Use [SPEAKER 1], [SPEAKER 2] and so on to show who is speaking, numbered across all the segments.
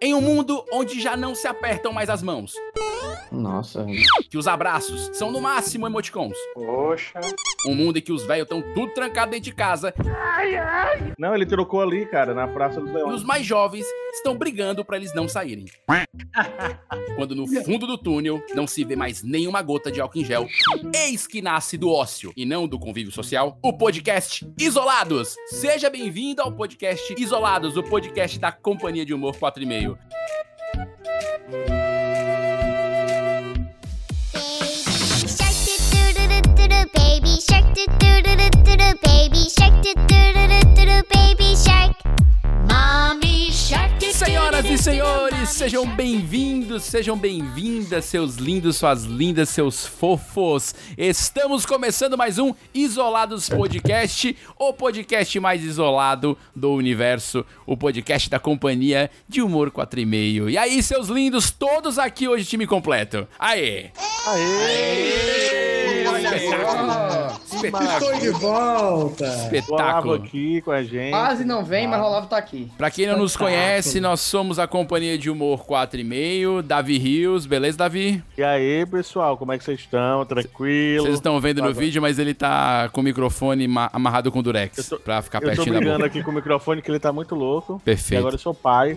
[SPEAKER 1] Em um mundo onde já não se apertam mais as mãos,
[SPEAKER 2] Nossa.
[SPEAKER 1] que os abraços são no máximo emoticons,
[SPEAKER 3] Poxa.
[SPEAKER 1] um mundo em que os velhos estão tudo trancado dentro de casa
[SPEAKER 4] Não, ele trocou ali, cara, na Praça dos
[SPEAKER 1] e
[SPEAKER 4] Leões.
[SPEAKER 1] os mais jovens estão brigando pra eles não saírem. Quando no fundo do túnel não se vê mais nenhuma gota de álcool em gel, eis que nasce do ócio e não do convívio social, o podcast Isolados. Seja bem-vindo ao podcast Isolados, o podcast da Companhia de Humor 4 e meio.
[SPEAKER 5] Shark doo doo doo doo doo baby shark doo doo doo doo doo doo baby shark doo doo doo doo doo doo baby shark. Mommy shark. doo doo
[SPEAKER 1] Senhoras
[SPEAKER 5] doo
[SPEAKER 1] e
[SPEAKER 5] doo doo, mommy
[SPEAKER 1] senhores, sejam
[SPEAKER 5] shark.
[SPEAKER 1] bem-vindos, sejam bem-vindas, seus lindos, suas lindas, seus fofos. Estamos começando mais um Isolados Podcast, o podcast mais isolado do universo, o podcast da companhia de humor 4 e meio. E aí, seus lindos, todos aqui hoje, time completo. Aê! Espetáculo!
[SPEAKER 6] Estou de volta!
[SPEAKER 4] O Olavo
[SPEAKER 1] Espetáculo!
[SPEAKER 4] aqui com a gente.
[SPEAKER 2] Quase não vem, mas o Olavo tá aqui.
[SPEAKER 1] Pra quem não nos
[SPEAKER 2] Espetáculo.
[SPEAKER 1] conhece, nós somos a Companhia de Humor 4 e meio, Davi Rios, beleza, Davi?
[SPEAKER 4] E aí, pessoal, como é que vocês estão? Tranquilo?
[SPEAKER 1] Vocês estão vendo no
[SPEAKER 4] Tá bom.
[SPEAKER 1] vídeo, mas ele tá com o microfone ma- amarrado com durex
[SPEAKER 4] Eu tô-
[SPEAKER 1] pra ficar
[SPEAKER 4] Eu tô
[SPEAKER 1] pertinho da boca.
[SPEAKER 4] brigando aqui com o microfone que ele tá muito louco. E
[SPEAKER 1] Perfeito.
[SPEAKER 4] agora eu sou pai.
[SPEAKER 7] I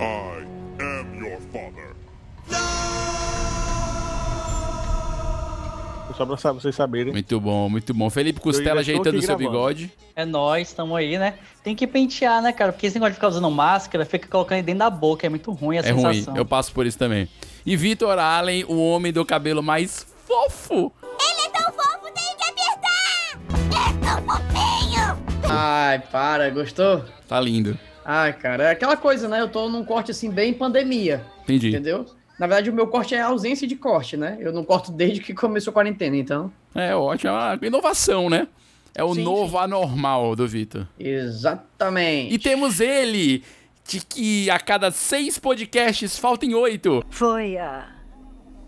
[SPEAKER 7] am your father.
[SPEAKER 4] Só pra sa- vocês saberem.
[SPEAKER 1] Muito bom, muito bom. Felipe
[SPEAKER 4] ainda
[SPEAKER 1] Costela
[SPEAKER 4] estou
[SPEAKER 1] ajeitando
[SPEAKER 4] aqui
[SPEAKER 1] seu
[SPEAKER 4] gravando.
[SPEAKER 1] bigode.
[SPEAKER 8] É nóis, estamos aí, né? Tem que pentear, né, cara? Porque esse negócio de ficar usando máscara, fica colocando dentro da boca, é muito ruim a
[SPEAKER 1] É ruim,
[SPEAKER 8] sensação.
[SPEAKER 1] eu passo por isso também. E Vitor Allen, o homem do cabelo mais fofo.
[SPEAKER 5] Ele é tão fofo, tem que apertar. É tão fofinho.
[SPEAKER 2] Ai, para, gostou?
[SPEAKER 1] Tá lindo.
[SPEAKER 2] Ai, cara, é aquela coisa, né? Eu tô num corte assim, bem pandemia,
[SPEAKER 1] Entendi.
[SPEAKER 2] entendeu? Na verdade, o meu corte é a ausência de corte, né? Eu não corto desde que começou a quarentena, então.
[SPEAKER 1] É ótimo, é uma inovação, né? É o
[SPEAKER 2] Sim,
[SPEAKER 1] novo anormal do Vitor.
[SPEAKER 2] Exatamente.
[SPEAKER 1] E temos ele, de que a cada seis podcasts faltam oito.
[SPEAKER 9] Foi há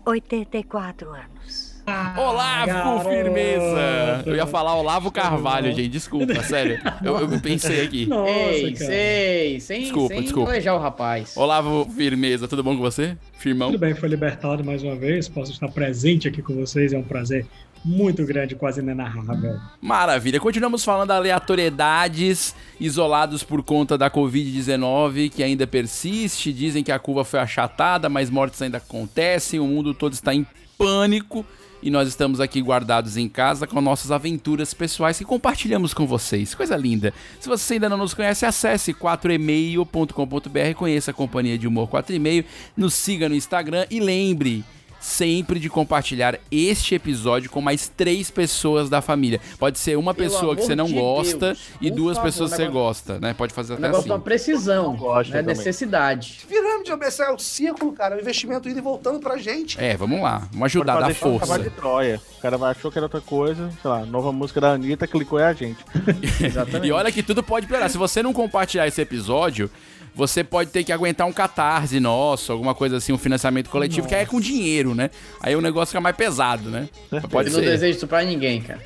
[SPEAKER 9] 84 anos.
[SPEAKER 1] Olavo
[SPEAKER 6] garoto.
[SPEAKER 1] Firmeza! Eu ia falar Olavo Carvalho, gente, desculpa, sério. Eu, eu pensei aqui.
[SPEAKER 6] Nossa,
[SPEAKER 2] Ei,
[SPEAKER 6] cara.
[SPEAKER 2] sei, sem,
[SPEAKER 1] Desculpa,
[SPEAKER 2] sem
[SPEAKER 1] desculpa.
[SPEAKER 2] planejar o rapaz.
[SPEAKER 1] Olavo Firmeza, tudo bom com você? Firmão?
[SPEAKER 6] Tudo bem, foi libertado mais uma vez. Posso estar presente aqui com vocês. É um prazer muito grande, quase inenarrável.
[SPEAKER 1] Maravilha. Continuamos falando aleatoriedades isolados por conta da Covid-19, que ainda persiste. Dizem que a curva foi achatada, mas mortes ainda acontecem. O mundo todo está em pânico. E nós estamos aqui guardados em casa com nossas aventuras pessoais que compartilhamos com vocês. Coisa linda. Se você ainda não nos conhece, acesse 4email.com.br, conheça a Companhia de Humor 4email, nos siga no Instagram e lembre sempre de compartilhar este episódio com mais três pessoas da família. Pode ser uma
[SPEAKER 2] Pelo
[SPEAKER 1] pessoa que você
[SPEAKER 2] amor
[SPEAKER 1] não
[SPEAKER 2] de
[SPEAKER 1] gosta
[SPEAKER 2] Deus,
[SPEAKER 1] e
[SPEAKER 2] por
[SPEAKER 1] duas
[SPEAKER 2] favor,
[SPEAKER 1] pessoas que você
[SPEAKER 2] negócio-
[SPEAKER 1] gosta, né? Pode fazer
[SPEAKER 2] O
[SPEAKER 1] até
[SPEAKER 2] negócio
[SPEAKER 1] assim.
[SPEAKER 2] é uma precisão,
[SPEAKER 4] gosto
[SPEAKER 2] né?
[SPEAKER 4] também.
[SPEAKER 2] Necessidade.
[SPEAKER 10] Pirâmide ABC é o círculo, cara. O investimento indo e voltando pra
[SPEAKER 2] tá-
[SPEAKER 10] gente.
[SPEAKER 1] É, vamos lá. Vamos
[SPEAKER 4] Pode
[SPEAKER 1] ajudar, dar
[SPEAKER 4] deixar eu acabar
[SPEAKER 1] força.
[SPEAKER 4] de Troia. O cara vai- achou que era outra coisa, sei lá, nova música da Anitta, clicou é a gente.
[SPEAKER 1] E olha que tudo pode piorar. Se você não compartilhar esse episódio, você pode ter que aguentar um catarse nosso, alguma coisa assim, um financiamento coletivo, que aí é com dinheiro, né? Aí o negócio fica mais pesado, né? Pode
[SPEAKER 2] Eu não
[SPEAKER 1] ser.
[SPEAKER 2] desejo isso pra ninguém, cara.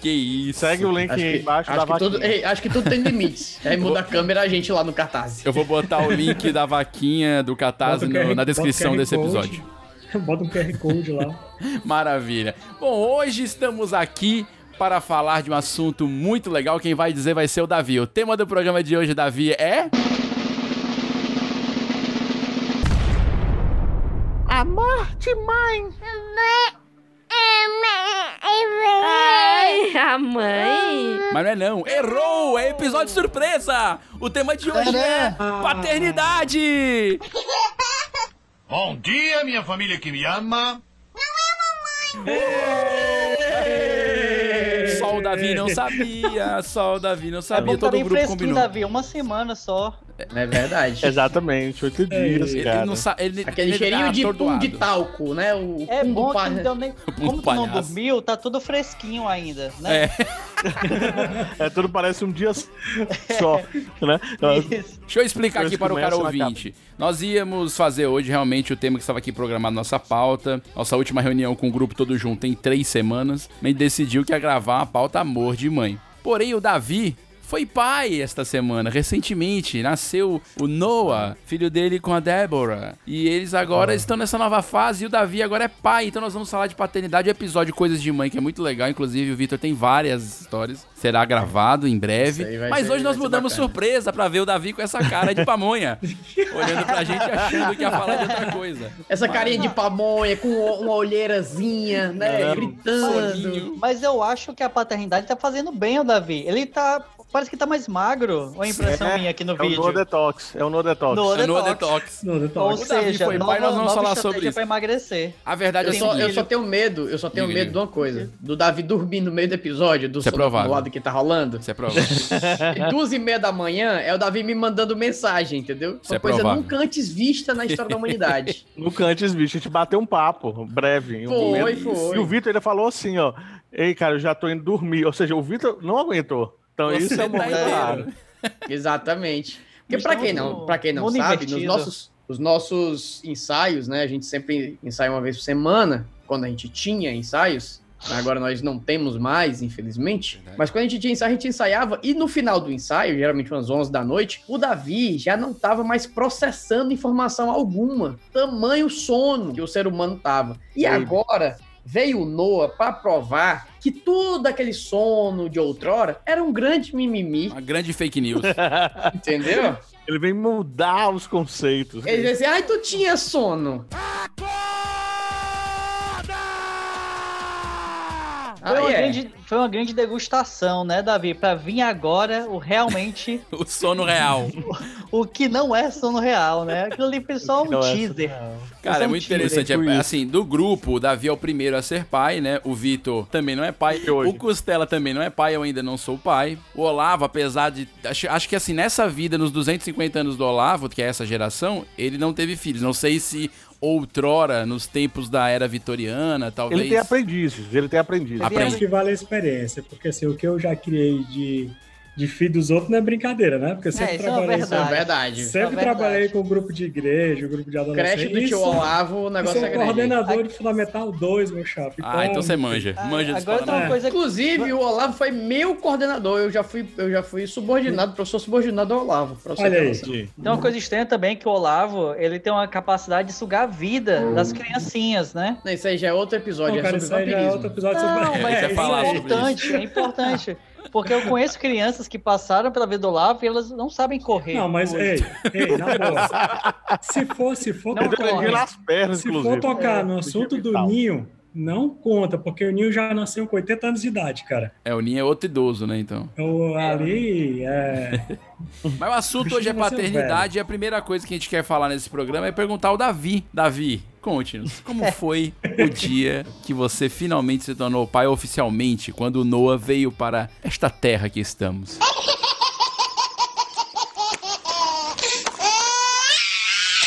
[SPEAKER 1] Que isso.
[SPEAKER 4] Segue o link
[SPEAKER 2] Acho
[SPEAKER 4] aí
[SPEAKER 2] que,
[SPEAKER 4] embaixo
[SPEAKER 2] acho
[SPEAKER 4] da
[SPEAKER 2] que tudo,
[SPEAKER 4] vaquinha.
[SPEAKER 2] ei, acho que tudo tem limites. Aí muda a câmera, a gente lá no catarse.
[SPEAKER 1] Eu vou botar o link da vaquinha do Catarse
[SPEAKER 6] Bota o
[SPEAKER 1] Tá, no-
[SPEAKER 6] QR
[SPEAKER 1] na descrição
[SPEAKER 6] bota o
[SPEAKER 1] desse
[SPEAKER 6] QR
[SPEAKER 1] episódio.
[SPEAKER 6] Code. Bota um QR Code lá.
[SPEAKER 1] Maravilha. Bom, hoje estamos aqui para falar de um assunto muito legal. Quem vai dizer vai ser o Davi. O tema do programa de hoje, Davi, é.
[SPEAKER 9] Ai, a mãe.
[SPEAKER 1] Mas não é não. Errou! É episódio surpresa! O tema de hoje é paternidade!
[SPEAKER 7] Bom dia, minha família que me ama.
[SPEAKER 1] Só o Davi não sabia, só o Davi não
[SPEAKER 8] É
[SPEAKER 1] sabia.
[SPEAKER 8] bom tá
[SPEAKER 1] Todo o
[SPEAKER 8] bem
[SPEAKER 1] grupo
[SPEAKER 8] fresquinho,
[SPEAKER 1] combinou.
[SPEAKER 8] Davi, uma semana só.
[SPEAKER 2] É verdade.
[SPEAKER 4] Exatamente, oito dias,
[SPEAKER 1] Ele,
[SPEAKER 4] cara.
[SPEAKER 1] ele não sabe. Ele,
[SPEAKER 2] Aquele
[SPEAKER 1] ele
[SPEAKER 2] cheirinho
[SPEAKER 1] tá
[SPEAKER 2] de pum de
[SPEAKER 1] atordoado.
[SPEAKER 2] talco, né? O
[SPEAKER 8] É
[SPEAKER 2] pum
[SPEAKER 8] bom
[SPEAKER 2] do
[SPEAKER 8] que
[SPEAKER 2] par...
[SPEAKER 8] não deu nem... Como tu não
[SPEAKER 1] palhaço.
[SPEAKER 8] dormiu, tá tudo fresquinho ainda, né?
[SPEAKER 4] É, tudo parece um dia só, né?
[SPEAKER 8] Isso.
[SPEAKER 1] Deixa eu explicar
[SPEAKER 4] Coisa
[SPEAKER 1] aqui
[SPEAKER 4] que
[SPEAKER 1] para o cara
[SPEAKER 4] começa e não
[SPEAKER 1] ouvinte. Nós íamos fazer hoje realmente o tema que estava aqui programado na nossa pauta. Nossa última reunião com o grupo todo junto em três semanas. A gente decidiu que ia gravar uma pauta amor de mãe. Porém, o Davi foi pai esta semana, recentemente. Nasceu o Noah, filho dele com a Débora. E eles agora estão nessa nova fase e o Davi agora é pai. Então nós vamos falar de paternidade. O episódio Coisas de Mãe, que é muito legal. Inclusive, o Vitor tem várias histórias. Será gravado em breve.
[SPEAKER 2] Isso aí vai
[SPEAKER 1] É Mas
[SPEAKER 2] ser-
[SPEAKER 1] hoje nós
[SPEAKER 2] vai ser
[SPEAKER 1] mudamos
[SPEAKER 2] bacana.
[SPEAKER 1] surpresa pra ver o Davi com essa cara de pamonha. olhando pra gente achando que ia falar de outra coisa.
[SPEAKER 2] Essa carinha de pamonha, com o- uma olheirazinha, né?
[SPEAKER 4] Caramba.
[SPEAKER 2] Gritando.
[SPEAKER 8] Mas eu acho que a paternidade tá fazendo bem ao Davi. Ele tá. Parece que tá mais magro. Ou é impressão
[SPEAKER 4] É,
[SPEAKER 8] minha aqui no
[SPEAKER 1] um
[SPEAKER 4] É o
[SPEAKER 8] vídeo?
[SPEAKER 4] No Detox, é o No Detox.
[SPEAKER 8] No
[SPEAKER 1] É no
[SPEAKER 8] Detox.
[SPEAKER 1] Detox.
[SPEAKER 6] Não,
[SPEAKER 8] Ou
[SPEAKER 6] detalhe.
[SPEAKER 1] Davi
[SPEAKER 8] seja,
[SPEAKER 1] foi
[SPEAKER 8] nova,
[SPEAKER 1] pai, nós vamos
[SPEAKER 8] nova
[SPEAKER 1] falar sobre
[SPEAKER 8] estratégia
[SPEAKER 1] isso.
[SPEAKER 8] pra emagrecer.
[SPEAKER 1] A verdade é
[SPEAKER 2] Eu
[SPEAKER 1] o
[SPEAKER 2] só, eu só
[SPEAKER 1] seguinte.
[SPEAKER 2] tenho medo, eu só tenho
[SPEAKER 1] Diga,
[SPEAKER 2] medo
[SPEAKER 1] diga.
[SPEAKER 2] de uma coisa. Do Davi dormir no meio do episódio, do
[SPEAKER 1] Isso é
[SPEAKER 2] sono
[SPEAKER 1] provável.
[SPEAKER 2] acumulado que tá rolando.
[SPEAKER 1] Isso é prova.
[SPEAKER 2] E duas e meia da manhã é o Davi me mandando mensagem, entendeu?
[SPEAKER 1] Isso
[SPEAKER 2] Uma
[SPEAKER 1] é
[SPEAKER 2] coisa
[SPEAKER 1] provável.
[SPEAKER 2] nunca antes vista na história da humanidade.
[SPEAKER 4] No Cantes, bicho, a gente bateu um papo breve. em um momento.
[SPEAKER 2] foi,
[SPEAKER 4] E o
[SPEAKER 2] foi.
[SPEAKER 4] Vitor, ele falou assim, ó. Ei, cara, eu já tô indo dormir. Ou seja, o Vitor não aguentou. Então
[SPEAKER 1] Você
[SPEAKER 4] isso é o
[SPEAKER 1] tá
[SPEAKER 4] momento
[SPEAKER 1] inteiro.
[SPEAKER 4] errado.
[SPEAKER 2] Exatamente. Porque
[SPEAKER 8] Mas
[SPEAKER 2] pra
[SPEAKER 8] tá
[SPEAKER 2] quem
[SPEAKER 8] um
[SPEAKER 2] não, para quem não
[SPEAKER 8] mundo
[SPEAKER 2] sabe, nos
[SPEAKER 8] invertido.
[SPEAKER 2] nossos, os nossos ensaios, né? A gente sempre ensaia uma vez por semana, quando a gente tinha ensaios. Agora nós não temos mais, infelizmente.
[SPEAKER 1] Verdade.
[SPEAKER 2] Mas quando a gente tinha ensaio, a gente ensaiava. E no final do ensaio, geralmente umas 11 da noite, o Davi já não estava mais processando informação alguma. Tamanho sono que o ser humano tava. E agora veio o Noah para provar que todo aquele sono de outrora era um grande mimimi,
[SPEAKER 1] Uma grande fake news.
[SPEAKER 2] entendeu?
[SPEAKER 4] Ele vem mudar os conceitos.
[SPEAKER 2] Ele vai dizer, ai, tu tinha sono.
[SPEAKER 1] Ah,
[SPEAKER 8] Foi, uma
[SPEAKER 2] Aí é.
[SPEAKER 8] grande, foi uma grande degustação, né, Davi? Pra vir agora o realmente
[SPEAKER 1] o sono real.
[SPEAKER 8] o que não é sono real, né? Aquilo ali foi só um
[SPEAKER 4] não é sono
[SPEAKER 8] teaser.
[SPEAKER 1] Cara, é muito
[SPEAKER 4] Sentido,
[SPEAKER 1] interessante.
[SPEAKER 4] né, por
[SPEAKER 1] É,
[SPEAKER 4] isso.
[SPEAKER 1] assim, do grupo, o Davi é o primeiro a ser pai, né? O Vitor também não é pai.
[SPEAKER 4] E hoje?
[SPEAKER 1] O Costela também não é pai, eu ainda não sou pai. O Olavo, apesar de. Acho, acho que assim, nessa vida, nos 250 anos do Olavo, que é essa geração, ele não teve filhos. Não sei se outrora, nos tempos da era vitoriana, talvez.
[SPEAKER 4] Ele tem aprendizes, ele tem aprendizes.
[SPEAKER 1] Aprende.
[SPEAKER 6] Acho que vale a experiência, porque assim, o que eu já criei de, de filho dos outros não é brincadeira, né? Porque eu sempre
[SPEAKER 8] É, isso é uma
[SPEAKER 6] trabalhei,
[SPEAKER 2] Isso é
[SPEAKER 8] verdade.
[SPEAKER 2] verdade.
[SPEAKER 8] é
[SPEAKER 6] sempre
[SPEAKER 8] verdade.
[SPEAKER 6] trabalhei com um grupo de igreja, um grupo de adolescentes.
[SPEAKER 2] Creche do tio Olavo, o negócio é
[SPEAKER 6] sou um
[SPEAKER 2] grande.
[SPEAKER 6] coordenador de Fundamental 2, meu chapa.
[SPEAKER 1] Ah, então você manja. Manja de
[SPEAKER 8] agora tem
[SPEAKER 1] falar. né?
[SPEAKER 8] uma coisa que
[SPEAKER 2] Inclusive, o Olavo foi meu coordenador. Eu já fui, eu já fui subordinado, professor subordinado ao Olavo. pra você
[SPEAKER 6] Olha
[SPEAKER 2] ter
[SPEAKER 6] aí.
[SPEAKER 2] noção.
[SPEAKER 8] Tem uma coisa estranha também que o Olavo, ele tem uma capacidade de sugar a vida das criancinhas, né?
[SPEAKER 2] Não, Isso aí já é outro episódio,
[SPEAKER 6] Não, cara,
[SPEAKER 2] é sobre
[SPEAKER 6] isso aí já é
[SPEAKER 2] vampirismo.
[SPEAKER 6] outro episódio
[SPEAKER 8] Não,
[SPEAKER 6] sobre
[SPEAKER 1] mas
[SPEAKER 6] É,
[SPEAKER 1] você
[SPEAKER 8] é
[SPEAKER 6] isso
[SPEAKER 1] falar
[SPEAKER 6] aí.
[SPEAKER 1] sobre
[SPEAKER 8] importante, é importante. Porque eu conheço crianças que passaram pela vida do Olavo e elas não sabem correr.
[SPEAKER 6] Não, mas
[SPEAKER 8] hoje.
[SPEAKER 6] ei, ei, na boa. Se for, se for
[SPEAKER 8] Não
[SPEAKER 4] Ele
[SPEAKER 6] tocar,
[SPEAKER 8] corre.
[SPEAKER 4] aprendeu nas pernas,
[SPEAKER 6] se
[SPEAKER 4] inclusive.
[SPEAKER 6] for tocar no
[SPEAKER 4] É,
[SPEAKER 6] assunto do
[SPEAKER 4] digital.
[SPEAKER 6] Ninho, não conta, porque o Ninho já nasceu com 80 anos de idade, cara.
[SPEAKER 1] É, o Ninho é outro idoso, né, então.
[SPEAKER 6] Eu, ali é.
[SPEAKER 1] Mas o assunto hoje é
[SPEAKER 6] Vai ser um
[SPEAKER 1] paternidade e a primeira coisa que a gente quer falar nesse programa é perguntar ao Davi. Davi, conte-nos, como foi o dia que você finalmente se tornou pai oficialmente, quando o Noah veio para esta terra que estamos?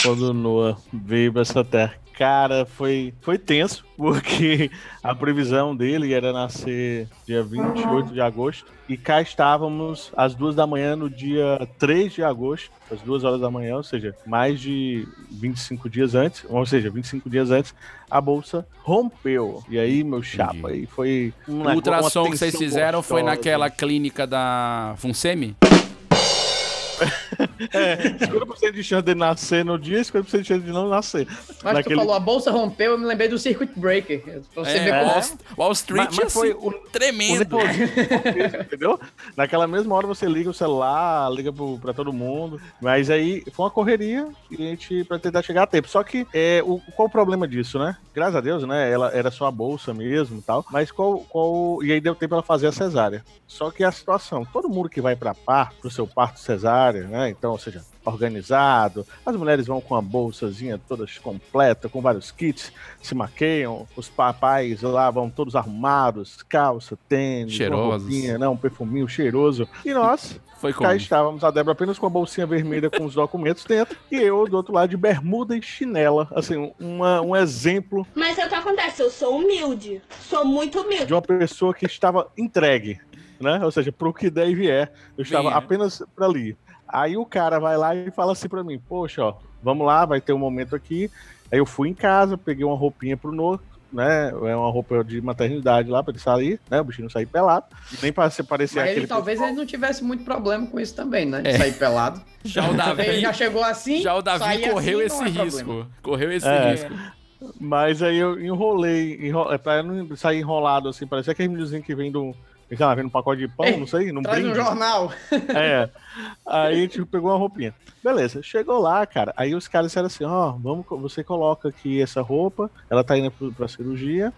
[SPEAKER 4] Quando o Noah veio pra essa terra. Cara, foi, foi tenso, porque a previsão dele era nascer dia 28 de agosto. E cá estávamos às duas da manhã no dia 3 de agosto, às duas horas da manhã, ou seja, mais de 25 dias antes, ou seja, 25 dias antes, a bolsa rompeu. E aí, meu chapa, aí foi.
[SPEAKER 1] O
[SPEAKER 4] Um uma-
[SPEAKER 1] ultrassom
[SPEAKER 4] uma
[SPEAKER 1] que vocês
[SPEAKER 4] tensão
[SPEAKER 1] fizeram foi
[SPEAKER 4] gostosa.
[SPEAKER 1] naquela clínica da Funsemi?
[SPEAKER 4] É, 50% de chance de nascer no dia, 50% de chance de não nascer.
[SPEAKER 2] Mas
[SPEAKER 4] Naquele-
[SPEAKER 2] tu falou, a bolsa rompeu, eu me lembrei do Circuit Breaker. Pra você ver
[SPEAKER 1] É,
[SPEAKER 2] como...
[SPEAKER 1] Wall, Wall Street
[SPEAKER 4] Mas- mas
[SPEAKER 1] foi
[SPEAKER 4] foi o-
[SPEAKER 1] tremendo.
[SPEAKER 4] o nervosismo, entendeu? Naquela mesma hora você liga o celular, liga pro, pra todo mundo. Mas aí foi uma correria e a gente pra tentar chegar a tempo. Só que é, o, qual o problema disso, né? Graças a Deus, né? Ela era só a bolsa mesmo e tal. Mas qual, qual. E aí deu tempo ela fazer a cesárea. Só que a situação, todo mundo que vai pra parto, pro seu parto cesárea, né? Então, ou seja, organizado, as mulheres vão com a bolsazinha toda completa, com vários kits, se maqueiam, os papais lá vão todos arrumados, calça, tênis, uma
[SPEAKER 1] Cheirosos.
[SPEAKER 4] roupinha, né? Um perfuminho cheiroso. E nós,
[SPEAKER 1] Foi como?
[SPEAKER 4] cá estávamos, a Débora apenas com a bolsinha vermelha com os documentos dentro, e eu do outro lado de bermuda e chinela. Assim, uma- um exemplo
[SPEAKER 3] Mas sabe o que acontece? Eu sou humilde. Sou muito humilde.
[SPEAKER 4] de uma pessoa que estava entregue, né? Ou seja, pro que der e vier. Eu estava
[SPEAKER 1] né?
[SPEAKER 2] é.
[SPEAKER 4] apenas para ali. Aí o cara vai lá e fala assim para mim: "Poxa, ó, vamos lá, vai ter um momento aqui". Aí eu fui em casa, peguei uma roupinha pro Noah, né? É uma roupa de maternidade lá pra ele sair, né? O bichinho não sair pelado. Nem pra se parecer
[SPEAKER 2] Mas
[SPEAKER 4] aquele. É.
[SPEAKER 2] ele tá talvez ele não tivesse muito problema com isso também, né? De sair pelado.
[SPEAKER 1] Já o
[SPEAKER 2] Ele
[SPEAKER 1] Davi,
[SPEAKER 2] já chegou assim.
[SPEAKER 1] já o Davi
[SPEAKER 2] sair
[SPEAKER 1] correu
[SPEAKER 2] assim, não é
[SPEAKER 1] esse
[SPEAKER 2] problema.
[SPEAKER 1] risco. Correu esse
[SPEAKER 4] É.
[SPEAKER 1] risco.
[SPEAKER 4] Mas aí eu enrolei, enro... é, pra não sair enrolado assim, parecia aquele milhozinho que vem do. Sei lá, vem num pacote de pão,
[SPEAKER 2] É,
[SPEAKER 4] não sei, num
[SPEAKER 2] Traz um
[SPEAKER 4] brinde.
[SPEAKER 2] jornal.
[SPEAKER 4] É. Aí, tipo, pegou uma roupinha. Beleza, chegou lá, cara. Aí os caras disseram assim: ó, vamos, co- você coloca aqui essa roupa, ela tá indo pro- pra cirurgia.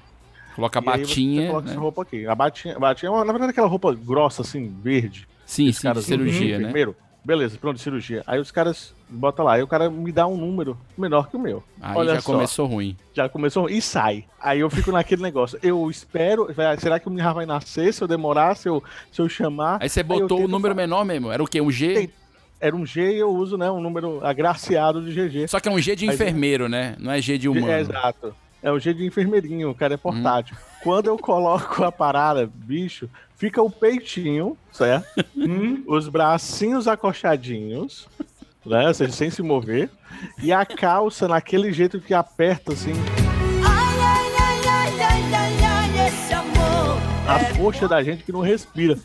[SPEAKER 1] Coloca a
[SPEAKER 4] e aí você
[SPEAKER 1] batinha.
[SPEAKER 4] coloca essa
[SPEAKER 1] Né?
[SPEAKER 4] roupa aqui. A batinha, a batinha é uma- na verdade, aquela roupa grossa, assim, verde.
[SPEAKER 1] Sim,
[SPEAKER 4] Os
[SPEAKER 1] sim, de cirurgia,
[SPEAKER 4] "Hum,
[SPEAKER 1] né?
[SPEAKER 4] Primeiro, beleza, pronto, cirurgia. Aí os caras botam lá, aí o cara me dá um número menor que o meu.
[SPEAKER 1] Aí
[SPEAKER 4] Olha
[SPEAKER 1] já
[SPEAKER 4] só.
[SPEAKER 1] começou ruim.
[SPEAKER 4] Já começou e sai. Aí eu fico naquele negócio. Eu espero. vai- Será que o menino vai nascer? Se eu demorar, se eu, se eu chamar.
[SPEAKER 1] Aí você
[SPEAKER 4] eu
[SPEAKER 1] botou o
[SPEAKER 4] tento
[SPEAKER 1] número
[SPEAKER 4] falar.
[SPEAKER 1] menor mesmo. Era o quê? Um G?
[SPEAKER 4] Tem- Era um G e eu uso, né? Um número agraciado de GG.
[SPEAKER 1] Só que é um G de
[SPEAKER 4] Mas-
[SPEAKER 1] enfermeiro, né? Não é G de humano.
[SPEAKER 4] É, exato. É o G de enfermeirinho, o cara é portátil. Quando eu coloco a parada, bicho, fica o peitinho, certo?
[SPEAKER 6] Hum,
[SPEAKER 4] Os bracinhos acochadinhos, né? Ou seja, sem se mover. E a calça naquele jeito que aperta assim. a coxa da gente que não respira.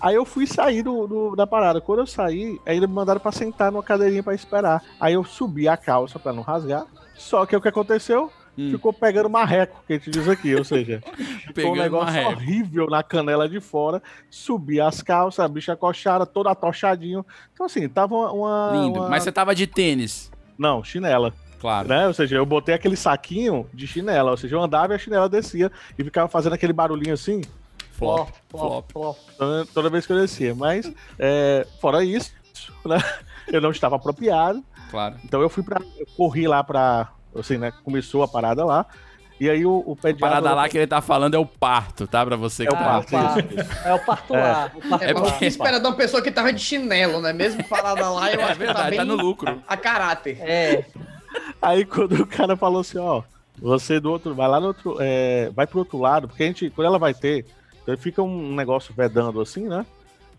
[SPEAKER 4] Aí eu fui sair do, do- da parada. Quando eu saí, ainda me mandaram pra sentar numa cadeirinha pra esperar. Aí eu subi a calça pra não rasgar. Só que o que aconteceu?
[SPEAKER 1] Hum.
[SPEAKER 4] Ficou pegando marreco, que a gente diz aqui, ou seja, ficou um
[SPEAKER 1] Pegando
[SPEAKER 4] negócio
[SPEAKER 1] marreco.
[SPEAKER 4] horrível na canela de fora, subi as calças, a bicha coxada, todo atochadinho. Então, assim, tava uma. uma-
[SPEAKER 1] Lindo.
[SPEAKER 4] uma-
[SPEAKER 1] Mas você tava de tênis.
[SPEAKER 4] Não, chinela.
[SPEAKER 1] Claro.
[SPEAKER 4] Né? Ou seja, eu botei aquele saquinho de chinela. Ou seja, eu andava e a chinela descia e ficava fazendo aquele barulhinho assim.
[SPEAKER 1] Flop, flop.
[SPEAKER 4] Toda, toda vez que eu descia. Mas, é, fora isso, né, eu não estava apropriado.
[SPEAKER 1] Claro.
[SPEAKER 4] Então eu fui pra. Eu corri lá pra. Assim, né? Começou a parada lá. E aí o, o
[SPEAKER 1] A
[SPEAKER 4] pediatra.
[SPEAKER 1] parada lá que ele tá falando é o parto, tá? Pra você que
[SPEAKER 4] É o
[SPEAKER 1] tá-
[SPEAKER 4] parto.
[SPEAKER 8] É o parto lá. O parto
[SPEAKER 2] É,
[SPEAKER 1] É
[SPEAKER 2] mas o
[SPEAKER 1] porque-
[SPEAKER 2] que espera de uma pessoa que tava de chinelo, né? Mesmo parada lá, eu
[SPEAKER 1] É
[SPEAKER 2] acho que tá
[SPEAKER 1] verdade,
[SPEAKER 2] bem
[SPEAKER 1] tá no lucro.
[SPEAKER 2] a caráter.
[SPEAKER 8] É,
[SPEAKER 4] Aí quando o cara falou assim, ó, você do outro, vai lá no outro, é, vai pro outro lado, porque a gente, quando ela vai ter, então fica um negócio vedando assim, né?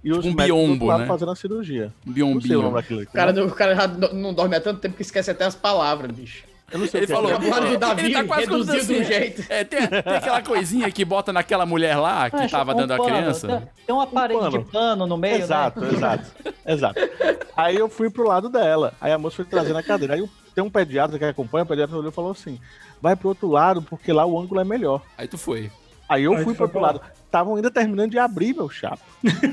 [SPEAKER 4] E os
[SPEAKER 1] Um
[SPEAKER 4] médicos do outro
[SPEAKER 1] biombo,
[SPEAKER 4] lado
[SPEAKER 1] né?
[SPEAKER 4] fazendo a cirurgia. Não sei o nome
[SPEAKER 1] Biombinho.
[SPEAKER 4] daquilo. aqui,
[SPEAKER 2] O cara,
[SPEAKER 4] né?
[SPEAKER 2] não- o cara já n- não dorme há tanto tempo que esquece até as palavras, bicho.
[SPEAKER 4] Eu não sei o
[SPEAKER 1] Ele
[SPEAKER 4] que é.
[SPEAKER 1] falou.
[SPEAKER 2] Acabou do Davi,
[SPEAKER 1] Ele tá quase como
[SPEAKER 2] reduzido
[SPEAKER 1] assim.
[SPEAKER 2] do jeito.
[SPEAKER 1] É, tem, tem aquela coisinha que bota naquela mulher lá que
[SPEAKER 8] Acho
[SPEAKER 1] tava
[SPEAKER 8] um
[SPEAKER 1] dando a
[SPEAKER 8] pano,
[SPEAKER 1] criança.
[SPEAKER 8] Tem, tem uma parede
[SPEAKER 4] pano.
[SPEAKER 8] de pano no meio,
[SPEAKER 4] Exato,
[SPEAKER 8] né?
[SPEAKER 4] exato, exato. Aí eu fui pro lado dela, aí a moça foi trazendo a cadeira. Aí tem um pediatra que acompanha, o pediatra olhou e falou assim, vai pro outro lado, porque lá o ângulo é melhor.
[SPEAKER 1] Aí tu foi.
[SPEAKER 4] Aí eu
[SPEAKER 6] Aí
[SPEAKER 4] fui
[SPEAKER 6] tu
[SPEAKER 4] pro
[SPEAKER 6] foi
[SPEAKER 4] outro
[SPEAKER 6] pra
[SPEAKER 4] lado.
[SPEAKER 6] lá.
[SPEAKER 4] Estavam ainda terminando de abrir, meu chapa.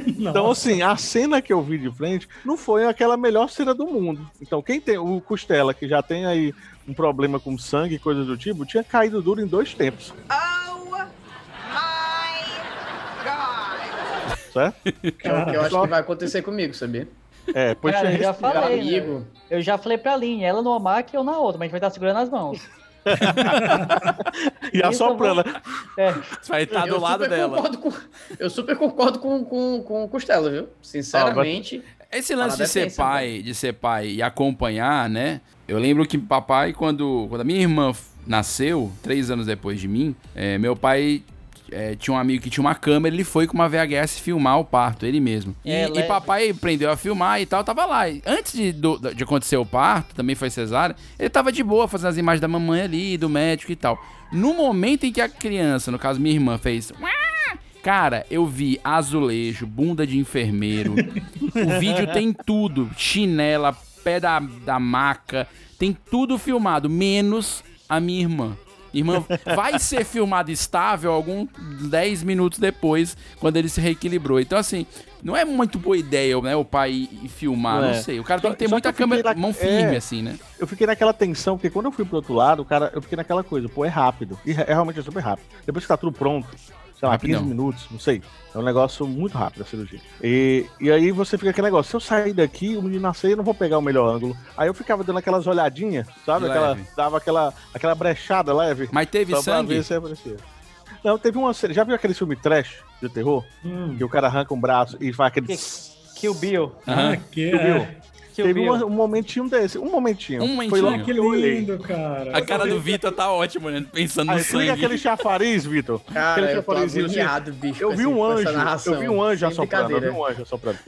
[SPEAKER 4] Então,
[SPEAKER 6] nossa.
[SPEAKER 4] assim, a cena que eu vi de frente não foi aquela melhor cena do mundo. Então, quem tem o Costela, que já tem aí um problema com sangue e coisas do tipo, tinha caído duro em dois tempos. Certo?
[SPEAKER 2] É o
[SPEAKER 4] então,
[SPEAKER 2] que eu acho que vai acontecer comigo, sabia?
[SPEAKER 4] É, pois
[SPEAKER 8] Cara,
[SPEAKER 4] tinha
[SPEAKER 8] eu já
[SPEAKER 4] res-
[SPEAKER 8] falei, né?
[SPEAKER 2] comigo.
[SPEAKER 8] Eu já falei pra Aline, ela numa maca e eu na outra, mas a gente vai estar segurando as mãos.
[SPEAKER 4] e
[SPEAKER 8] isso,
[SPEAKER 4] assoprando.
[SPEAKER 8] É,
[SPEAKER 1] Você vai estar Tá do
[SPEAKER 2] eu
[SPEAKER 1] lado
[SPEAKER 2] super
[SPEAKER 1] dela.
[SPEAKER 2] Concordo com, eu super concordo com, com, com o Costela, viu? Sinceramente.
[SPEAKER 1] Esse lance
[SPEAKER 2] Parada
[SPEAKER 1] de
[SPEAKER 2] é
[SPEAKER 1] ser
[SPEAKER 2] tensa,
[SPEAKER 1] pai, de ser pai e acompanhar, né? Eu lembro que papai, quando, quando a minha irmã f- nasceu, três anos depois de mim, é, meu pai é, tinha um amigo que tinha uma câmera, ele foi com uma VHS filmar o parto, ele mesmo. E, e
[SPEAKER 8] É, leve.
[SPEAKER 1] papai aprendeu a filmar e tal, tava lá. E antes de, do- de acontecer o parto, também foi cesárea, ele tava de boa fazendo as imagens da mamãe ali, do médico e tal. No momento em que a criança, no caso minha irmã, fez. "Uá", Cara, eu vi azulejo, bunda de enfermeiro. o vídeo tem tudo: chinela, pé da, da maca, tem tudo filmado, menos a minha irmã. Irmã, vai ser filmado estável algum 10 minutos depois, quando ele se reequilibrou. Então, assim, não é muito boa ideia, né, o pai ir filmar,
[SPEAKER 4] Não
[SPEAKER 1] não,
[SPEAKER 4] é.
[SPEAKER 1] sei. O cara tem
[SPEAKER 4] Só-
[SPEAKER 1] que ter
[SPEAKER 4] só
[SPEAKER 1] muita
[SPEAKER 4] que eu fiquei
[SPEAKER 1] câmera,
[SPEAKER 4] na-
[SPEAKER 1] mão firme,
[SPEAKER 4] é.
[SPEAKER 1] assim, né?
[SPEAKER 4] Eu fiquei naquela tensão, porque quando eu fui pro outro lado, o cara, eu fiquei naquela coisa, pô, é rápido. E é realmente é super rápido. Depois que tá tudo pronto, sei lá,
[SPEAKER 1] Rapidão.
[SPEAKER 4] 15 minutos, não sei. É um negócio muito rápido a cirurgia. E, e aí você fica aquele negócio, se eu sair daqui, o menino nascer, eu não vou pegar o melhor ângulo. Aí eu ficava dando aquelas olhadinhas, sabe?
[SPEAKER 1] De
[SPEAKER 4] Aquela,
[SPEAKER 1] leve.
[SPEAKER 4] dava aquela, aquela brechada leve.
[SPEAKER 1] Mas teve
[SPEAKER 4] só pra
[SPEAKER 1] sangue?
[SPEAKER 4] ver se aparecia. Não, teve uma cena. Já viu aquele filme trash de terror?
[SPEAKER 6] Hum,
[SPEAKER 4] Que o cara arranca um braço e faz aquele.
[SPEAKER 8] Que- Kill Bill.
[SPEAKER 1] Aham.
[SPEAKER 6] ah, que
[SPEAKER 4] então, Subiu.
[SPEAKER 6] é.
[SPEAKER 8] que eu
[SPEAKER 4] Teve
[SPEAKER 8] vi.
[SPEAKER 4] um, um momentinho desse. Um momentinho.
[SPEAKER 1] Um
[SPEAKER 4] Foi
[SPEAKER 1] momentinho.
[SPEAKER 4] logo
[SPEAKER 6] Que
[SPEAKER 4] que eu olhei.
[SPEAKER 6] lindo, cara.
[SPEAKER 1] A cara do Vitor tá ótima, né? Pensando no
[SPEAKER 4] Aí, se liga
[SPEAKER 1] sangue.
[SPEAKER 4] aquele chafariz, Vitor.
[SPEAKER 2] Cara,
[SPEAKER 4] aquele
[SPEAKER 2] eu tô
[SPEAKER 4] chafarizinho assim.
[SPEAKER 2] agoniado, bicho.
[SPEAKER 4] Eu
[SPEAKER 2] com
[SPEAKER 4] vi
[SPEAKER 2] esse-
[SPEAKER 4] um
[SPEAKER 2] com essa
[SPEAKER 4] anjo,
[SPEAKER 2] narração.
[SPEAKER 4] eu vi um anjo
[SPEAKER 2] Sem
[SPEAKER 4] assoprando, eu vi
[SPEAKER 2] brincadeira.
[SPEAKER 4] um anjo assoprando.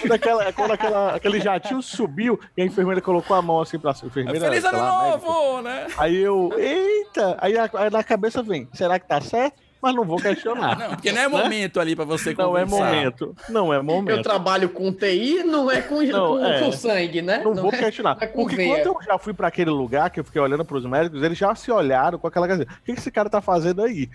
[SPEAKER 4] Quando, aquela, quando aquela- aquele jatinho subiu e a enfermeira colocou a mão assim pra cima. Enfermeira,
[SPEAKER 1] Tá Feliz
[SPEAKER 4] sei
[SPEAKER 1] ano
[SPEAKER 4] lá, médica.
[SPEAKER 1] novo, né?
[SPEAKER 4] Aí eu, eita! Aí, a- aí na cabeça vem, será que tá certo? Mas não vou questionar.
[SPEAKER 1] Não, porque não é momento ali pra você
[SPEAKER 4] Né? Não é
[SPEAKER 1] conversar.
[SPEAKER 4] momento. Não é
[SPEAKER 2] Eu
[SPEAKER 4] momento.
[SPEAKER 2] trabalho com TI, não é com,
[SPEAKER 4] Não,
[SPEAKER 2] com-
[SPEAKER 4] é.
[SPEAKER 2] com sangue, né?
[SPEAKER 4] Não vou questionar.
[SPEAKER 2] é com
[SPEAKER 4] Porque
[SPEAKER 2] veia.
[SPEAKER 4] quando eu já fui pra aquele lugar que eu fiquei olhando pros médicos, eles já se olharam com aquela cabeça. O que que esse cara tá fazendo aí?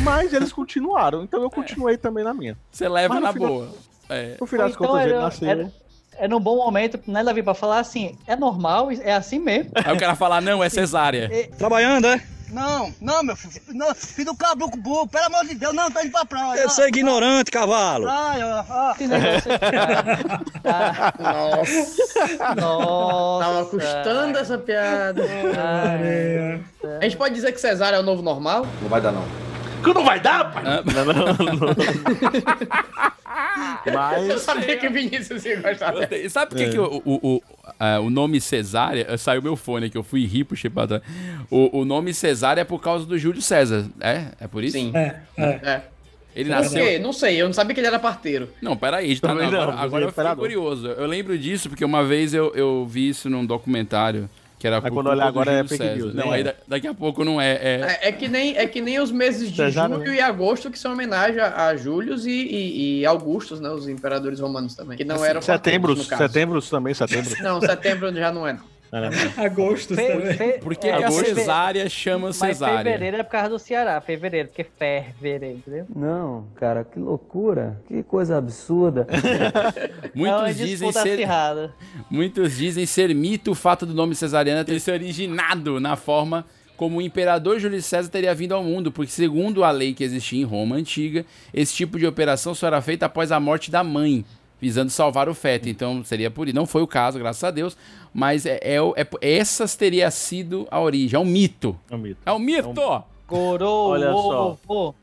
[SPEAKER 4] Mas eles continuaram, então eu continuei também na minha.
[SPEAKER 1] Você leva
[SPEAKER 4] Mas no
[SPEAKER 1] na
[SPEAKER 4] final-
[SPEAKER 1] boa. É.
[SPEAKER 4] No final das
[SPEAKER 8] Então
[SPEAKER 4] contas, ele
[SPEAKER 8] era-
[SPEAKER 4] nasceu.
[SPEAKER 1] né?
[SPEAKER 8] era- Era um bom momento, né, Davi, pra falar assim, é normal, é assim mesmo.
[SPEAKER 1] Aí o cara fala, não, é cesárea.
[SPEAKER 11] Trabalhando, é?
[SPEAKER 7] Não, não, meu filho. Não, filho do caboclo burro, pelo amor de Deus, não, tá indo pra praia.
[SPEAKER 11] Eu sou ignorante, cavalo.
[SPEAKER 7] Ai, ó, ó.
[SPEAKER 8] Esse negócio- é Ah,
[SPEAKER 2] Nossa,
[SPEAKER 8] ah, nossa.
[SPEAKER 7] Tá
[SPEAKER 2] tava custando essa piada.
[SPEAKER 8] Ah,
[SPEAKER 6] É,
[SPEAKER 2] A gente pode dizer que Cesário é o novo normal?
[SPEAKER 4] Que não vai dar, pai?
[SPEAKER 1] Ah.
[SPEAKER 4] Não, não, não.
[SPEAKER 2] Eu
[SPEAKER 4] Mas.
[SPEAKER 2] sabia que o Vinícius ia gostar dela.
[SPEAKER 1] Gostei. Sabe por
[SPEAKER 4] É.
[SPEAKER 1] que, que o, o, o, ah, o nome cesárea... eh, Saiu meu fone aqui, eu fui rir, puxei pra trás. O, o nome cesárea é por causa do Júlio César, é? É por isso?
[SPEAKER 2] Sim.
[SPEAKER 6] é, é.
[SPEAKER 2] É.
[SPEAKER 1] Ele
[SPEAKER 2] Por
[SPEAKER 1] nasceu...
[SPEAKER 2] quê? Não sei, eu não sabia que ele era parteiro.
[SPEAKER 1] Não, peraí, tá, não,
[SPEAKER 4] Também não,
[SPEAKER 1] agora, agora eu fiquei
[SPEAKER 4] imperador.
[SPEAKER 1] curioso. Eu lembro disso porque uma vez eu, eu vi isso num documentário que era por
[SPEAKER 4] quando
[SPEAKER 1] culpa
[SPEAKER 4] olhar
[SPEAKER 1] do
[SPEAKER 4] agora é
[SPEAKER 1] Júlio
[SPEAKER 4] fake
[SPEAKER 1] César.
[SPEAKER 4] news,
[SPEAKER 1] Não,
[SPEAKER 4] né?
[SPEAKER 1] aí da- daqui a pouco não é. é-
[SPEAKER 2] É, é que nem, é que nem os meses de
[SPEAKER 4] Cesário,
[SPEAKER 2] julho
[SPEAKER 4] né?
[SPEAKER 2] e agosto, que são homenagem a, a Július e, e, e Augustos, né? Os imperadores romanos também. Que não eram
[SPEAKER 4] Setembros,
[SPEAKER 2] parteiros, no caso.
[SPEAKER 4] setembros também, Assim, setembro.
[SPEAKER 2] Não, setembro já não é, não.
[SPEAKER 6] Agostos
[SPEAKER 8] Fe-
[SPEAKER 6] também.
[SPEAKER 8] fe-
[SPEAKER 1] Por que,
[SPEAKER 8] é,
[SPEAKER 1] que a
[SPEAKER 8] fe-
[SPEAKER 1] cesárea chama
[SPEAKER 8] Mas
[SPEAKER 1] cesárea?
[SPEAKER 8] fevereiro é por causa do Ceará, fevereiro, porque fevereiro, entendeu?
[SPEAKER 11] Não, cara, que loucura. Que coisa absurda.
[SPEAKER 8] é uma
[SPEAKER 1] Muitos dizem,
[SPEAKER 8] disputa
[SPEAKER 1] ser,
[SPEAKER 8] acirrada.
[SPEAKER 1] muitos dizem ser mito o fato do nome cesariana ter se originado na forma como o imperador Júlio César teria vindo ao mundo, porque segundo a lei que existia em Roma antiga, esse tipo de operação só era feita após a morte da mãe, visando salvar o feto. Então seria por isso. Não foi o caso, graças a Deus, mas é, é o- é- essas teria sido a origem. É um mito.
[SPEAKER 4] É um mito.
[SPEAKER 1] É um mito!
[SPEAKER 8] Gorou,
[SPEAKER 4] Olha
[SPEAKER 8] ovo,
[SPEAKER 4] só.
[SPEAKER 8] ovo,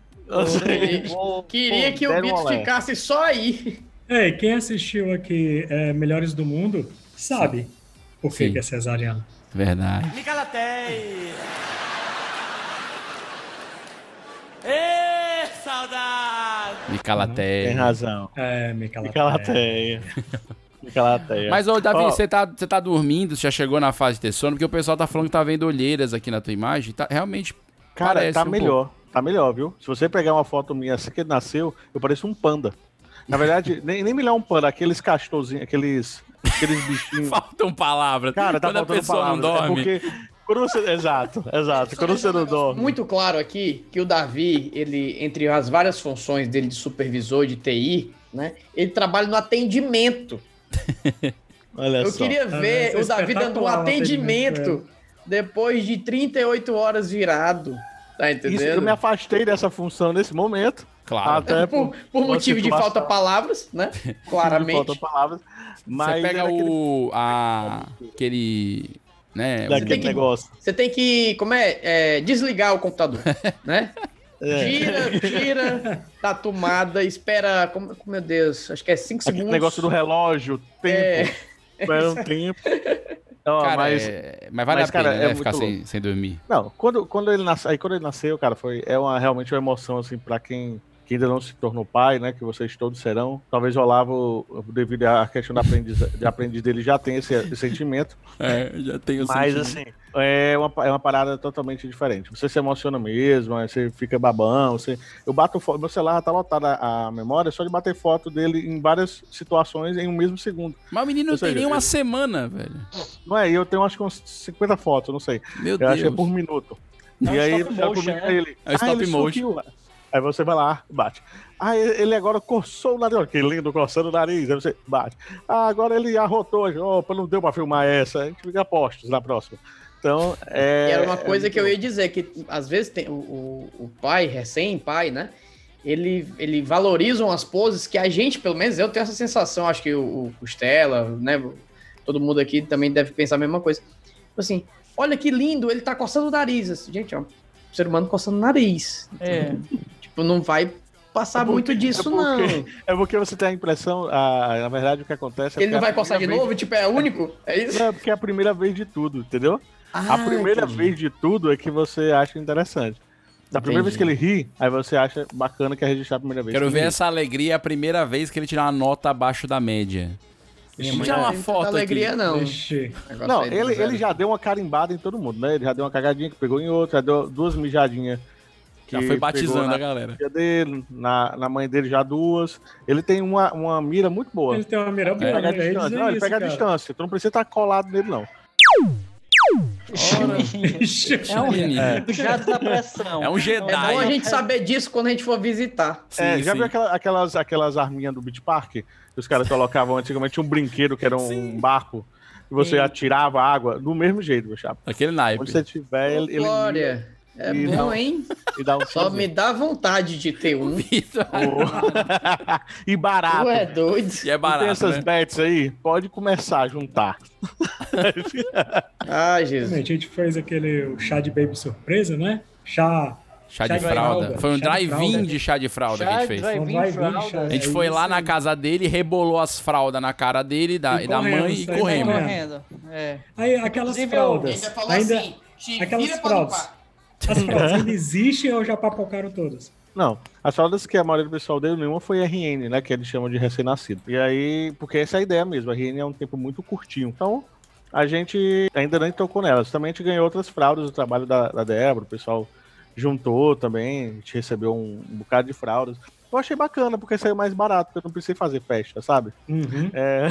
[SPEAKER 2] Ele
[SPEAKER 8] ovo,
[SPEAKER 2] queria que o
[SPEAKER 4] deram um
[SPEAKER 2] Bito
[SPEAKER 4] olé.
[SPEAKER 2] ficasse só aí.
[SPEAKER 6] É, e quem assistiu aqui é, Melhores do Mundo sabe por que,
[SPEAKER 1] Sim.
[SPEAKER 6] que é cesariano.
[SPEAKER 1] Verdade. Micalatei! Ê,
[SPEAKER 4] Tem
[SPEAKER 1] saudade!
[SPEAKER 4] razão.
[SPEAKER 6] É, Micaela.
[SPEAKER 4] Fica lateia. Fica lateia.
[SPEAKER 1] Mas, ô, Davi,
[SPEAKER 4] Ó.
[SPEAKER 1] você tá, você tá dormindo, você já chegou na fase de ter sono, porque o pessoal tá falando que tá vendo olheiras aqui na tua imagem. Tá, realmente,
[SPEAKER 4] Cara,
[SPEAKER 1] parece
[SPEAKER 4] tá
[SPEAKER 1] um
[SPEAKER 4] melhor. Tá melhor, viu? Se você pegar uma foto minha assim que ele nasceu, eu pareço um panda. Na verdade, nem, nem melhor um panda, aqueles castorzinhos, aqueles, aqueles bichinhos.
[SPEAKER 1] faltam palavras.
[SPEAKER 4] Cara, tá
[SPEAKER 1] Quando a
[SPEAKER 4] faltando
[SPEAKER 1] pessoa
[SPEAKER 4] palavras.
[SPEAKER 1] não dorme.
[SPEAKER 4] É porque quando você... Exato, exato. Quando você não dorme...
[SPEAKER 2] Muito claro aqui que o Davi, ele, entre as várias funções dele de supervisor de TI, né? Ele trabalha no atendimento.
[SPEAKER 4] Olha
[SPEAKER 2] Eu
[SPEAKER 4] só.
[SPEAKER 2] queria
[SPEAKER 6] Ah,
[SPEAKER 2] ver
[SPEAKER 6] isso é
[SPEAKER 2] o Davi dando um
[SPEAKER 6] espetacular, o atendimento, é.
[SPEAKER 2] atendimento depois de 38 horas virado. Tá
[SPEAKER 4] Isso, eu
[SPEAKER 2] entendendo?
[SPEAKER 4] me afastei dessa função nesse momento.
[SPEAKER 1] Claro.
[SPEAKER 4] Até
[SPEAKER 2] por,
[SPEAKER 4] por,
[SPEAKER 2] por
[SPEAKER 4] uma
[SPEAKER 2] motivo de
[SPEAKER 4] situação-
[SPEAKER 2] falta de palavras, né?
[SPEAKER 4] de
[SPEAKER 2] Claramente.
[SPEAKER 4] falta de palavras. Mas é
[SPEAKER 1] você pega
[SPEAKER 4] era aquele,
[SPEAKER 1] o... a- aquele... Né,
[SPEAKER 4] daquele
[SPEAKER 2] tem que-
[SPEAKER 4] negócio.
[SPEAKER 2] Você tem que, como é, é, desligar o computador, né?
[SPEAKER 4] É.
[SPEAKER 2] Tira, tira da tomada, espera, como, como, meu Deus, acho que é 5
[SPEAKER 4] Aquele
[SPEAKER 2] segundos.
[SPEAKER 4] negócio do relógio,
[SPEAKER 2] É.
[SPEAKER 4] tempo. Era um tempo. Ó,
[SPEAKER 1] Cara,
[SPEAKER 4] mas,
[SPEAKER 1] é- mas vale
[SPEAKER 4] mas,
[SPEAKER 1] a pena,
[SPEAKER 4] cara, é
[SPEAKER 1] né,
[SPEAKER 4] muito
[SPEAKER 1] ficar sem, sem dormir.
[SPEAKER 4] não, quando, quando ele nasceu, aí quando ele nasceu, cara, foi é uma realmente uma emoção assim para quem que ainda não se tornou pai, né, que vocês todos serão. Talvez o Olavo, devido à questão da aprendiz, de aprendiz dele, já tenha esse- esse sentimento.
[SPEAKER 1] É, já tenho
[SPEAKER 4] Mas assim, é uma, é uma parada totalmente diferente. Você se emociona mesmo, aí você fica babão. Você... Eu bato foto, meu celular tá lotado a, a memória só de bater foto dele em várias situações em um mesmo segundo.
[SPEAKER 1] Mas o menino não
[SPEAKER 4] Ou
[SPEAKER 1] tem
[SPEAKER 4] seja,
[SPEAKER 1] nem uma
[SPEAKER 4] eu-
[SPEAKER 1] semana, velho.
[SPEAKER 4] Não é? E eu tenho acho que uns 50 fotos, não sei.
[SPEAKER 1] Meu
[SPEAKER 4] Eu
[SPEAKER 1] Deus.
[SPEAKER 4] acho que é por minuto.
[SPEAKER 8] É um
[SPEAKER 4] e aí
[SPEAKER 8] stop
[SPEAKER 4] você
[SPEAKER 8] motion,
[SPEAKER 4] publica
[SPEAKER 8] né?
[SPEAKER 4] ele. "Ah,
[SPEAKER 1] É um stop
[SPEAKER 4] ele
[SPEAKER 1] motion."
[SPEAKER 4] sorriu. Aí você vai lá, bate. Ah, ele ele agora coçou o nariz. Olha que lindo, coçando o nariz. Aí você bate. Ah, agora ele arrotou. Opa, não deu pra filmar essa. A gente fica postos na próxima. Então, é.
[SPEAKER 2] E era uma
[SPEAKER 4] é
[SPEAKER 2] coisa que eu
[SPEAKER 4] muito-
[SPEAKER 2] ia dizer, que às vezes tem o, o, o pai, recém-pai, né? Ele, ele valorizam as poses que a gente, pelo menos eu tenho essa sensação, acho que o, o Costela, né? Todo mundo aqui também deve pensar a mesma coisa. Tipo Assim, olha que lindo, ele tá é um coçando o nariz. Assim, Gente, ó, o ser humano coçando o nariz.
[SPEAKER 8] É.
[SPEAKER 2] Tipo, não vai passar muito disso, não.
[SPEAKER 4] porque- É porque você tem a impressão, a- na verdade, o que acontece é
[SPEAKER 2] Ele não
[SPEAKER 4] porque a
[SPEAKER 2] vai passar de
[SPEAKER 4] primeira
[SPEAKER 2] novo? Tipo, é único? É
[SPEAKER 4] vez-
[SPEAKER 2] isso?
[SPEAKER 4] Não, é porque é a primeira vez de tudo, entendeu?
[SPEAKER 2] Ah,
[SPEAKER 4] a primeira
[SPEAKER 2] entendi.
[SPEAKER 4] vez de tudo é que você acha interessante. Da primeira vez que ele ri, aí você acha bacana que é registrar a primeira vez.
[SPEAKER 1] Quero
[SPEAKER 4] que
[SPEAKER 1] ver
[SPEAKER 4] ele
[SPEAKER 1] essa alegria é a primeira vez que ele tirar uma nota abaixo da média. Deixa
[SPEAKER 4] Minha
[SPEAKER 1] eu
[SPEAKER 4] mãe
[SPEAKER 1] tirar
[SPEAKER 4] não
[SPEAKER 1] uma
[SPEAKER 4] tem
[SPEAKER 1] foto
[SPEAKER 4] tanta alegria,
[SPEAKER 1] aqui.
[SPEAKER 4] não.
[SPEAKER 6] Vixe.
[SPEAKER 4] ri. Não, ele,
[SPEAKER 2] é.
[SPEAKER 4] ele já deu uma carimbada em todo mundo, né? Ele já deu uma cagadinha que pegou em outro, já deu duas mijadinhas.
[SPEAKER 1] Já
[SPEAKER 4] que
[SPEAKER 1] foi batizando né?
[SPEAKER 4] pegou na
[SPEAKER 1] a galera.
[SPEAKER 4] filha Dele, na, na mãe dele já duas. Ele tem uma, uma mira muito boa.
[SPEAKER 1] É.
[SPEAKER 6] Ele tem uma mira boa,
[SPEAKER 2] É,
[SPEAKER 4] Ele pega a
[SPEAKER 6] né? Eles
[SPEAKER 4] distância.
[SPEAKER 6] dizem
[SPEAKER 4] Não, ele
[SPEAKER 6] isso,
[SPEAKER 4] pega a
[SPEAKER 6] cara.
[SPEAKER 4] distância. Tu não precisa estar colado nele, não.
[SPEAKER 8] É um
[SPEAKER 4] É.
[SPEAKER 8] jato da pressão.
[SPEAKER 1] É um
[SPEAKER 2] É bom a gente saber disso quando a gente for visitar.
[SPEAKER 4] é, já viu aquela- aquelas, aquelas arminhas do Beach Park? Que os caras colocavam antigamente um brinquedo que era um barco e você
[SPEAKER 2] Sim.
[SPEAKER 4] atirava água do mesmo jeito, meu chapa.
[SPEAKER 1] Aquele naipe.
[SPEAKER 4] Onde você tiver, ele. ele
[SPEAKER 2] Glória. É
[SPEAKER 4] e
[SPEAKER 2] bom,
[SPEAKER 4] dá um-
[SPEAKER 2] hein?
[SPEAKER 4] E dá um
[SPEAKER 2] Só me dá vontade de ter um.
[SPEAKER 1] é
[SPEAKER 4] e barato.
[SPEAKER 2] Tu é doido.
[SPEAKER 1] E é
[SPEAKER 4] Tem essas bets aí? Pode começar a juntar.
[SPEAKER 2] Ai, Ah, Jesus.
[SPEAKER 6] A gente fez aquele o chá de baby surpresa, né? Chá.
[SPEAKER 1] Chá de fralda. Foi um
[SPEAKER 6] Chá de
[SPEAKER 1] drive-in
[SPEAKER 6] fralda.
[SPEAKER 1] de chá de fralda que a gente fez.
[SPEAKER 6] Chá de drive-in, fralda.
[SPEAKER 1] A gente
[SPEAKER 6] É
[SPEAKER 1] foi
[SPEAKER 6] isso
[SPEAKER 1] lá
[SPEAKER 6] aí.
[SPEAKER 1] na casa dele, rebolou as fraldas na cara dele e da,
[SPEAKER 6] E
[SPEAKER 1] e da
[SPEAKER 6] correndo,
[SPEAKER 1] mãe e
[SPEAKER 6] saiu
[SPEAKER 1] corremos.
[SPEAKER 6] correndo.
[SPEAKER 8] É.
[SPEAKER 6] Aí, aquelas
[SPEAKER 8] Inclusive, eu-
[SPEAKER 6] fraldas.
[SPEAKER 8] Ainda falou
[SPEAKER 6] Ainda,
[SPEAKER 8] assim, "Te
[SPEAKER 6] aquelas
[SPEAKER 8] vira pra
[SPEAKER 6] fraldas. As fraldas ainda existem ou já papocaram todas?
[SPEAKER 4] Não, as fraldas que a maioria do pessoal deu, nenhuma foi RN, né? Que eles chamam de recém-nascido. E aí, porque essa é a ideia mesmo, a RN é um tempo muito curtinho. Então, a gente ainda nem tocou nelas. Também a gente ganhou outras fraldas do trabalho da, da Débora, o pessoal juntou também, a gente recebeu um, um bocado de fraldas. Eu achei bacana, porque saiu mais barato, porque eu não precisei fazer festa, sabe? É,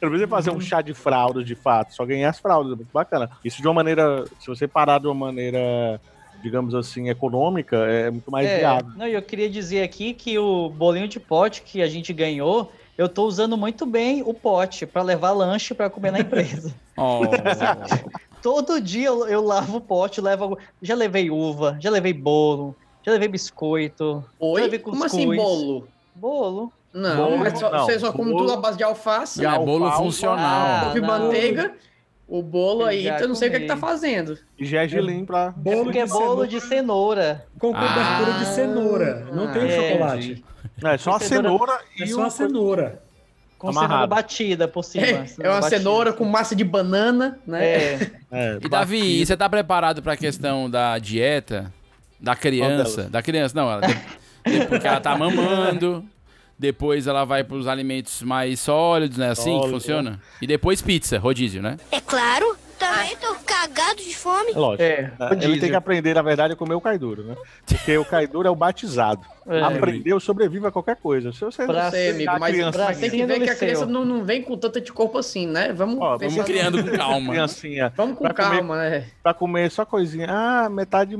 [SPEAKER 4] eu não precisei fazer
[SPEAKER 8] Uhum.
[SPEAKER 4] um chá de fraldas de fato, só ganhei as fraldas, é muito bacana. Isso de uma maneira, se você parar de uma maneira, digamos assim, econômica, é muito mais
[SPEAKER 8] É,
[SPEAKER 4] viável.
[SPEAKER 8] Não, e eu queria dizer aqui que o bolinho de pote que a gente ganhou, eu tô usando muito bem o pote pra levar lanche pra comer na empresa. Todo dia eu, eu lavo o pote, levo, algu- já levei uva, já levei bolo, já levei biscoito, já
[SPEAKER 2] Oi?
[SPEAKER 8] levei cuscuz.
[SPEAKER 2] Como assim bolo?
[SPEAKER 8] Bolo.
[SPEAKER 2] Não,
[SPEAKER 8] Bolo,
[SPEAKER 2] mas só,
[SPEAKER 8] não.
[SPEAKER 2] você só come
[SPEAKER 8] Bolo-
[SPEAKER 2] tudo à base de alface.
[SPEAKER 1] Não, é bolo
[SPEAKER 2] alface,
[SPEAKER 1] funcional.
[SPEAKER 2] Couve
[SPEAKER 8] Ah, não.
[SPEAKER 2] manteiga. O bolo
[SPEAKER 8] Eu
[SPEAKER 2] aí,
[SPEAKER 8] já
[SPEAKER 2] eu não sei o que, é que tá
[SPEAKER 8] comi.
[SPEAKER 2] fazendo.
[SPEAKER 4] E gergelim pra.
[SPEAKER 8] É
[SPEAKER 6] Bolo
[SPEAKER 8] porque é
[SPEAKER 6] de
[SPEAKER 8] bolo de Ah, cenoura.
[SPEAKER 6] Com cobertura de cenoura. Não tem o
[SPEAKER 8] é,
[SPEAKER 6] chocolate.
[SPEAKER 4] É só a
[SPEAKER 2] né?
[SPEAKER 4] cenoura
[SPEAKER 6] É
[SPEAKER 4] e um
[SPEAKER 6] só a cenoura.
[SPEAKER 8] Com cenoura
[SPEAKER 4] Amarrado.
[SPEAKER 8] batida por cima.
[SPEAKER 2] É uma cenoura com massa de banana, né?
[SPEAKER 8] É.
[SPEAKER 1] E Davi, você tá preparado pra questão da dieta da criança? Da criança, não, ela, de- de- porque ela tá mamando. Depois ela vai pros alimentos mais sólidos, né? Assim que
[SPEAKER 4] Sólido,
[SPEAKER 1] funciona. E depois pizza, rodízio, né?
[SPEAKER 5] É claro,
[SPEAKER 12] Tá
[SPEAKER 5] também tô cagado de fome.
[SPEAKER 4] É Lógico. Ele
[SPEAKER 1] rodízio.
[SPEAKER 4] tem que aprender, na verdade, a comer o caiduro, né? Porque o caiduro é o batizado.
[SPEAKER 2] É.
[SPEAKER 4] Aprendeu, sobrevive a qualquer coisa. Se você
[SPEAKER 2] Não sei,
[SPEAKER 4] se
[SPEAKER 2] amigo,
[SPEAKER 4] a
[SPEAKER 2] mas,
[SPEAKER 4] criança-
[SPEAKER 2] mas tem que ver que a criança não, não vem com tanto de corpo assim, né? Vamos, pensar-
[SPEAKER 4] Criancinha.
[SPEAKER 2] Vamos com
[SPEAKER 4] Pra comer-
[SPEAKER 2] calma, né?
[SPEAKER 4] Pra comer só coisinha. Ah, metade de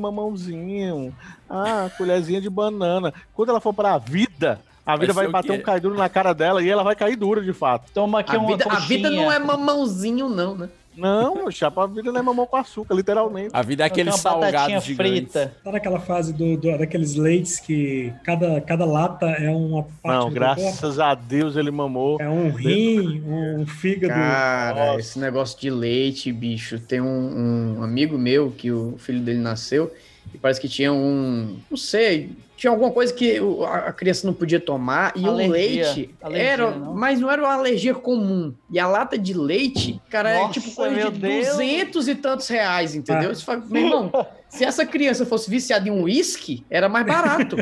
[SPEAKER 4] mamãozinho. Ah, colherzinha de banana. Quando ela for pra vida, a vida
[SPEAKER 2] Vai
[SPEAKER 4] vai,
[SPEAKER 2] ser o
[SPEAKER 4] bater
[SPEAKER 2] quê?
[SPEAKER 4] um caiduro na cara dela e ela vai cair dura, de fato.
[SPEAKER 8] Toma
[SPEAKER 2] A vida, a vida não é mamãozinho, não, né?
[SPEAKER 4] Não, meu chapa, a vida não é mamão com açúcar, literalmente.
[SPEAKER 1] A vida é
[SPEAKER 6] aquele
[SPEAKER 4] aqueles
[SPEAKER 6] salgado
[SPEAKER 4] salgados
[SPEAKER 6] gigante. Tá naquela fase do, do- daqueles leites que cada, cada lata é uma parte
[SPEAKER 4] Não,
[SPEAKER 6] do corpo?
[SPEAKER 4] graças a Deus ele mamou.
[SPEAKER 6] É um rim, um fígado.
[SPEAKER 2] Cara, esse negócio de leite, bicho. Tem um, um amigo meu que o filho dele nasceu e parece que tinha um. Não sei. Tinha alguma coisa que o- a a criança não podia tomar e
[SPEAKER 8] Alergia.
[SPEAKER 2] o leite
[SPEAKER 8] Alergia, né?
[SPEAKER 2] era,
[SPEAKER 8] não?
[SPEAKER 2] mas não era uma alergia comum. E a lata de leite, cara,
[SPEAKER 8] Nossa,
[SPEAKER 2] é tipo coisa
[SPEAKER 8] meu
[SPEAKER 2] de
[SPEAKER 8] Deus.
[SPEAKER 2] 200 e tantos reais, entendeu? Você fala, meu irmão, se essa criança fosse viciada em um uísque, era mais barato.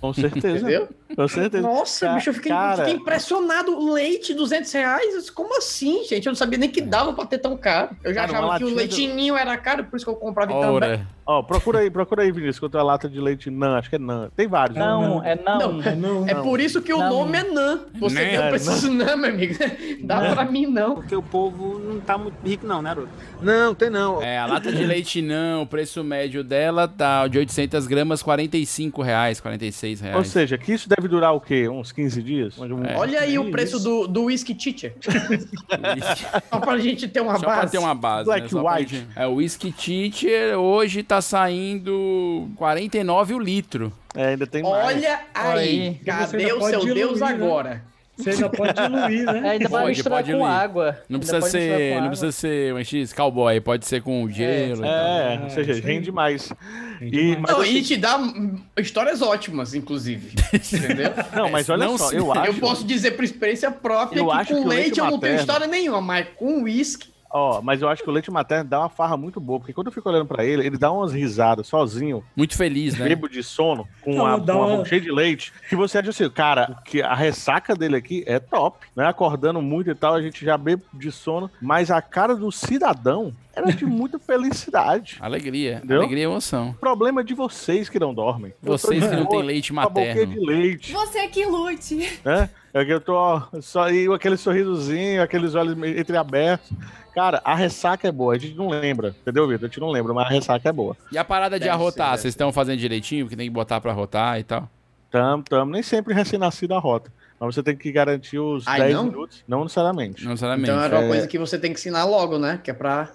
[SPEAKER 4] Com certeza.
[SPEAKER 2] Entendeu?
[SPEAKER 4] Com certeza.
[SPEAKER 2] Nossa,
[SPEAKER 4] Ca-
[SPEAKER 2] bicho, eu fiquei,
[SPEAKER 4] cara,
[SPEAKER 2] fiquei impressionado. O Leite, 200 reais? Eu disse, Como assim, gente? Eu não sabia nem que dava pra ter tão caro. Eu já
[SPEAKER 4] É. Cara, uma
[SPEAKER 2] achava que o
[SPEAKER 4] latinha do-
[SPEAKER 2] leitinho era caro, por isso que eu comprava também.
[SPEAKER 4] Ó, procura aí, procura aí, Vinícius, quanto é a lata de leite Nan, acho que é Nan. Tem vários. né?
[SPEAKER 8] Não, é não.
[SPEAKER 2] Não, É por isso que o nome é Nan.
[SPEAKER 1] Né,
[SPEAKER 2] Você
[SPEAKER 4] Nan.
[SPEAKER 2] não precisa Nan, meu amigo. Dá
[SPEAKER 4] Nan.
[SPEAKER 2] pra mim, não.
[SPEAKER 13] Porque o povo não tá muito rico, não, né, Ruto?
[SPEAKER 1] Não, tem não. É, a lata de leite não, o preço médio dela tá de 800 gramas, R$ 45 reais, R$ 46 reais.
[SPEAKER 4] Ou seja, que isso deve durar o quê? Uns 15 dias?
[SPEAKER 1] É.
[SPEAKER 2] Olha aí o preço do, do whisky teacher. Só pra gente ter uma
[SPEAKER 1] Só
[SPEAKER 2] base.
[SPEAKER 1] pra ter uma base. né? Só pra gente- É, o Whisky Teacher hoje tá saindo 49 o litro.
[SPEAKER 4] É, ainda tem
[SPEAKER 2] Olha aí,
[SPEAKER 1] Olha aí.
[SPEAKER 4] né?
[SPEAKER 2] cadê o seu Deus agora?
[SPEAKER 6] Você ainda pode diluir, né?
[SPEAKER 8] É, ainda pode misturar com
[SPEAKER 1] diluir.
[SPEAKER 8] água.
[SPEAKER 1] Não
[SPEAKER 8] Ainda
[SPEAKER 1] precisa
[SPEAKER 8] pode misturar com
[SPEAKER 1] ser, não
[SPEAKER 8] água.
[SPEAKER 1] precisa ser um X cowboy, pode ser com gelo. e
[SPEAKER 4] É,
[SPEAKER 1] tal.
[SPEAKER 4] ou seja, rende mais. E,
[SPEAKER 1] demais.
[SPEAKER 4] mas,
[SPEAKER 2] Não,
[SPEAKER 4] assim,
[SPEAKER 2] e te dá hum, histórias ótimas, inclusive. Entendeu?
[SPEAKER 4] Não, mas olha
[SPEAKER 2] Não
[SPEAKER 4] só,
[SPEAKER 2] se-
[SPEAKER 4] eu acho-
[SPEAKER 2] posso dizer por experiência própria
[SPEAKER 4] Eu
[SPEAKER 2] que
[SPEAKER 4] acho
[SPEAKER 2] com
[SPEAKER 4] que o
[SPEAKER 2] leite,
[SPEAKER 4] leite é
[SPEAKER 2] eu não tenho
[SPEAKER 4] materno-
[SPEAKER 2] história nenhuma, mas com uísque.
[SPEAKER 4] Ó, mas eu acho que o leite materno dá uma farra muito boa, porque quando eu fico olhando pra ele, ele dá umas risadas sozinho.
[SPEAKER 1] Muito feliz, né?
[SPEAKER 4] Bebo de sono, com
[SPEAKER 6] Não,
[SPEAKER 4] uma,
[SPEAKER 6] dá
[SPEAKER 4] com uma
[SPEAKER 6] uma-
[SPEAKER 4] mão cheia de leite, que você acha assim, cara, que a ressaca dele aqui é top, né? Acordando muito e tal, a gente já bebe de sono, mas a cara do cidadão era de muita felicidade.
[SPEAKER 1] Alegria,
[SPEAKER 4] Entendeu?
[SPEAKER 1] alegria e emoção.
[SPEAKER 4] O problema é de vocês que não dormem. Eu tô
[SPEAKER 1] Vocês
[SPEAKER 4] de
[SPEAKER 1] que não
[SPEAKER 4] boa,
[SPEAKER 1] têm leite
[SPEAKER 4] com a boquinha
[SPEAKER 1] materno.
[SPEAKER 4] de leite.
[SPEAKER 12] Você que lute.
[SPEAKER 4] né? É que eu tô ó, só aí aquele sorrisozinho, aqueles olhos meio entreabertos. Cara, a ressaca é boa, a gente não lembra, entendeu, Vitor? A gente não lembra, mas a ressaca é boa.
[SPEAKER 1] E a parada de
[SPEAKER 4] Deve
[SPEAKER 1] arrotar,
[SPEAKER 4] ser,
[SPEAKER 1] vocês estão fazendo direitinho, porque tem que botar pra arrotar e tal.
[SPEAKER 4] Tamo, tamo, nem sempre recém-nascido a rota. Mas você tem que garantir os
[SPEAKER 2] Ai,
[SPEAKER 4] 10
[SPEAKER 2] não?
[SPEAKER 4] minutos. Não necessariamente.
[SPEAKER 1] Não necessariamente.
[SPEAKER 2] Então era uma coisa que você tem que ensinar logo, né? Que é pra.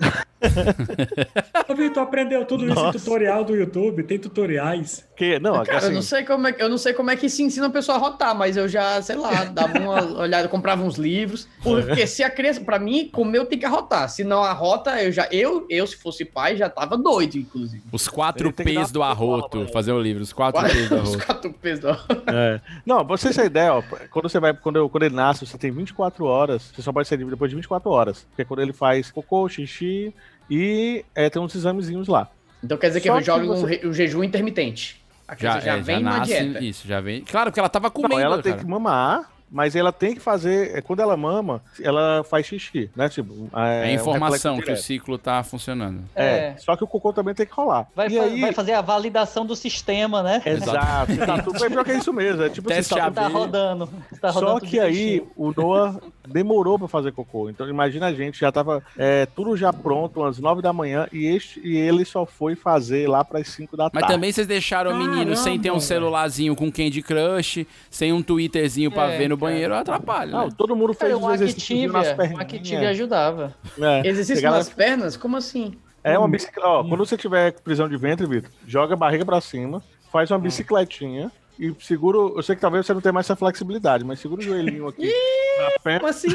[SPEAKER 6] Ô, Vitor, aprendeu tudo isso em tutorial do YouTube? Tem tutoriais?
[SPEAKER 4] Que? Não, assim,
[SPEAKER 2] Cara, eu não sei como é que eu não sei como é que se ensina a pessoa a rotar, mas eu já, sei lá, dava uma olhada, comprava uns livros, porque se a criança, pra mim, comer eu tenho que arrotar, se não arrota, eu já eu, eu se fosse pai já tava doido, inclusive.
[SPEAKER 1] Os quatro
[SPEAKER 2] Ele tem que dar
[SPEAKER 1] P's do arroto, fazer o livro, os quatro
[SPEAKER 2] Quatro-
[SPEAKER 1] P's do
[SPEAKER 2] Os
[SPEAKER 1] arroto.
[SPEAKER 2] quatro P's do arroto.
[SPEAKER 4] É. Não, pra vocês terem ideia, ó, quando você vai, quando, eu- quando ele nasce, você tem 24 horas, você só pode ser livre depois de 24 horas. Porque é quando ele faz cocô, xixi e é, tem uns examezinhos lá.
[SPEAKER 2] Então quer dizer que
[SPEAKER 4] Só
[SPEAKER 2] eu jogo
[SPEAKER 4] que você-
[SPEAKER 2] um, re- um jejum intermitente. A
[SPEAKER 1] Já,
[SPEAKER 2] criança já,
[SPEAKER 1] é, já
[SPEAKER 2] vem numa
[SPEAKER 1] nasce,
[SPEAKER 2] dieta.
[SPEAKER 1] isso, já vem. Claro, porque ela tava comendo,
[SPEAKER 4] Não, ela
[SPEAKER 1] cara.
[SPEAKER 4] tem que mamar, mas ela tem que fazer. é, Quando ela mama, ela faz xixi, né? Tipo,
[SPEAKER 1] É,
[SPEAKER 4] é,
[SPEAKER 1] a informação
[SPEAKER 4] um reflexo
[SPEAKER 1] que o
[SPEAKER 4] direto.
[SPEAKER 1] ciclo tá funcionando.
[SPEAKER 4] É,
[SPEAKER 8] É.
[SPEAKER 4] só que o cocô também tem que rolar.
[SPEAKER 8] Vai,
[SPEAKER 4] e
[SPEAKER 8] fa-
[SPEAKER 4] aí,
[SPEAKER 8] vai fazer a validação do sistema, né?
[SPEAKER 4] Exato. tá tudo é pior que é isso mesmo. É tipo
[SPEAKER 8] Teste
[SPEAKER 4] assim, tá
[SPEAKER 8] AB.
[SPEAKER 4] tudo-
[SPEAKER 8] Tá rodando. Tá rodando
[SPEAKER 4] Só
[SPEAKER 8] tudo
[SPEAKER 4] que aí
[SPEAKER 8] direitinho.
[SPEAKER 4] o Noah demorou pra fazer cocô. Então imagina a gente, já tava é, tudo já pronto, às 9 da manhã, e, este, e ele só foi fazer lá pras 5 da
[SPEAKER 1] Mas
[SPEAKER 4] tarde.
[SPEAKER 1] também vocês deixaram o menino sem ter um celularzinho com Candy Crush, sem um Twitterzinho pra
[SPEAKER 8] É,
[SPEAKER 1] ver no
[SPEAKER 8] cara.
[SPEAKER 1] banheiro, atrapalha.
[SPEAKER 4] Não,
[SPEAKER 1] né?
[SPEAKER 4] todo mundo fez
[SPEAKER 8] Cara,
[SPEAKER 4] os
[SPEAKER 8] um
[SPEAKER 4] exercícios
[SPEAKER 8] Activia,
[SPEAKER 4] nas
[SPEAKER 8] um Activia
[SPEAKER 4] perninhas.
[SPEAKER 8] ajudava.
[SPEAKER 4] É,
[SPEAKER 2] Exercício
[SPEAKER 4] pegar-
[SPEAKER 2] nas pernas? Como assim?
[SPEAKER 4] É
[SPEAKER 1] Hum.
[SPEAKER 4] uma bicicleta. Ó, quando você tiver prisão de ventre, Vitor, joga a barriga pra cima, faz
[SPEAKER 1] Hum.
[SPEAKER 4] uma bicicletinha e segura. o- Eu sei que talvez você não tenha mais essa flexibilidade, mas segura o joelhinho aqui. na perna.
[SPEAKER 2] Como assim?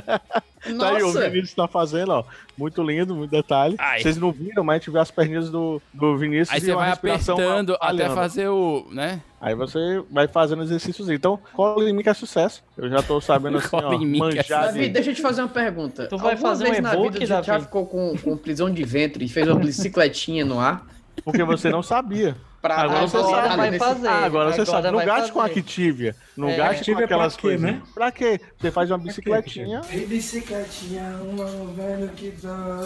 [SPEAKER 4] Tá aí, o
[SPEAKER 2] Nossa.
[SPEAKER 4] Vinícius tá fazendo, ó. Muito lindo, muito detalhe.
[SPEAKER 1] Ai.
[SPEAKER 4] Vocês não viram, mas tiver as perninhas do, do Vinícius.
[SPEAKER 1] Aí
[SPEAKER 4] e
[SPEAKER 1] você
[SPEAKER 4] uma
[SPEAKER 1] vai
[SPEAKER 4] respiração
[SPEAKER 1] apertando até
[SPEAKER 4] falhando.
[SPEAKER 1] fazer o, né?
[SPEAKER 4] Aí você vai fazendo exercícios. Então, cola em mim que é sucesso. Eu já tô sabendo assim, ó,
[SPEAKER 1] Cola em mim que é
[SPEAKER 4] manjar
[SPEAKER 2] Davi,
[SPEAKER 4] de...
[SPEAKER 2] deixa eu te fazer uma pergunta.
[SPEAKER 8] Tu vai
[SPEAKER 2] Alguma
[SPEAKER 8] fazer
[SPEAKER 2] vez
[SPEAKER 8] um
[SPEAKER 2] na
[SPEAKER 8] e-book,
[SPEAKER 2] vida tu já
[SPEAKER 8] Davi?
[SPEAKER 2] ficou com, com um prisão de ventre e fez uma bicicletinha no ar?
[SPEAKER 4] Porque você não sabia.
[SPEAKER 2] Pra
[SPEAKER 4] Agora você
[SPEAKER 2] agora
[SPEAKER 4] sabe.
[SPEAKER 8] é
[SPEAKER 2] vai fazer.
[SPEAKER 4] Ah, agora você
[SPEAKER 8] Agora
[SPEAKER 4] sabe. Não
[SPEAKER 8] vai
[SPEAKER 4] gaste
[SPEAKER 8] fazer.
[SPEAKER 4] com a Activia. Não
[SPEAKER 8] É,
[SPEAKER 4] gaste
[SPEAKER 8] Activia
[SPEAKER 4] com
[SPEAKER 8] é pra
[SPEAKER 4] aquelas
[SPEAKER 8] quê,
[SPEAKER 4] coisas.
[SPEAKER 8] né?
[SPEAKER 4] Pra quê? Você faz uma bicicletinha.
[SPEAKER 10] Bicicletinha, um velho que dá.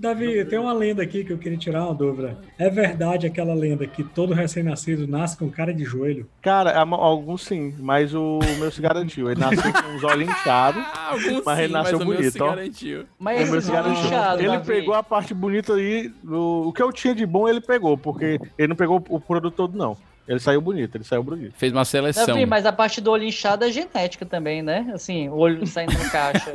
[SPEAKER 6] Davi, tem uma lenda aqui que eu queria tirar uma dúvida. É verdade aquela lenda que todo recém-nascido nasce com cara de joelho?
[SPEAKER 4] Cara, am- alguns sim, mas o meu se garantiu. Ele nasceu com os olhos inchados,
[SPEAKER 1] alguns
[SPEAKER 4] mas ele
[SPEAKER 1] Ah, sim,
[SPEAKER 4] nasceu
[SPEAKER 1] mas o meu se
[SPEAKER 4] bonito, ó.
[SPEAKER 1] garantiu.
[SPEAKER 4] O
[SPEAKER 8] Mas
[SPEAKER 4] meu
[SPEAKER 8] esse
[SPEAKER 4] se garantiu.
[SPEAKER 8] inchado,
[SPEAKER 4] ele
[SPEAKER 8] Davi.
[SPEAKER 4] pegou a parte bonita aí, o, o que eu tinha de bom ele pegou, porque ele não pegou o produto todo, não. Ele saiu bonito, ele saiu bonito.
[SPEAKER 1] Fez uma seleção.
[SPEAKER 8] Davi, mas a parte do olho inchado é genética também, né? Assim, o olho saindo no caixa.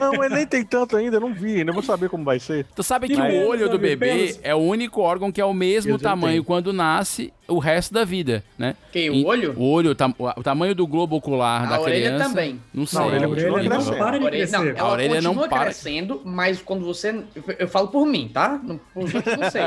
[SPEAKER 4] Não, ele nem tem tanto ainda, eu não vi, ainda eu vou saber como vai ser.
[SPEAKER 1] Tu sabe que
[SPEAKER 4] Que
[SPEAKER 1] o
[SPEAKER 4] menos,
[SPEAKER 1] olho do
[SPEAKER 4] amigo,
[SPEAKER 1] bebê
[SPEAKER 4] menos.
[SPEAKER 1] é o único órgão que é o mesmo
[SPEAKER 4] Eu já
[SPEAKER 1] tamanho
[SPEAKER 4] tenho.
[SPEAKER 1] quando nasce o resto da vida, né?
[SPEAKER 2] Quem, o
[SPEAKER 1] E-
[SPEAKER 2] olho?
[SPEAKER 1] O olho, o, tam- o tamanho do globo ocular
[SPEAKER 2] A
[SPEAKER 1] da
[SPEAKER 2] orelha
[SPEAKER 1] criança.
[SPEAKER 2] também.
[SPEAKER 1] Não é sei.
[SPEAKER 4] a orelha continua
[SPEAKER 1] não
[SPEAKER 4] crescendo.
[SPEAKER 1] para.
[SPEAKER 2] A orelha- Não, é
[SPEAKER 1] A
[SPEAKER 2] ela
[SPEAKER 1] orelha não
[SPEAKER 2] continua
[SPEAKER 1] para.
[SPEAKER 2] crescendo, mas quando você. eu- Eu falo por mim, tá? Não, por os outros não sei.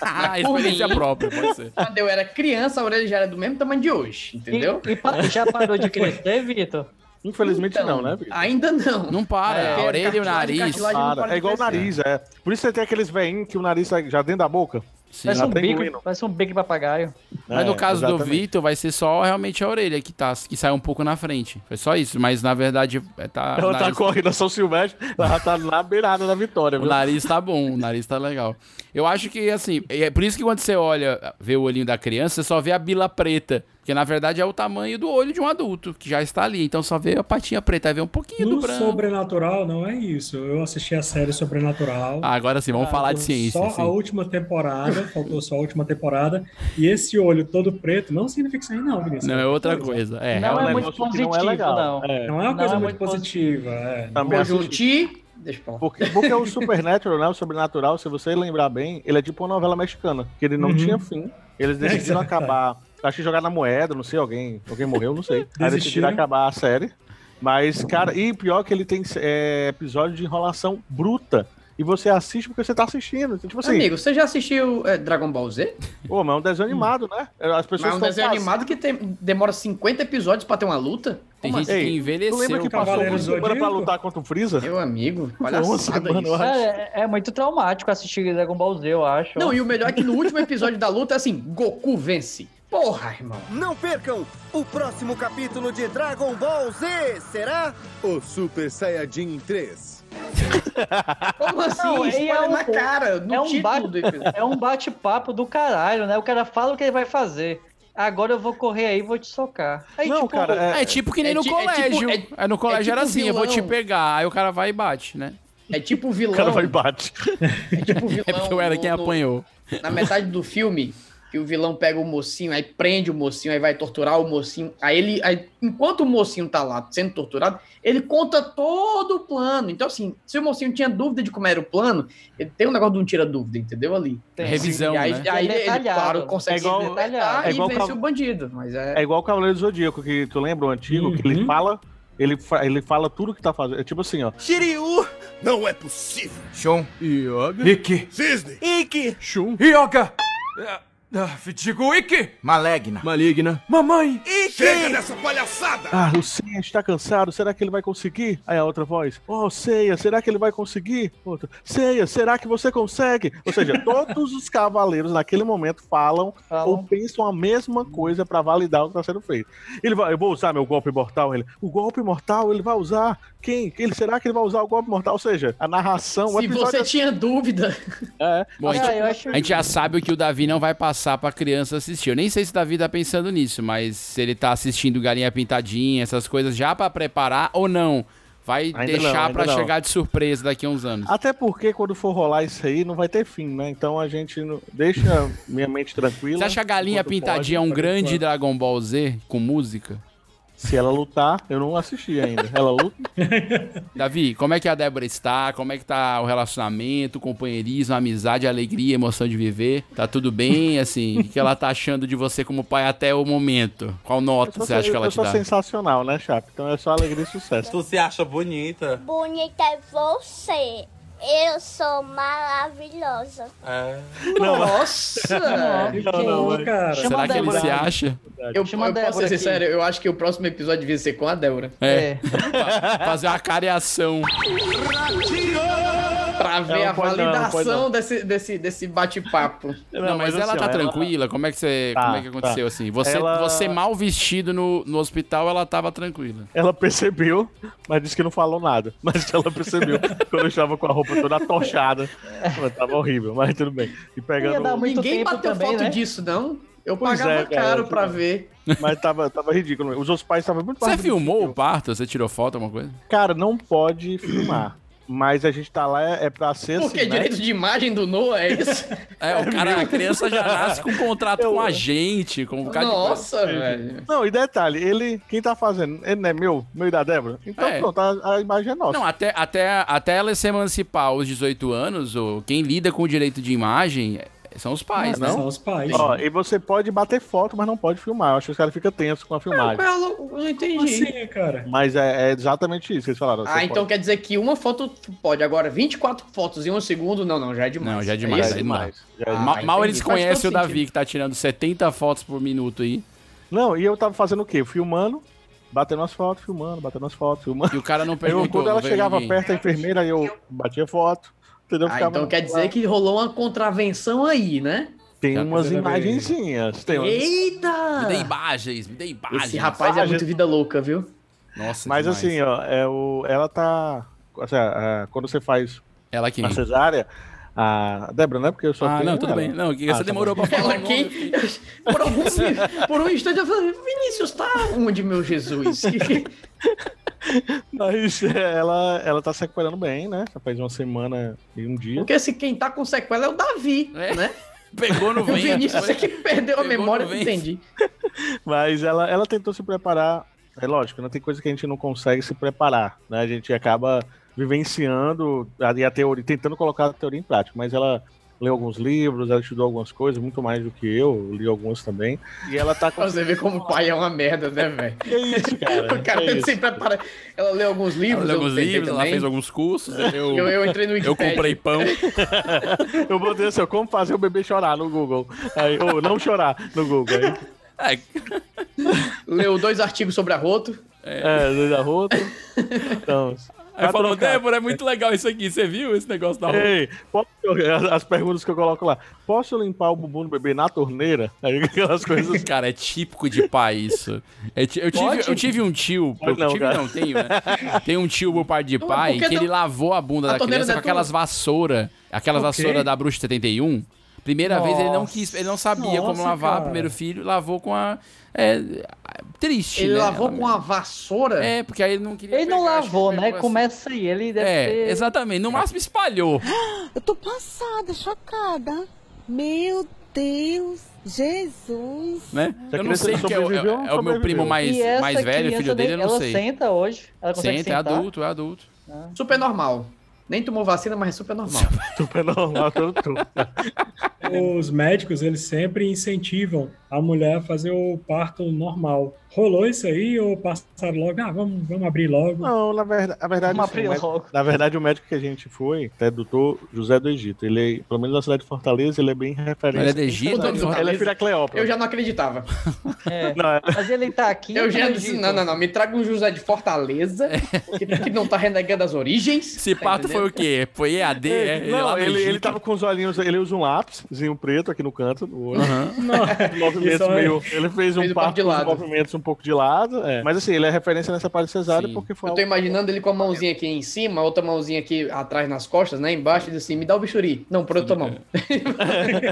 [SPEAKER 1] Ah,
[SPEAKER 2] Mas por
[SPEAKER 1] experiência
[SPEAKER 2] mim,
[SPEAKER 1] própria, pode ser.
[SPEAKER 2] Quando eu era criança, a orelha já era do mesmo tamanho de hoje, entendeu?
[SPEAKER 8] E, e pa- já parou de crescer, Vitor?
[SPEAKER 4] Infelizmente
[SPEAKER 2] Então,
[SPEAKER 4] não, né, Vitor?
[SPEAKER 2] Ainda não.
[SPEAKER 1] Não para.
[SPEAKER 2] É,
[SPEAKER 1] a orelha e o
[SPEAKER 2] cartilagem,
[SPEAKER 1] nariz.
[SPEAKER 2] cartilagem não para
[SPEAKER 4] Cara,
[SPEAKER 2] de
[SPEAKER 4] é igual o
[SPEAKER 2] crescer.
[SPEAKER 4] nariz, é. Por isso você tem aqueles veinhos que o nariz sai já dentro da boca.
[SPEAKER 8] Parece
[SPEAKER 4] já
[SPEAKER 8] um,
[SPEAKER 4] tá
[SPEAKER 8] bico,
[SPEAKER 4] engolindo.
[SPEAKER 8] parece um bico de papagaio.
[SPEAKER 1] Mas no
[SPEAKER 4] É,
[SPEAKER 1] caso do
[SPEAKER 4] exatamente.
[SPEAKER 1] Vitor, vai ser só realmente a orelha que, tá, que sai um pouco na frente. Foi só isso. Mas na verdade, é, tá. o
[SPEAKER 4] Ela tá
[SPEAKER 1] nariz-
[SPEAKER 4] correndo a São Silvestre, ela tá na beirada da vitória.
[SPEAKER 1] O
[SPEAKER 4] viu?
[SPEAKER 1] nariz tá bom, o nariz tá legal. Eu acho que, assim, é por isso que quando você olha, vê o olhinho da criança, você só vê a bila preta. Porque, na verdade, é o tamanho do olho de um adulto, que já está ali. Então só vê a patinha preta, aí vê um pouquinho do
[SPEAKER 6] No
[SPEAKER 1] branco.
[SPEAKER 6] Sobrenatural não é isso. Eu assisti a série Sobrenatural.
[SPEAKER 1] Ah, agora sim, vamos falar de
[SPEAKER 6] Faltou
[SPEAKER 1] ciência.
[SPEAKER 6] Só
[SPEAKER 1] assim.
[SPEAKER 6] a última temporada, faltou só a última temporada. E esse olho todo preto não significa isso aí, não, Vinícius.
[SPEAKER 1] Não, é outra coisa. É,
[SPEAKER 8] Não é
[SPEAKER 1] realmente.
[SPEAKER 8] muito
[SPEAKER 4] negócio que não é
[SPEAKER 8] positivo,
[SPEAKER 4] legal.
[SPEAKER 8] não.
[SPEAKER 4] É.
[SPEAKER 6] Não é uma
[SPEAKER 8] Não
[SPEAKER 6] coisa
[SPEAKER 8] é
[SPEAKER 6] muito
[SPEAKER 8] muito
[SPEAKER 6] positiva. é.
[SPEAKER 4] Também assisti.
[SPEAKER 2] Conjunti. Deixa eu falar.
[SPEAKER 4] Porque, porque o Supernatural, né? O Sobrenatural, se você lembrar bem, ele Uhum. é tipo uma novela mexicana, que ele não tinha fim. Eles decidiram
[SPEAKER 6] Exato.
[SPEAKER 4] acabar Acho que jogaram na moeda, não sei, alguém, alguém morreu, não sei. Aí decidiram
[SPEAKER 12] Desistiram.
[SPEAKER 4] acabar a série. Mas, cara, e pior que ele tem é, episódio de enrolação bruta. E você assiste porque você tá assistindo. Então, tipo assim,
[SPEAKER 2] Amigo, você já assistiu é, Dragon Ball Z?
[SPEAKER 4] Pô, mas é um desenho animado, né? As
[SPEAKER 2] mas é
[SPEAKER 4] pessoas
[SPEAKER 2] um
[SPEAKER 4] tão
[SPEAKER 2] desenho
[SPEAKER 4] passando-
[SPEAKER 2] animado que tem- demora 50 episódios pra ter uma luta?
[SPEAKER 4] Tem
[SPEAKER 2] Como
[SPEAKER 4] gente
[SPEAKER 2] assim?
[SPEAKER 4] que envelheceu. Tu lembra que passou Cavaleiro uma semana Zodíaco? pra lutar contra o Freeza?
[SPEAKER 2] Meu amigo,
[SPEAKER 4] Foi uma
[SPEAKER 2] palhaçada
[SPEAKER 4] semana, eu
[SPEAKER 2] isso.
[SPEAKER 4] acho.
[SPEAKER 8] É, é muito traumático assistir Dragon Ball Z, eu acho.
[SPEAKER 2] Não, e o melhor é que no último episódio da luta é assim, Goku vence. Porra, irmão.
[SPEAKER 14] Não percam o próximo capítulo de Dragon Ball Z será o Super Saiyajin 3.
[SPEAKER 2] Como assim?
[SPEAKER 8] Não, e
[SPEAKER 2] Spoiler na cara, no
[SPEAKER 8] é um
[SPEAKER 2] título
[SPEAKER 8] bate,
[SPEAKER 2] do episódio.
[SPEAKER 8] É um bate-papo do caralho, né? O cara fala o que ele vai fazer. Agora eu vou correr aí e vou te socar. Aí,
[SPEAKER 1] Não,
[SPEAKER 8] tipo,
[SPEAKER 1] cara, é- É tipo que nem no
[SPEAKER 8] ti-
[SPEAKER 1] colégio. Aí no colégio era assim, eu vou te
[SPEAKER 8] vilão.
[SPEAKER 1] pegar. Aí o cara vai e bate, né?
[SPEAKER 2] É tipo o vilão. tipo
[SPEAKER 1] O cara vai e
[SPEAKER 4] bate.
[SPEAKER 1] É porque eu era quem apanhou.
[SPEAKER 2] Na metade do filme, que o vilão pega o mocinho, aí prende o mocinho, aí vai torturar o mocinho. Aí ele. aí, enquanto o mocinho tá lá sendo torturado, ele conta todo o plano. Então, assim, se o mocinho tinha dúvida de como era o plano, ele tem um negócio de um tira-dúvida, entendeu? Ali.
[SPEAKER 1] Tem. Revisão,
[SPEAKER 2] E aí,
[SPEAKER 1] né?
[SPEAKER 2] aí
[SPEAKER 1] É
[SPEAKER 2] ele,
[SPEAKER 1] detalhado.
[SPEAKER 2] claro, consegue
[SPEAKER 1] É igual-
[SPEAKER 2] se libertar
[SPEAKER 4] é
[SPEAKER 2] e
[SPEAKER 4] igual
[SPEAKER 2] vence
[SPEAKER 4] Cav-
[SPEAKER 2] o bandido. Mas é.
[SPEAKER 4] É igual o Cavaleiro do Zodíaco, que tu lembra o antigo, que ele fala, ele, fa- ele fala tudo que tá fazendo. É tipo assim, ó.
[SPEAKER 14] Shiryu! Não é possível!
[SPEAKER 4] Shon. Yoga.
[SPEAKER 15] Ikki.
[SPEAKER 14] Cisne! Ikki!
[SPEAKER 15] Shun. Ryoga. Fitigo Ikki.
[SPEAKER 14] Malegna.
[SPEAKER 15] Maligna. Mamãe. Ikki.
[SPEAKER 14] Chega dessa palhaçada!
[SPEAKER 4] Ah, o Seiya está cansado, será que ele vai conseguir? Aí a outra voz, oh, Seiya, será que ele vai conseguir? Outra, Seiya, será que você consegue? Ou seja, todos os cavaleiros naquele momento falam
[SPEAKER 8] um Ah,
[SPEAKER 4] ou pensam a mesma coisa para validar o que está sendo feito. Ele vai, eu vou usar meu golpe mortal, ele, o golpe mortal ele vai usar, quem? Ele, será que ele vai usar o golpe mortal? Ou seja, a narração... o
[SPEAKER 2] Se
[SPEAKER 4] episódio-
[SPEAKER 2] você tinha dúvida.
[SPEAKER 4] É.
[SPEAKER 1] Bom, então, a, gente,
[SPEAKER 2] Ah, eu acho-
[SPEAKER 1] a gente já sabe o que o Davi não vai passar pra criança assistir. Eu nem sei se o Davi tá pensando nisso, mas se ele tá assistindo Galinha Pintadinha, essas coisas, já pra preparar ou não. Vai
[SPEAKER 4] Ainda não,
[SPEAKER 1] deixar
[SPEAKER 4] ainda
[SPEAKER 1] pra
[SPEAKER 4] não.
[SPEAKER 1] chegar de surpresa daqui a uns anos.
[SPEAKER 4] Até porque quando for rolar isso aí, não vai ter fim, né? Então a gente não- deixa minha mente tranquila.
[SPEAKER 1] Você acha a Galinha
[SPEAKER 4] Enquanto pode,
[SPEAKER 1] Pintadinha é um
[SPEAKER 4] por
[SPEAKER 1] grande
[SPEAKER 4] enquanto.
[SPEAKER 1] Dragon Ball Z com música?
[SPEAKER 4] Se ela lutar, eu não assisti ainda. Ela luta?
[SPEAKER 1] Davi, como é que a Débora está? Como é que tá o relacionamento, o companheirismo, a amizade, a alegria, a emoção de viver? Tá tudo bem? Assim, o que ela tá achando de você como pai até o momento? Qual nota você
[SPEAKER 4] Eu sou-
[SPEAKER 1] acha que ela
[SPEAKER 4] eu
[SPEAKER 1] te
[SPEAKER 4] sou
[SPEAKER 1] dá?
[SPEAKER 4] sensacional, né, Chapa? Então é só alegria e sucesso. Tu se acha bonita.
[SPEAKER 5] Bonita é você. Eu sou maravilhosa.
[SPEAKER 13] é.
[SPEAKER 2] Nossa!
[SPEAKER 5] Não, não,
[SPEAKER 4] é.
[SPEAKER 5] mas-
[SPEAKER 2] cara.
[SPEAKER 1] Será Chama a que ele Débora. se acha?
[SPEAKER 2] Eu,
[SPEAKER 1] Chama a
[SPEAKER 2] eu posso
[SPEAKER 1] Débora
[SPEAKER 2] ser
[SPEAKER 1] aqui.
[SPEAKER 2] sincero, eu acho que o próximo episódio devia ser com a Débora.
[SPEAKER 1] É. Fazer uma careação.
[SPEAKER 2] Pra ver
[SPEAKER 1] Ela
[SPEAKER 2] a
[SPEAKER 1] pode não, ela pode
[SPEAKER 2] validação
[SPEAKER 1] não.
[SPEAKER 2] desse, desse, desse bate-papo.
[SPEAKER 1] Não, mas, ela tá tranquila? Como é que você.
[SPEAKER 4] assim, Tá,
[SPEAKER 1] como é que aconteceu
[SPEAKER 4] tá.
[SPEAKER 1] assim? Você,
[SPEAKER 4] Ela-
[SPEAKER 1] você mal vestido no, no hospital, ela tava tranquila.
[SPEAKER 4] Ela percebeu, mas disse que não falou nada. Mas ela percebeu quando eu estava com a roupa toda atochada. Mas tava horrível, mas tudo bem. E pegando. um-
[SPEAKER 2] Ninguém bateu foto disso, não. Eu
[SPEAKER 1] é,
[SPEAKER 2] pagava caro pra ver.
[SPEAKER 4] Mas tava, tava ridículo. mesmo. Os outros pais estavam muito
[SPEAKER 1] Você
[SPEAKER 4] parecidos.
[SPEAKER 1] filmou o parto? Você tirou foto, alguma coisa?
[SPEAKER 4] Cara, não pode filmar. Mas a gente tá lá, é, é pra ser.
[SPEAKER 2] Porque
[SPEAKER 4] assim, né?
[SPEAKER 2] direito de imagem do Noah é isso?
[SPEAKER 1] É, o cara, a criança já nasce com contrato com a gente, com um bocado de coisa.
[SPEAKER 2] Nossa, velho.
[SPEAKER 4] Não, e detalhe, ele, quem tá fazendo? Ele não é meu, meu e da Débora? Então
[SPEAKER 1] É.
[SPEAKER 4] pronto, a, a imagem é nossa.
[SPEAKER 1] Não, até, até, até ela se emancipar aos 18 anos, ou quem lida com o direito de imagem é- são os pais,
[SPEAKER 4] Ah,
[SPEAKER 1] não? é
[SPEAKER 4] Ó, e você pode bater foto, mas não pode filmar. Eu acho que os caras ficam tensos com a filmagem.
[SPEAKER 2] Eu não entendi.
[SPEAKER 6] cara?
[SPEAKER 4] Mas é, é exatamente isso que eles falaram.
[SPEAKER 2] Ah, então quer dizer que uma foto tu pode. Agora, 24 fotos em um segundo, não, não, já é Ah. demais.
[SPEAKER 1] Não, já é demais.
[SPEAKER 2] Aí
[SPEAKER 1] aí não dá.
[SPEAKER 4] já é
[SPEAKER 1] Ma- mal
[SPEAKER 4] demais.
[SPEAKER 1] eles
[SPEAKER 4] Entendi. Faz
[SPEAKER 1] conhecem o
[SPEAKER 4] todo
[SPEAKER 1] Davi,
[SPEAKER 4] sentido.
[SPEAKER 1] que tá tirando 70 fotos por minuto aí.
[SPEAKER 4] Não, e eu tava fazendo o quê? Filmando, batendo as fotos, filmando, batendo as fotos, filmando.
[SPEAKER 1] E o cara não
[SPEAKER 4] eu,
[SPEAKER 1] perguntou,
[SPEAKER 4] Quando ela
[SPEAKER 1] não veio
[SPEAKER 4] chegava
[SPEAKER 1] ninguém.
[SPEAKER 4] perto, a enfermeira, eu batia foto, entendeu?
[SPEAKER 2] Ah, então quer dizer que rolou uma contravenção aí, né?
[SPEAKER 4] Tem umas imagenzinhas. Tem umas...
[SPEAKER 1] Me
[SPEAKER 2] Eita!
[SPEAKER 4] Ah.
[SPEAKER 1] dê imagens, me dê imagens.
[SPEAKER 2] Esse rapaz é muito vida louca, viu?
[SPEAKER 1] Nossa,
[SPEAKER 4] Mas
[SPEAKER 1] demais.
[SPEAKER 4] assim, ó, é o, ela tá. ou seja, a- quando você faz
[SPEAKER 1] ela quem?
[SPEAKER 4] a cesárea, a Débora, né? Porque eu Ah, só
[SPEAKER 1] Ah,
[SPEAKER 4] tenho
[SPEAKER 1] não, tudo
[SPEAKER 4] ela.
[SPEAKER 1] bem. Não, que
[SPEAKER 4] Ah,
[SPEAKER 1] você
[SPEAKER 4] tá
[SPEAKER 1] demorou
[SPEAKER 4] bom.
[SPEAKER 1] pra falar.
[SPEAKER 2] Ela quem? Por, algum, por um instante eu falei, Vinícius, tá onde, meu Jesus?
[SPEAKER 4] Mas é, ela, ela tá se recuperando bem, né? Já faz uma semana e um dia.
[SPEAKER 2] Porque se quem tá com sequela é o Davi, né?
[SPEAKER 1] Pegou no
[SPEAKER 2] O Vinícius é que perdeu a memória, não entendi.
[SPEAKER 4] Mas ela, ela tentou se preparar. É lógico, né? Tem coisa que a gente não consegue se preparar, né? A gente acaba vivenciando a, e a teoria, tentando colocar a teoria em prática, mas ela leu alguns livros, ela estudou algumas coisas, muito mais do que eu, li alguns também. E ela tá
[SPEAKER 2] com. Você vê como o pai é uma merda, né, velho?
[SPEAKER 4] Que isso, cara?
[SPEAKER 2] O cara
[SPEAKER 4] Que isso?
[SPEAKER 2] sempre para. Ela leu alguns livros.
[SPEAKER 1] Ela leu
[SPEAKER 2] eu
[SPEAKER 1] alguns
[SPEAKER 2] tentei
[SPEAKER 1] livros, ela
[SPEAKER 2] também.
[SPEAKER 1] fez alguns cursos. Eu,
[SPEAKER 2] Eu- eu entrei no
[SPEAKER 1] Eu
[SPEAKER 2] Wikipedia.
[SPEAKER 1] comprei pão. É,
[SPEAKER 4] eu botei assim, ó, como fazer o bebê chorar no Google. Aí, ou não chorar no Google. Aí,
[SPEAKER 2] Leu dois artigos sobre arroto.
[SPEAKER 4] é, dois arrotos. Então,
[SPEAKER 1] Aí falou,
[SPEAKER 4] trocar.
[SPEAKER 1] Débora, é muito legal isso aqui. Você viu esse negócio da roupa?
[SPEAKER 4] Então, Ei, posso- as perguntas que eu coloco lá. Posso limpar o bumbum do bebê na torneira? Aí aquelas coisas.
[SPEAKER 1] Cara, é típico de pai isso. É ti- eu, tive,
[SPEAKER 4] Pode?
[SPEAKER 1] eu tive um tio.
[SPEAKER 4] Pode
[SPEAKER 1] eu
[SPEAKER 4] não,
[SPEAKER 1] tive,
[SPEAKER 4] cara.
[SPEAKER 1] não, tenho, né? Tem um tio por parte de
[SPEAKER 4] Não,
[SPEAKER 1] pai
[SPEAKER 4] porque
[SPEAKER 1] que ele
[SPEAKER 4] não-
[SPEAKER 1] lavou a bunda
[SPEAKER 4] a
[SPEAKER 1] da
[SPEAKER 4] torneira
[SPEAKER 1] criança
[SPEAKER 4] não
[SPEAKER 1] com
[SPEAKER 4] é
[SPEAKER 1] aquelas
[SPEAKER 4] tua?
[SPEAKER 1] vassoura. Aquelas
[SPEAKER 4] Ok.
[SPEAKER 1] vassoura da Bruxa 71. Primeira vez ele não
[SPEAKER 2] Nossa.
[SPEAKER 1] quis, ele não sabia como
[SPEAKER 2] Nossa,
[SPEAKER 1] lavar.
[SPEAKER 2] cara.
[SPEAKER 1] Primeiro filho, lavou com a. É, triste.
[SPEAKER 2] Ele
[SPEAKER 1] né?
[SPEAKER 2] lavou
[SPEAKER 1] Ela-
[SPEAKER 2] com uma vassoura?
[SPEAKER 1] É, porque aí ele não queria.
[SPEAKER 8] Ele não
[SPEAKER 1] pegar, acho que
[SPEAKER 8] lavou,
[SPEAKER 1] ele
[SPEAKER 8] né?
[SPEAKER 1] pegou assim.
[SPEAKER 8] Começa aí, ele deve
[SPEAKER 1] É,
[SPEAKER 8] ter...
[SPEAKER 1] exatamente. No máximo espalhou. né?
[SPEAKER 12] Eu tô passada, chocada. Meu Deus, Jesus.
[SPEAKER 1] né?
[SPEAKER 4] Se a
[SPEAKER 1] Eu não
[SPEAKER 4] criança
[SPEAKER 1] sei
[SPEAKER 4] não
[SPEAKER 1] que é, o- é- é
[SPEAKER 4] sobreviveu,
[SPEAKER 1] o meu
[SPEAKER 4] sobreviveu.
[SPEAKER 1] primo mais,
[SPEAKER 8] E essa
[SPEAKER 1] mais velho,
[SPEAKER 8] criança
[SPEAKER 1] filho dele, eu
[SPEAKER 8] nem-
[SPEAKER 1] não
[SPEAKER 8] ela
[SPEAKER 1] sei.
[SPEAKER 8] senta hoje? Ela consegue
[SPEAKER 1] Senta, é
[SPEAKER 8] sentar?
[SPEAKER 1] adulto, é adulto.
[SPEAKER 2] Super normal. Nem tomou vacina, mas é super normal.
[SPEAKER 4] Super normal, tudo, tudo.
[SPEAKER 6] Os médicos, eles sempre incentivam a mulher a fazer o parto normal. Rolou isso aí ou passaram logo? Ah, vamos, vamos abrir logo.
[SPEAKER 4] Não, na verdade, na verdade,
[SPEAKER 6] Uma
[SPEAKER 4] assim, o
[SPEAKER 6] fria
[SPEAKER 4] médico-
[SPEAKER 6] logo.
[SPEAKER 4] na verdade, o médico que a gente foi é doutor José do Egito. Ele, é- pelo menos na cidade de Fortaleza, ele é bem referência.
[SPEAKER 1] Ele é do Egito?
[SPEAKER 2] Doutor de
[SPEAKER 4] Ele é
[SPEAKER 2] Fortaleza?
[SPEAKER 4] filho da Cleópatra.
[SPEAKER 2] Eu já não acreditava.
[SPEAKER 8] É,
[SPEAKER 4] Não, é-
[SPEAKER 8] Mas ele tá aqui.
[SPEAKER 2] Eu já
[SPEAKER 8] no
[SPEAKER 2] disse,
[SPEAKER 8] Egito.
[SPEAKER 2] não, não, não, me traga um José de Fortaleza, que, que não tá renegando as origens. Tá
[SPEAKER 1] Se É. pato foi o quê? Foi EAD? é,
[SPEAKER 4] Ei, não,
[SPEAKER 1] lá no
[SPEAKER 4] ele,
[SPEAKER 1] Egito.
[SPEAKER 4] ele tá tava com os olhinhos, ele usa um lápiszinho preto aqui no canto, no olho.
[SPEAKER 6] isso
[SPEAKER 4] Movimentos
[SPEAKER 6] aí.
[SPEAKER 4] meio, ele fez um
[SPEAKER 2] é Fez um pouco
[SPEAKER 4] par
[SPEAKER 2] de
[SPEAKER 4] de
[SPEAKER 2] lado.
[SPEAKER 4] movimentos um pouco de lado. é. Mas assim, ele é referência nessa parte cesárea porque foi um-
[SPEAKER 2] Eu tô imaginando ele com a mãozinha aqui em cima, a outra mãozinha aqui atrás nas costas, né? Embaixo, e diz assim, me dá o bichuri. Não, por outra mão.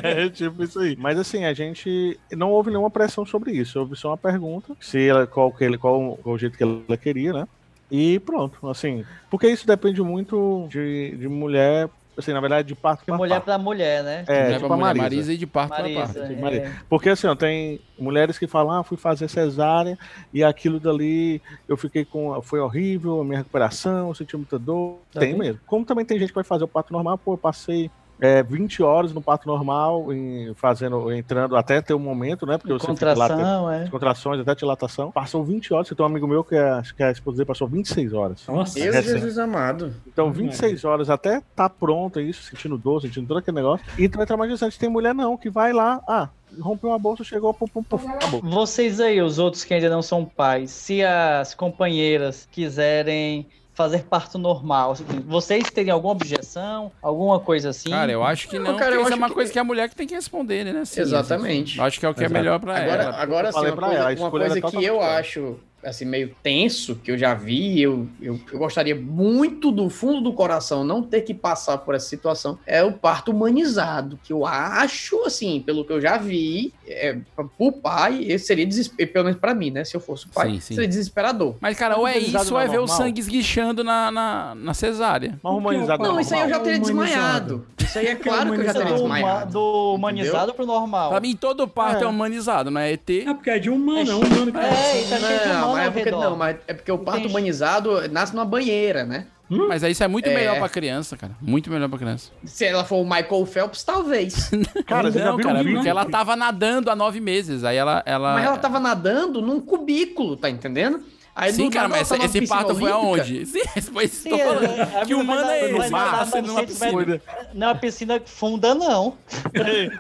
[SPEAKER 4] É, tipo isso aí. Mas assim, a gente não houve nenhuma pressão sobre isso. Houve só uma pergunta se ela, qual, que ele, qual, qual o jeito que ela queria, né? E pronto, assim. Porque isso depende muito de, de mulher, assim, na verdade, de parto
[SPEAKER 8] De
[SPEAKER 4] pra
[SPEAKER 8] mulher
[SPEAKER 4] parto.
[SPEAKER 8] pra mulher, né?
[SPEAKER 4] É,
[SPEAKER 1] Mulher pra
[SPEAKER 4] tipo a
[SPEAKER 1] mulher,
[SPEAKER 4] Marisa.
[SPEAKER 1] Marisa e de parto pra parto.
[SPEAKER 8] Marisa, é.
[SPEAKER 4] Maria. Porque assim, ó, tem mulheres que falam, ah, fui fazer cesárea e aquilo dali eu fiquei com. Foi horrível, a minha recuperação, eu senti muita dor.
[SPEAKER 8] Tá
[SPEAKER 4] tem
[SPEAKER 8] bem.
[SPEAKER 4] mesmo. Como também tem gente que vai fazer o parto normal, pô, eu passei. é, 20 horas no parto normal, em- fazendo, entrando até ter um momento, né? Porque você fica lá até-
[SPEAKER 8] Contração, é.
[SPEAKER 4] contrações, até dilatação. Passou 20 horas. Eu tenho um amigo meu que é, acho que a esposa dele passou 26 horas.
[SPEAKER 6] Nossa.
[SPEAKER 2] Deus,
[SPEAKER 4] Recém.
[SPEAKER 2] Jesus amado.
[SPEAKER 4] Então,
[SPEAKER 1] é.
[SPEAKER 4] 26 horas até tá pronta isso, sentindo dor, sentindo todo aquele negócio. E também é traumatizante. Tem mulher não, que vai lá, ah, rompeu uma bolsa, chegou, pum, pum, pum, acabou.
[SPEAKER 8] Vocês aí, os outros que ainda não são pais, se as companheiras quiserem fazer parto normal, assim, vocês teriam alguma objeção, alguma coisa assim?
[SPEAKER 1] Cara, eu acho que não. porque
[SPEAKER 2] cara, eu
[SPEAKER 1] isso é
[SPEAKER 2] acho
[SPEAKER 1] uma
[SPEAKER 2] que-
[SPEAKER 1] coisa que a mulher que tem que responder, né? Assim,
[SPEAKER 2] Exatamente.
[SPEAKER 1] assim, acho que é o que é
[SPEAKER 4] Exato.
[SPEAKER 1] melhor pra
[SPEAKER 2] agora,
[SPEAKER 1] ela.
[SPEAKER 2] Agora,
[SPEAKER 4] Eu
[SPEAKER 2] assim,
[SPEAKER 4] falei
[SPEAKER 2] uma
[SPEAKER 4] pra
[SPEAKER 2] coisa,
[SPEAKER 4] ela, a
[SPEAKER 2] uma
[SPEAKER 4] escolha
[SPEAKER 2] coisa
[SPEAKER 4] era
[SPEAKER 2] que eu acho assim, meio tenso, que eu já vi, eu, eu, eu gostaria muito do fundo do coração não ter que passar por essa situação, é o parto humanizado, que eu acho, assim, pelo que eu já vi, é, pro pai, esse seria desesperado, pelo menos pra mim, né, se eu fosse o pai,
[SPEAKER 1] Sim, sim.
[SPEAKER 2] seria desesperador.
[SPEAKER 1] Mas, cara, ou é
[SPEAKER 4] Humanizado
[SPEAKER 1] isso ou é
[SPEAKER 4] não é
[SPEAKER 1] ver o
[SPEAKER 4] normal?
[SPEAKER 1] sangue esguichando na, na, na cesárea.
[SPEAKER 4] Mas humanizado
[SPEAKER 2] Não, isso aí eu já teria
[SPEAKER 6] Humanizado.
[SPEAKER 2] desmaiado. Isso aí é
[SPEAKER 6] é
[SPEAKER 2] claro que eu já
[SPEAKER 6] humanizado?
[SPEAKER 2] teria
[SPEAKER 8] do, huma-
[SPEAKER 2] desmaiado.
[SPEAKER 8] do humanizado pro normal.
[SPEAKER 1] Pra mim, todo parto é,
[SPEAKER 4] É.
[SPEAKER 1] humanizado, né? ET.
[SPEAKER 6] É porque é de humano, é um humano que
[SPEAKER 8] É, e tá cheio de
[SPEAKER 2] Não,
[SPEAKER 8] humano
[SPEAKER 2] mas é
[SPEAKER 8] ao
[SPEAKER 2] porque,
[SPEAKER 8] redor.
[SPEAKER 2] não, mas é porque o parto
[SPEAKER 8] Entendi.
[SPEAKER 2] humanizado nasce numa banheira, né?
[SPEAKER 1] Mas aí isso é muito
[SPEAKER 2] É.
[SPEAKER 1] melhor pra criança, cara. Muito melhor pra criança.
[SPEAKER 2] Se ela for o Michael Phelps, talvez.
[SPEAKER 4] Cara, você já
[SPEAKER 1] não,
[SPEAKER 4] viu
[SPEAKER 1] cara,
[SPEAKER 4] um vídeo?
[SPEAKER 1] porque ela tava nadando há nove meses. Aí ela. ela...
[SPEAKER 2] Mas ela tá tava nadando num cubículo, tá entendendo? Aí
[SPEAKER 1] Sim,
[SPEAKER 2] do
[SPEAKER 1] cara,
[SPEAKER 2] nada ela
[SPEAKER 1] mas
[SPEAKER 2] tá
[SPEAKER 1] esse,
[SPEAKER 2] numa
[SPEAKER 1] esse
[SPEAKER 2] piscina
[SPEAKER 1] parto foi
[SPEAKER 2] olímpica.
[SPEAKER 1] aonde? Sim, esse foi isso que eu
[SPEAKER 8] Sim,
[SPEAKER 1] tô falando.
[SPEAKER 8] é, a
[SPEAKER 1] que
[SPEAKER 8] mina
[SPEAKER 1] humano
[SPEAKER 8] vai
[SPEAKER 1] é
[SPEAKER 8] nadar-
[SPEAKER 1] esse?
[SPEAKER 8] vai nadar
[SPEAKER 1] Tá nascendo numa
[SPEAKER 8] 900
[SPEAKER 1] piscina.
[SPEAKER 8] metros. Não é uma piscina funda, não.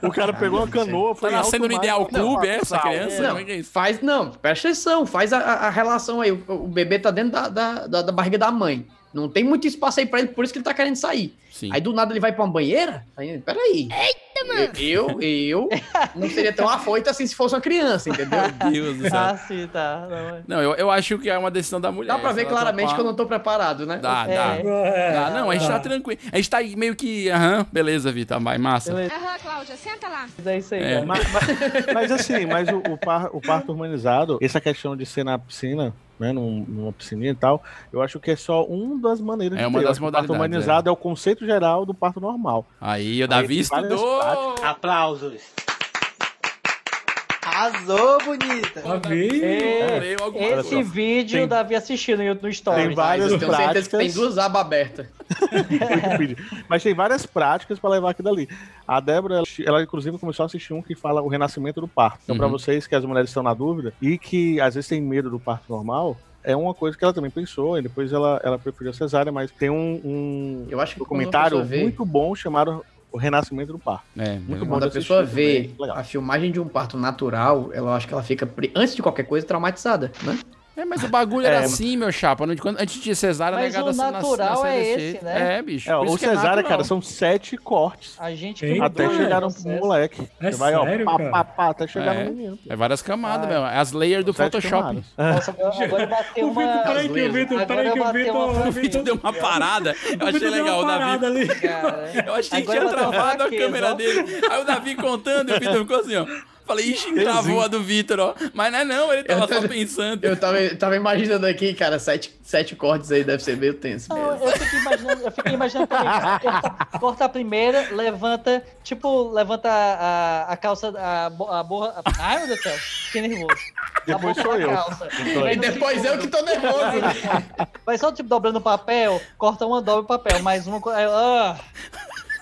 [SPEAKER 4] O cara pegou uma canoa, foi
[SPEAKER 1] é. Tá nascendo no
[SPEAKER 4] alto mar,
[SPEAKER 1] ideal
[SPEAKER 4] não,
[SPEAKER 1] clube, é, essa
[SPEAKER 4] sal.
[SPEAKER 1] criança?
[SPEAKER 2] Não,
[SPEAKER 1] Como é que é isso?
[SPEAKER 2] faz, não, presta atenção, faz a, a- a relação aí. O, o bebê tá dentro da, da, da- da barriga da mãe. Não tem muito espaço aí pra ele, por isso que ele tá querendo sair.
[SPEAKER 1] Sim.
[SPEAKER 2] Aí do nada ele vai pra uma banheira? Aí, peraí. Eita, mano! Eu, eu não seria tão afoito assim se fosse uma criança, entendeu?
[SPEAKER 1] Meu Deus do céu.
[SPEAKER 8] Ah, sim, tá. Não, é.
[SPEAKER 1] Não, eu, eu acho que é uma decisão da mulher.
[SPEAKER 2] Dá pra ver
[SPEAKER 1] Ela tá
[SPEAKER 2] claramente
[SPEAKER 1] pá-
[SPEAKER 2] que eu não tô preparado, né?
[SPEAKER 1] Dá,
[SPEAKER 8] É.
[SPEAKER 1] dá.
[SPEAKER 6] É.
[SPEAKER 1] Dá, não, a gente tá
[SPEAKER 6] Dá.
[SPEAKER 1] tranquilo. A gente tá meio que. Aham, beleza, Vitor, vai, massa.
[SPEAKER 8] Beleza.
[SPEAKER 5] Aham, Cláudia, senta lá.
[SPEAKER 8] Mas É isso aí,
[SPEAKER 1] É.
[SPEAKER 8] cara.
[SPEAKER 4] Mas, mas- mas assim, mas o, o par- o parto humanizado, essa questão de ser na piscina, né, num- numa piscininha e tal, eu acho que é só uma das maneiras
[SPEAKER 1] É
[SPEAKER 4] de
[SPEAKER 1] uma
[SPEAKER 4] ter. Eu
[SPEAKER 1] das
[SPEAKER 4] acho que O parto
[SPEAKER 1] modalidades,
[SPEAKER 4] humanizado é. o conceito geral do parto normal.
[SPEAKER 1] Aí o Davi
[SPEAKER 4] Aí tem várias
[SPEAKER 1] estudou.
[SPEAKER 4] partes.
[SPEAKER 1] Ah,
[SPEAKER 13] Aplausos.
[SPEAKER 8] Arrasou, bonita.
[SPEAKER 6] Davi.
[SPEAKER 8] É,
[SPEAKER 6] Olha
[SPEAKER 8] esse
[SPEAKER 6] só.
[SPEAKER 8] vídeo
[SPEAKER 6] Tem-
[SPEAKER 8] o Davi assistindo no no Stories. né?
[SPEAKER 4] Tem várias
[SPEAKER 8] Eu tenho certeza que
[SPEAKER 4] práticas.
[SPEAKER 8] tem duas-
[SPEAKER 2] abas abertas.
[SPEAKER 4] Mas tem várias práticas pra levar aqui dali. A Débora, ela, ela, inclusive começou a assistir um que fala o renascimento do parto. Então,
[SPEAKER 16] Uhum.
[SPEAKER 4] pra vocês que as mulheres estão na dúvida e que às vezes têm medo do parto normal, é uma coisa que ela também pensou, e depois ela, ela preferiu a cesárea, mas tem um, um
[SPEAKER 2] Eu acho que quando a
[SPEAKER 4] documentário
[SPEAKER 2] pessoa vê-
[SPEAKER 4] muito bom chamado O Renascimento do Parto.
[SPEAKER 1] É,
[SPEAKER 4] muito bom
[SPEAKER 2] Quando
[SPEAKER 4] de
[SPEAKER 2] a pessoa
[SPEAKER 4] assistir
[SPEAKER 2] vê
[SPEAKER 4] também.
[SPEAKER 2] a filmagem de um parto natural, ela eu acho que ela fica, pri- antes de qualquer coisa, traumatizada, né?
[SPEAKER 1] É, mas o bagulho
[SPEAKER 2] É,
[SPEAKER 1] era
[SPEAKER 2] mas-
[SPEAKER 1] assim, meu chapa. Não- quando- Antes de cesárea,
[SPEAKER 8] Mas
[SPEAKER 1] negada
[SPEAKER 8] o
[SPEAKER 1] nasce-
[SPEAKER 8] natural
[SPEAKER 1] nasce
[SPEAKER 8] é
[SPEAKER 1] desse
[SPEAKER 8] esse,
[SPEAKER 1] jeito.
[SPEAKER 8] né?
[SPEAKER 1] É, bicho.
[SPEAKER 4] É,
[SPEAKER 1] Por
[SPEAKER 4] o
[SPEAKER 1] isso que é
[SPEAKER 4] cesárea,
[SPEAKER 1] natural.
[SPEAKER 4] cara, são sete cortes.
[SPEAKER 8] A gente
[SPEAKER 1] que
[SPEAKER 4] até
[SPEAKER 1] doido,
[SPEAKER 4] chegar no
[SPEAKER 1] processo.
[SPEAKER 4] moleque.
[SPEAKER 1] É
[SPEAKER 4] Você vai, ó,
[SPEAKER 1] sério,
[SPEAKER 4] pá,
[SPEAKER 1] cara?
[SPEAKER 4] pá, pá, até chegar
[SPEAKER 1] É.
[SPEAKER 4] no menino.
[SPEAKER 1] É várias camadas, meu. É as layers do
[SPEAKER 4] Sete
[SPEAKER 1] Photoshop.
[SPEAKER 4] camadas. É.
[SPEAKER 8] Nossa, agora bateu uma...
[SPEAKER 6] peraí que o Vitor-
[SPEAKER 8] Agora
[SPEAKER 6] peraí que o
[SPEAKER 8] bateu
[SPEAKER 6] Vitor-
[SPEAKER 8] uma
[SPEAKER 1] O Vitor deu uma parada. Eu achei
[SPEAKER 6] deu
[SPEAKER 1] legal o
[SPEAKER 6] uma
[SPEAKER 1] Davi.
[SPEAKER 6] parada ali.
[SPEAKER 1] Eu achei que
[SPEAKER 6] Agora
[SPEAKER 1] tinha
[SPEAKER 6] bateu uma
[SPEAKER 1] travado a
[SPEAKER 6] fraqueza,
[SPEAKER 1] câmera
[SPEAKER 6] ó.
[SPEAKER 1] dele. Aí o Davi contando e o Vitor ficou assim, ó. Falei, ixi, travou a do Vitor, ó. Mas não é não, ele tava só pensando.
[SPEAKER 2] Eu tava, eu tava imaginando aqui, cara, sete, sete cortes aí deve ser meio tenso.
[SPEAKER 8] Não, eu fiquei imaginando, eu fiquei imaginando também. Corta, corta a primeira, levanta, tipo, levanta a, a- a calça, a, bo- a borra. a- ai, meu Deus do céu, fiquei nervoso.
[SPEAKER 4] Depois
[SPEAKER 8] boca
[SPEAKER 4] sou
[SPEAKER 8] da
[SPEAKER 4] eu.
[SPEAKER 8] calça. tipo,
[SPEAKER 4] Então,
[SPEAKER 2] E depois eu que tô nervoso.
[SPEAKER 8] Vai só, tipo, dobrando o papel, corta uma, dobra o papel, mais uma. co- aí, Ah,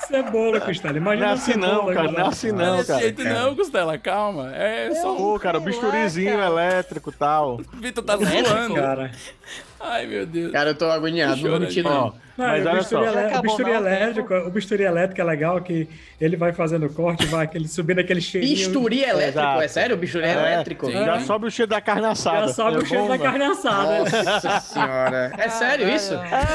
[SPEAKER 6] Cebola, Costela. Imagina
[SPEAKER 4] Não é
[SPEAKER 6] a
[SPEAKER 4] assim
[SPEAKER 6] cebola,
[SPEAKER 4] não, cara, não é assim
[SPEAKER 6] Costela.
[SPEAKER 4] não,
[SPEAKER 1] Não é desse
[SPEAKER 4] cara.
[SPEAKER 1] jeito não, Costela, calma. É só
[SPEAKER 4] Pô, cara, o bisturizinho elétrico e tal.
[SPEAKER 1] o Vitor
[SPEAKER 2] É,
[SPEAKER 1] tá
[SPEAKER 2] né,
[SPEAKER 1] zoando.
[SPEAKER 6] cara.
[SPEAKER 1] Ai, meu Deus.
[SPEAKER 2] Cara, eu tô agoniado, não vou mentir,
[SPEAKER 4] Ó,
[SPEAKER 2] não.
[SPEAKER 6] Não,
[SPEAKER 4] Mas
[SPEAKER 6] o
[SPEAKER 4] olha
[SPEAKER 6] bisturi,
[SPEAKER 4] só.
[SPEAKER 6] elé-
[SPEAKER 4] Já acabou,
[SPEAKER 6] o bisturi
[SPEAKER 4] não?
[SPEAKER 6] elétrico, o bisturi elétrico é legal que ele vai fazendo corte, vai aquele, subindo aquele cheirinho.
[SPEAKER 2] Bisturi elétrico,
[SPEAKER 6] Exato.
[SPEAKER 2] é sério? Bisturi
[SPEAKER 6] É,
[SPEAKER 2] elétrico?
[SPEAKER 6] sim. Já
[SPEAKER 4] sobe o cheiro da carne assada.
[SPEAKER 6] Já sobe
[SPEAKER 4] É
[SPEAKER 6] o cheiro
[SPEAKER 4] bom,
[SPEAKER 6] da
[SPEAKER 4] mano.
[SPEAKER 6] carne assada.
[SPEAKER 2] Nossa senhora. É sério isso?
[SPEAKER 4] É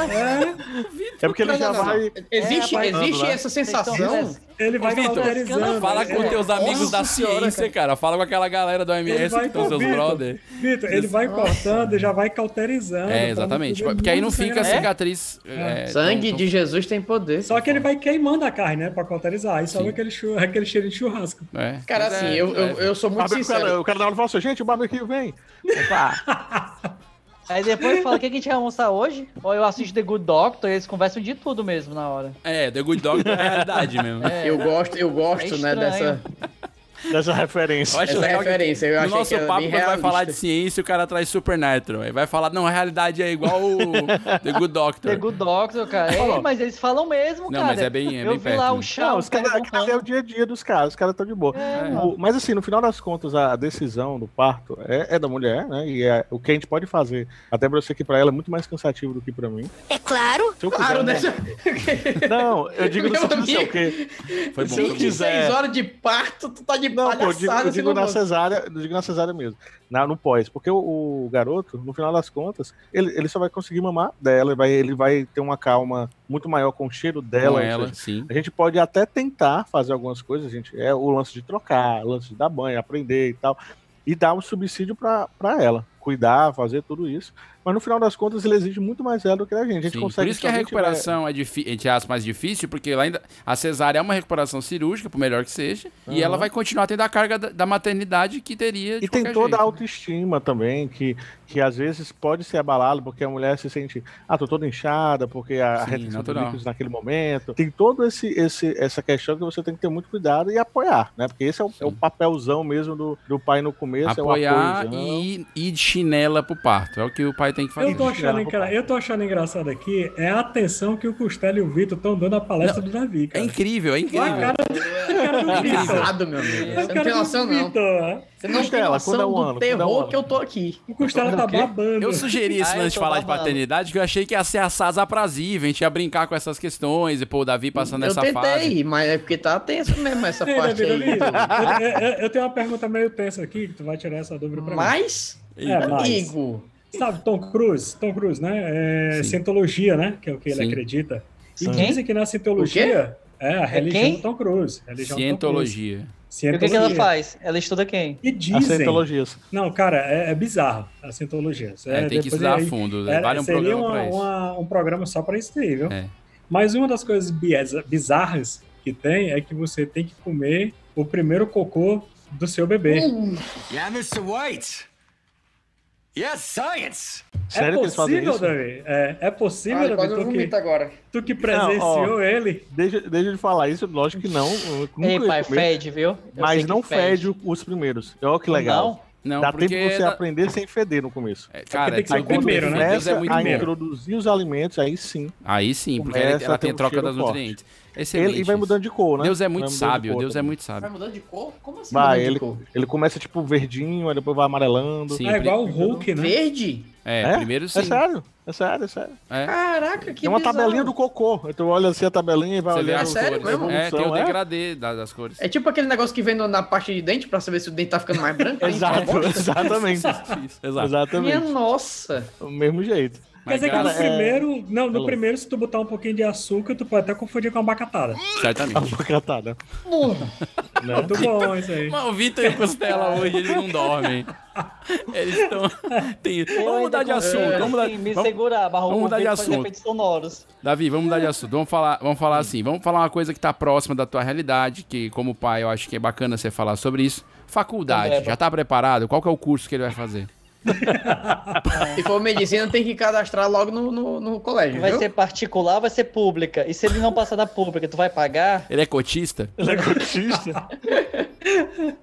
[SPEAKER 4] porque ele
[SPEAKER 2] Não,
[SPEAKER 4] já
[SPEAKER 2] não, não.
[SPEAKER 4] vai.
[SPEAKER 2] Existe,
[SPEAKER 4] É, vai-
[SPEAKER 2] existe
[SPEAKER 4] né?
[SPEAKER 2] essa
[SPEAKER 8] assim.
[SPEAKER 2] sensação?
[SPEAKER 6] Ele vai
[SPEAKER 1] Vitor,
[SPEAKER 6] cauterizando.
[SPEAKER 1] fala com
[SPEAKER 6] É.
[SPEAKER 1] teus amigos
[SPEAKER 6] Nossa
[SPEAKER 1] da
[SPEAKER 6] senhora,
[SPEAKER 1] ciência, cara. Fala com aquela galera do
[SPEAKER 6] Ele
[SPEAKER 1] OMS
[SPEAKER 6] vai
[SPEAKER 1] que são seus
[SPEAKER 6] Vitor,
[SPEAKER 1] brother.
[SPEAKER 6] Vitor, ele vai cortando e já vai cauterizando.
[SPEAKER 1] É, exatamente. Porque aí não fica a cicatriz. é,
[SPEAKER 2] Sangue
[SPEAKER 1] tão-
[SPEAKER 2] de Jesus tem poder.
[SPEAKER 6] né? Só que ele vai queimando a carne, né? Pra cauterizar. Aí sobe aquele, chu- aquele cheiro de churrasco.
[SPEAKER 1] É.
[SPEAKER 2] Cara,
[SPEAKER 6] Mas
[SPEAKER 2] assim,
[SPEAKER 6] é-
[SPEAKER 2] eu, eu, eu sou muito
[SPEAKER 4] Barbecue,
[SPEAKER 2] sincero.
[SPEAKER 4] O cara da hora falou assim, gente, o barbecue vem.
[SPEAKER 8] aí depois fala: o que a gente vai almoçar hoje? Ou eu assisto The Good Doctor e eles conversam de tudo mesmo na hora.
[SPEAKER 1] É, The Good Dog é realidade mesmo.
[SPEAKER 2] Eu gosto, eu gosto,
[SPEAKER 8] É
[SPEAKER 2] né,
[SPEAKER 8] estranho.
[SPEAKER 2] dessa
[SPEAKER 4] Dessa referência.
[SPEAKER 1] Eu acho
[SPEAKER 2] Essa
[SPEAKER 1] legal que
[SPEAKER 2] referência, eu
[SPEAKER 1] no
[SPEAKER 2] achei que
[SPEAKER 1] nosso
[SPEAKER 2] era
[SPEAKER 1] papo,
[SPEAKER 2] bem
[SPEAKER 1] quando vai
[SPEAKER 2] realista.
[SPEAKER 1] falar de ciência, o cara traz Supernatural. Aí vai falar, não, a realidade é igual o The Good Doctor.
[SPEAKER 4] Tá.
[SPEAKER 8] The Good Doctor, cara.
[SPEAKER 1] Falou.
[SPEAKER 8] Ei, mas eles falam mesmo,
[SPEAKER 1] Não,
[SPEAKER 8] cara.
[SPEAKER 1] mas é bem- é
[SPEAKER 8] Eu
[SPEAKER 1] bem
[SPEAKER 8] vi
[SPEAKER 1] perto,
[SPEAKER 8] lá
[SPEAKER 1] né?
[SPEAKER 8] o chão. um
[SPEAKER 4] Não, os caras cara, é o dia a dia dos caras, os caras estão de boa. O- mas assim, no final das contas, a decisão do parto é, é da mulher, né? E é o que a gente pode fazer. Até pra eu sei que pra ela é muito mais cansativo do que pra mim.
[SPEAKER 5] É claro.
[SPEAKER 4] Se eu quiser, né? Não, eu digo no
[SPEAKER 2] Meu
[SPEAKER 4] sentido assim,
[SPEAKER 2] amigo.
[SPEAKER 4] porque
[SPEAKER 1] Foi bom,
[SPEAKER 4] se eu
[SPEAKER 2] 26
[SPEAKER 4] quiser...
[SPEAKER 2] horas de parto, tu tá de
[SPEAKER 4] Pô, eu digo, eu
[SPEAKER 2] palhaçada. assim,
[SPEAKER 4] digo
[SPEAKER 2] não
[SPEAKER 4] na
[SPEAKER 2] vou.
[SPEAKER 4] cesárea, eu digo na cesárea mesmo, na, no pós, porque o, o garoto, no final das contas, ele, ele só vai conseguir mamar dela, ele vai, ele vai ter uma calma muito maior com o cheiro dela.
[SPEAKER 1] Com
[SPEAKER 4] ou
[SPEAKER 1] ela,
[SPEAKER 4] seja,
[SPEAKER 1] sim.
[SPEAKER 4] A gente pode até tentar fazer algumas coisas, gente, é o lance de trocar, o lance de dar banho, aprender e tal, e dar um subsídio pra pra ela, cuidar, fazer tudo isso, mas no final das contas ele exige muito mais dela do que a gente, a gente
[SPEAKER 1] Sim,
[SPEAKER 4] consegue...
[SPEAKER 1] Por isso que a
[SPEAKER 4] se gente vai-
[SPEAKER 1] recuperação é difícil, entre aspas, mais difícil, porque lá ainda a cesárea é uma recuperação cirúrgica, por melhor que seja,
[SPEAKER 4] Uhum.
[SPEAKER 1] e ela vai continuar tendo a carga da, da maternidade que teria de
[SPEAKER 4] E tem
[SPEAKER 1] qualquer
[SPEAKER 4] toda a
[SPEAKER 1] jeito. né?
[SPEAKER 4] autoestima também, que, que às vezes pode ser abalada, porque a mulher se sente, ah, tô toda inchada, porque a a
[SPEAKER 1] Sim,
[SPEAKER 4] retenção de
[SPEAKER 1] natural.
[SPEAKER 4] líquidos naquele momento. Tem todo esse, esse essa questão que você tem que ter muito cuidado e apoiar, né? Porque esse é o, é o papelzão mesmo do, do pai no começo,
[SPEAKER 1] Apoiar
[SPEAKER 4] é o apoio.
[SPEAKER 1] e e ir de chinela pro parto. É o que o pai tem que fazer.
[SPEAKER 6] Eu tô, achando, engra- eu tô achando engraçado aqui é a atenção que o Costela e o Vitor estão dando à palestra do Davi.
[SPEAKER 1] É incrível, é incrível. É
[SPEAKER 6] é
[SPEAKER 2] Errado, meu amigo. Você não tem noção, não. Você não tem
[SPEAKER 1] Costela,
[SPEAKER 2] noção
[SPEAKER 1] quando é um
[SPEAKER 2] do
[SPEAKER 1] ano? Quando é um
[SPEAKER 2] terror
[SPEAKER 1] ano?
[SPEAKER 2] que eu tô aqui.
[SPEAKER 6] O Costela tá babando.
[SPEAKER 1] Eu sugeri isso
[SPEAKER 2] Ah, eu
[SPEAKER 1] antes de
[SPEAKER 2] tô
[SPEAKER 1] falar de
[SPEAKER 2] babando.
[SPEAKER 1] paternidade, que eu achei que ia ser assaz aprazível, a gente ia brincar com essas questões, e pô, o Davi passando
[SPEAKER 2] Eu
[SPEAKER 1] essa
[SPEAKER 2] tentei,
[SPEAKER 1] fase.
[SPEAKER 2] mas é porque tá tenso mesmo essa
[SPEAKER 6] Ei,
[SPEAKER 4] né,
[SPEAKER 2] parte
[SPEAKER 6] Davi,
[SPEAKER 2] aí.
[SPEAKER 6] Davi, eu, é, eu- eu tenho uma pergunta meio tensa aqui, que tu vai tirar essa dúvida pra
[SPEAKER 2] Mas,
[SPEAKER 6] mim. É, mas...
[SPEAKER 2] amigo.
[SPEAKER 6] Sabe, Tom Cruise, Tom Cruise, né? É cientologia, né? Que é o que ele
[SPEAKER 1] Sim.
[SPEAKER 6] acredita. E
[SPEAKER 1] Sim.
[SPEAKER 6] dizem que na cientologia é a
[SPEAKER 8] É
[SPEAKER 6] religião
[SPEAKER 8] quem?
[SPEAKER 6] do Tom Cruise. a religião do Tom
[SPEAKER 1] Cientologia.
[SPEAKER 8] E o que, que ela
[SPEAKER 6] Cientologia.
[SPEAKER 8] faz? Ela estuda quem?
[SPEAKER 6] E dizem. Não, cara, é, é bizarro a cientologia.
[SPEAKER 1] É, tem que
[SPEAKER 4] um
[SPEAKER 6] depois
[SPEAKER 1] estudar
[SPEAKER 6] aí-
[SPEAKER 1] a
[SPEAKER 4] É,
[SPEAKER 1] fundo, né? Vale um
[SPEAKER 6] É, seria
[SPEAKER 1] programa pra isso. É.
[SPEAKER 6] uma- um programa só pra isso aí, viu? Mas uma das coisas bieza- bizarras que tem é que você tem que comer
[SPEAKER 4] Hum,
[SPEAKER 6] o primeiro cocô do seu bebê.
[SPEAKER 15] Yeah, Mr. White. Yes, science!
[SPEAKER 4] Sério
[SPEAKER 6] é
[SPEAKER 4] que eles fazem
[SPEAKER 6] possível,
[SPEAKER 4] isso?
[SPEAKER 6] Davi? É, é possível,
[SPEAKER 2] Ah, ele
[SPEAKER 6] Davi?
[SPEAKER 2] quase
[SPEAKER 6] Tu
[SPEAKER 2] vomita
[SPEAKER 6] que,
[SPEAKER 2] agora.
[SPEAKER 6] tu que presenciou
[SPEAKER 4] Não, ó,
[SPEAKER 6] ele?
[SPEAKER 4] Deixa, deixa de falar isso, lógico que não. eu nunca
[SPEAKER 8] Ei,
[SPEAKER 4] ia
[SPEAKER 8] pai,
[SPEAKER 4] comer.
[SPEAKER 8] fede, viu? Eu sei
[SPEAKER 4] Mas
[SPEAKER 8] que
[SPEAKER 4] não
[SPEAKER 8] fede.
[SPEAKER 4] fede. os primeiros. Olha que é legal.
[SPEAKER 1] Não? Não,
[SPEAKER 4] Dá
[SPEAKER 1] porque
[SPEAKER 4] tempo de você
[SPEAKER 1] na-
[SPEAKER 4] aprender sem feder no começo. É,
[SPEAKER 1] cara, tem que ser o primeiro, né? Deus é
[SPEAKER 4] Começa
[SPEAKER 1] muito
[SPEAKER 4] a
[SPEAKER 1] bom.
[SPEAKER 4] introduzir os alimentos, aí sim.
[SPEAKER 1] Aí sim, porque
[SPEAKER 4] Começa
[SPEAKER 1] ela, ela
[SPEAKER 4] a ter
[SPEAKER 1] tem a
[SPEAKER 4] um
[SPEAKER 1] troca
[SPEAKER 4] cheiro
[SPEAKER 1] das
[SPEAKER 4] forte.
[SPEAKER 1] nutrientes.
[SPEAKER 4] Ele, e vai
[SPEAKER 1] isso.
[SPEAKER 4] mudando de cor, né?
[SPEAKER 1] Deus é
[SPEAKER 4] Vai
[SPEAKER 1] muito
[SPEAKER 4] mudando de
[SPEAKER 1] sábio,
[SPEAKER 4] cor
[SPEAKER 1] Deus é
[SPEAKER 4] também.
[SPEAKER 1] muito
[SPEAKER 2] Vai
[SPEAKER 1] sábio.
[SPEAKER 2] mudando de cor? Como assim
[SPEAKER 4] Vai,
[SPEAKER 2] mudando de
[SPEAKER 4] ele,
[SPEAKER 2] cor?
[SPEAKER 4] ele começa tipo verdinho, aí depois vai amarelando.
[SPEAKER 1] Sim, É igual
[SPEAKER 6] o Hulk, né?
[SPEAKER 2] Verde?
[SPEAKER 1] É, primeiro sim.
[SPEAKER 4] É sério, é sério, é sério.
[SPEAKER 1] É.
[SPEAKER 2] Caraca, que
[SPEAKER 4] Tem uma
[SPEAKER 2] bizarro.
[SPEAKER 4] tabelinha do cocô. Então olha assim a tabelinha e vai
[SPEAKER 1] Você vê
[SPEAKER 4] olhando.
[SPEAKER 1] as
[SPEAKER 2] sério
[SPEAKER 1] cores.
[SPEAKER 2] mesmo?
[SPEAKER 1] É, tem o
[SPEAKER 4] Evolução, é?
[SPEAKER 1] degradê da- das cores.
[SPEAKER 2] É tipo aquele negócio que vem no- na parte de dente pra saber se o dente tá ficando mais branco.
[SPEAKER 4] Exato, exatamente.
[SPEAKER 1] Exato.
[SPEAKER 2] Minha
[SPEAKER 4] Exatamente.
[SPEAKER 2] nossa.
[SPEAKER 4] O mesmo jeito.
[SPEAKER 6] Quer dizer que no
[SPEAKER 4] cara, é-
[SPEAKER 6] primeiro, não, no
[SPEAKER 4] Falou.
[SPEAKER 6] primeiro, se tu botar um pouquinho de açúcar, tu pode até confundir com uma abacatada. É
[SPEAKER 1] Certamente.
[SPEAKER 4] Abacatada.
[SPEAKER 6] Muito bom isso aí.
[SPEAKER 1] Mas o Vitor e o Costela hoje, eles não dormem. Eles estão. Tem... Vamos mudar de
[SPEAKER 4] É,
[SPEAKER 1] assunto. Vamos mudar...
[SPEAKER 8] É, Me
[SPEAKER 1] vamos-
[SPEAKER 8] segurar, Barro.
[SPEAKER 1] vamos mudar de
[SPEAKER 8] fazer
[SPEAKER 1] assunto.
[SPEAKER 8] efeitos sonoros.
[SPEAKER 1] Davi, vamos mudar de assunto. Vamos falar, vamos falar assim. Vamos falar uma coisa que tá próxima da tua realidade, que como pai eu acho que é bacana você falar sobre isso. Faculdade,
[SPEAKER 8] Também é
[SPEAKER 1] já tá preparado? Qual que é o curso que ele vai fazer?
[SPEAKER 2] Se for medicina, tem que cadastrar logo no, no, no colégio.
[SPEAKER 8] Vai
[SPEAKER 2] viu?
[SPEAKER 8] ser particular, vai ser pública. E se ele não passar da pública, tu vai pagar?
[SPEAKER 1] Ele é cotista?
[SPEAKER 4] Ele é cotista.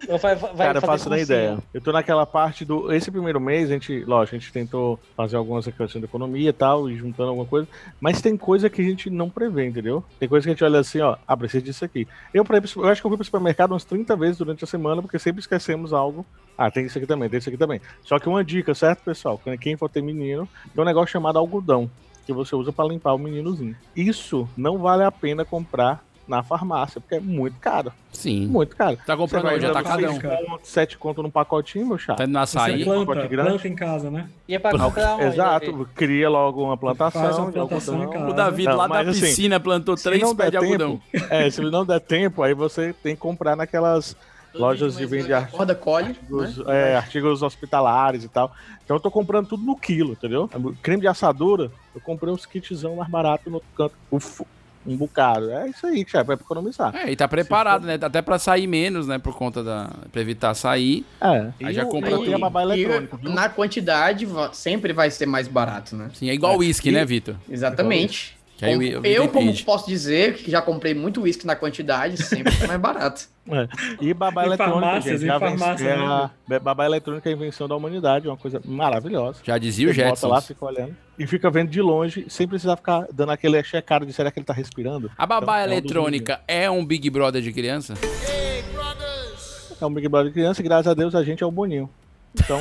[SPEAKER 8] Ou vai, vai
[SPEAKER 4] Cara, eu
[SPEAKER 8] fazer
[SPEAKER 4] faço nem
[SPEAKER 8] cursinho?
[SPEAKER 4] ideia. Eu tô naquela parte do. Esse primeiro mês, a gente, lógico, a gente tentou fazer algumas questões da economia e tal, e juntando alguma coisa. Mas tem coisa que a gente não prevê, entendeu? Tem coisa que a gente olha assim, ó, ah, preciso disso aqui. Eu, por exemplo, eu acho que eu fui pro supermercado umas 30 vezes durante a semana, porque sempre esquecemos algo. Ah, tem isso aqui também, tem isso aqui também. Só que uma dica, certo, pessoal? Quando- Quem for ter menino, tem um negócio chamado algodão, que você usa pra limpar o meninozinho. Isso não vale a pena comprar na farmácia, porque é muito caro.
[SPEAKER 1] Sim.
[SPEAKER 4] Muito caro.
[SPEAKER 1] Tá comprando
[SPEAKER 4] Você vai
[SPEAKER 1] onde?
[SPEAKER 4] dando
[SPEAKER 1] Atacadão?
[SPEAKER 4] seis conto, Sete conto num pacotinho, meu chato.
[SPEAKER 1] Tá indo na
[SPEAKER 6] Você
[SPEAKER 1] açaí?
[SPEAKER 6] planta,
[SPEAKER 4] pacote grande.
[SPEAKER 6] planta em casa, né?
[SPEAKER 8] E é pra comprar onde?
[SPEAKER 4] Exato, cria logo uma
[SPEAKER 6] Faz
[SPEAKER 4] plantação.
[SPEAKER 6] uma
[SPEAKER 4] de
[SPEAKER 6] plantação
[SPEAKER 4] algodão.
[SPEAKER 6] em casa.
[SPEAKER 1] O Davi
[SPEAKER 4] Não,
[SPEAKER 1] lá da
[SPEAKER 4] mas assim,
[SPEAKER 1] piscina plantou
[SPEAKER 4] se
[SPEAKER 1] três
[SPEAKER 4] não
[SPEAKER 1] pés
[SPEAKER 4] der
[SPEAKER 1] de algodão.
[SPEAKER 4] tempo- É, se não der tempo, aí você tem que comprar naquelas lojas de vender artigos,
[SPEAKER 2] Corda colhe.
[SPEAKER 4] é, artigos hospitalares e tal. Então eu tô comprando tudo no quilo, entendeu? É, Creme de assadura, eu comprei uns kitzão mais barato no outro canto. Uf, um bocado. É isso aí, chefe, é pra economizar.
[SPEAKER 1] É, e tá preparado, né? Até pra sair menos, né? Por conta da. pra evitar sair.
[SPEAKER 4] É.
[SPEAKER 1] Aí já
[SPEAKER 4] o-
[SPEAKER 1] compra
[SPEAKER 4] e
[SPEAKER 1] tudo.
[SPEAKER 4] a babá eletrônica,
[SPEAKER 2] E na quantidade va- sempre vai ser mais barato, né?
[SPEAKER 1] Sim, é igual uísque, né, Vitor?
[SPEAKER 2] Exatamente.
[SPEAKER 1] Que aí
[SPEAKER 2] Como-
[SPEAKER 1] eu-
[SPEAKER 2] eu,
[SPEAKER 1] eu-
[SPEAKER 2] como
[SPEAKER 1] eu-
[SPEAKER 2] posso dizer, que já comprei muito uísque na quantidade, sempre é mais barato.
[SPEAKER 4] É. E babá
[SPEAKER 6] Em
[SPEAKER 4] eletrônica,
[SPEAKER 6] farmácias,
[SPEAKER 4] gente,
[SPEAKER 6] em
[SPEAKER 4] já
[SPEAKER 6] farmácia,
[SPEAKER 4] venceu
[SPEAKER 6] né?
[SPEAKER 4] a- babá eletrônica é a invenção da humanidade, é uma coisa maravilhosa.
[SPEAKER 1] Já dizia o
[SPEAKER 4] Você bota
[SPEAKER 1] Jetson.
[SPEAKER 4] lá, fica olhando. E fica vendo de longe, sem precisar ficar dando aquele checado de será que ele tá respirando.
[SPEAKER 1] A babá
[SPEAKER 4] Então, é um dos
[SPEAKER 1] eletrônica é um Big Brother de criança?
[SPEAKER 4] Big- É um Big Brother de criança e graças a Deus a gente é o Boninho. Então,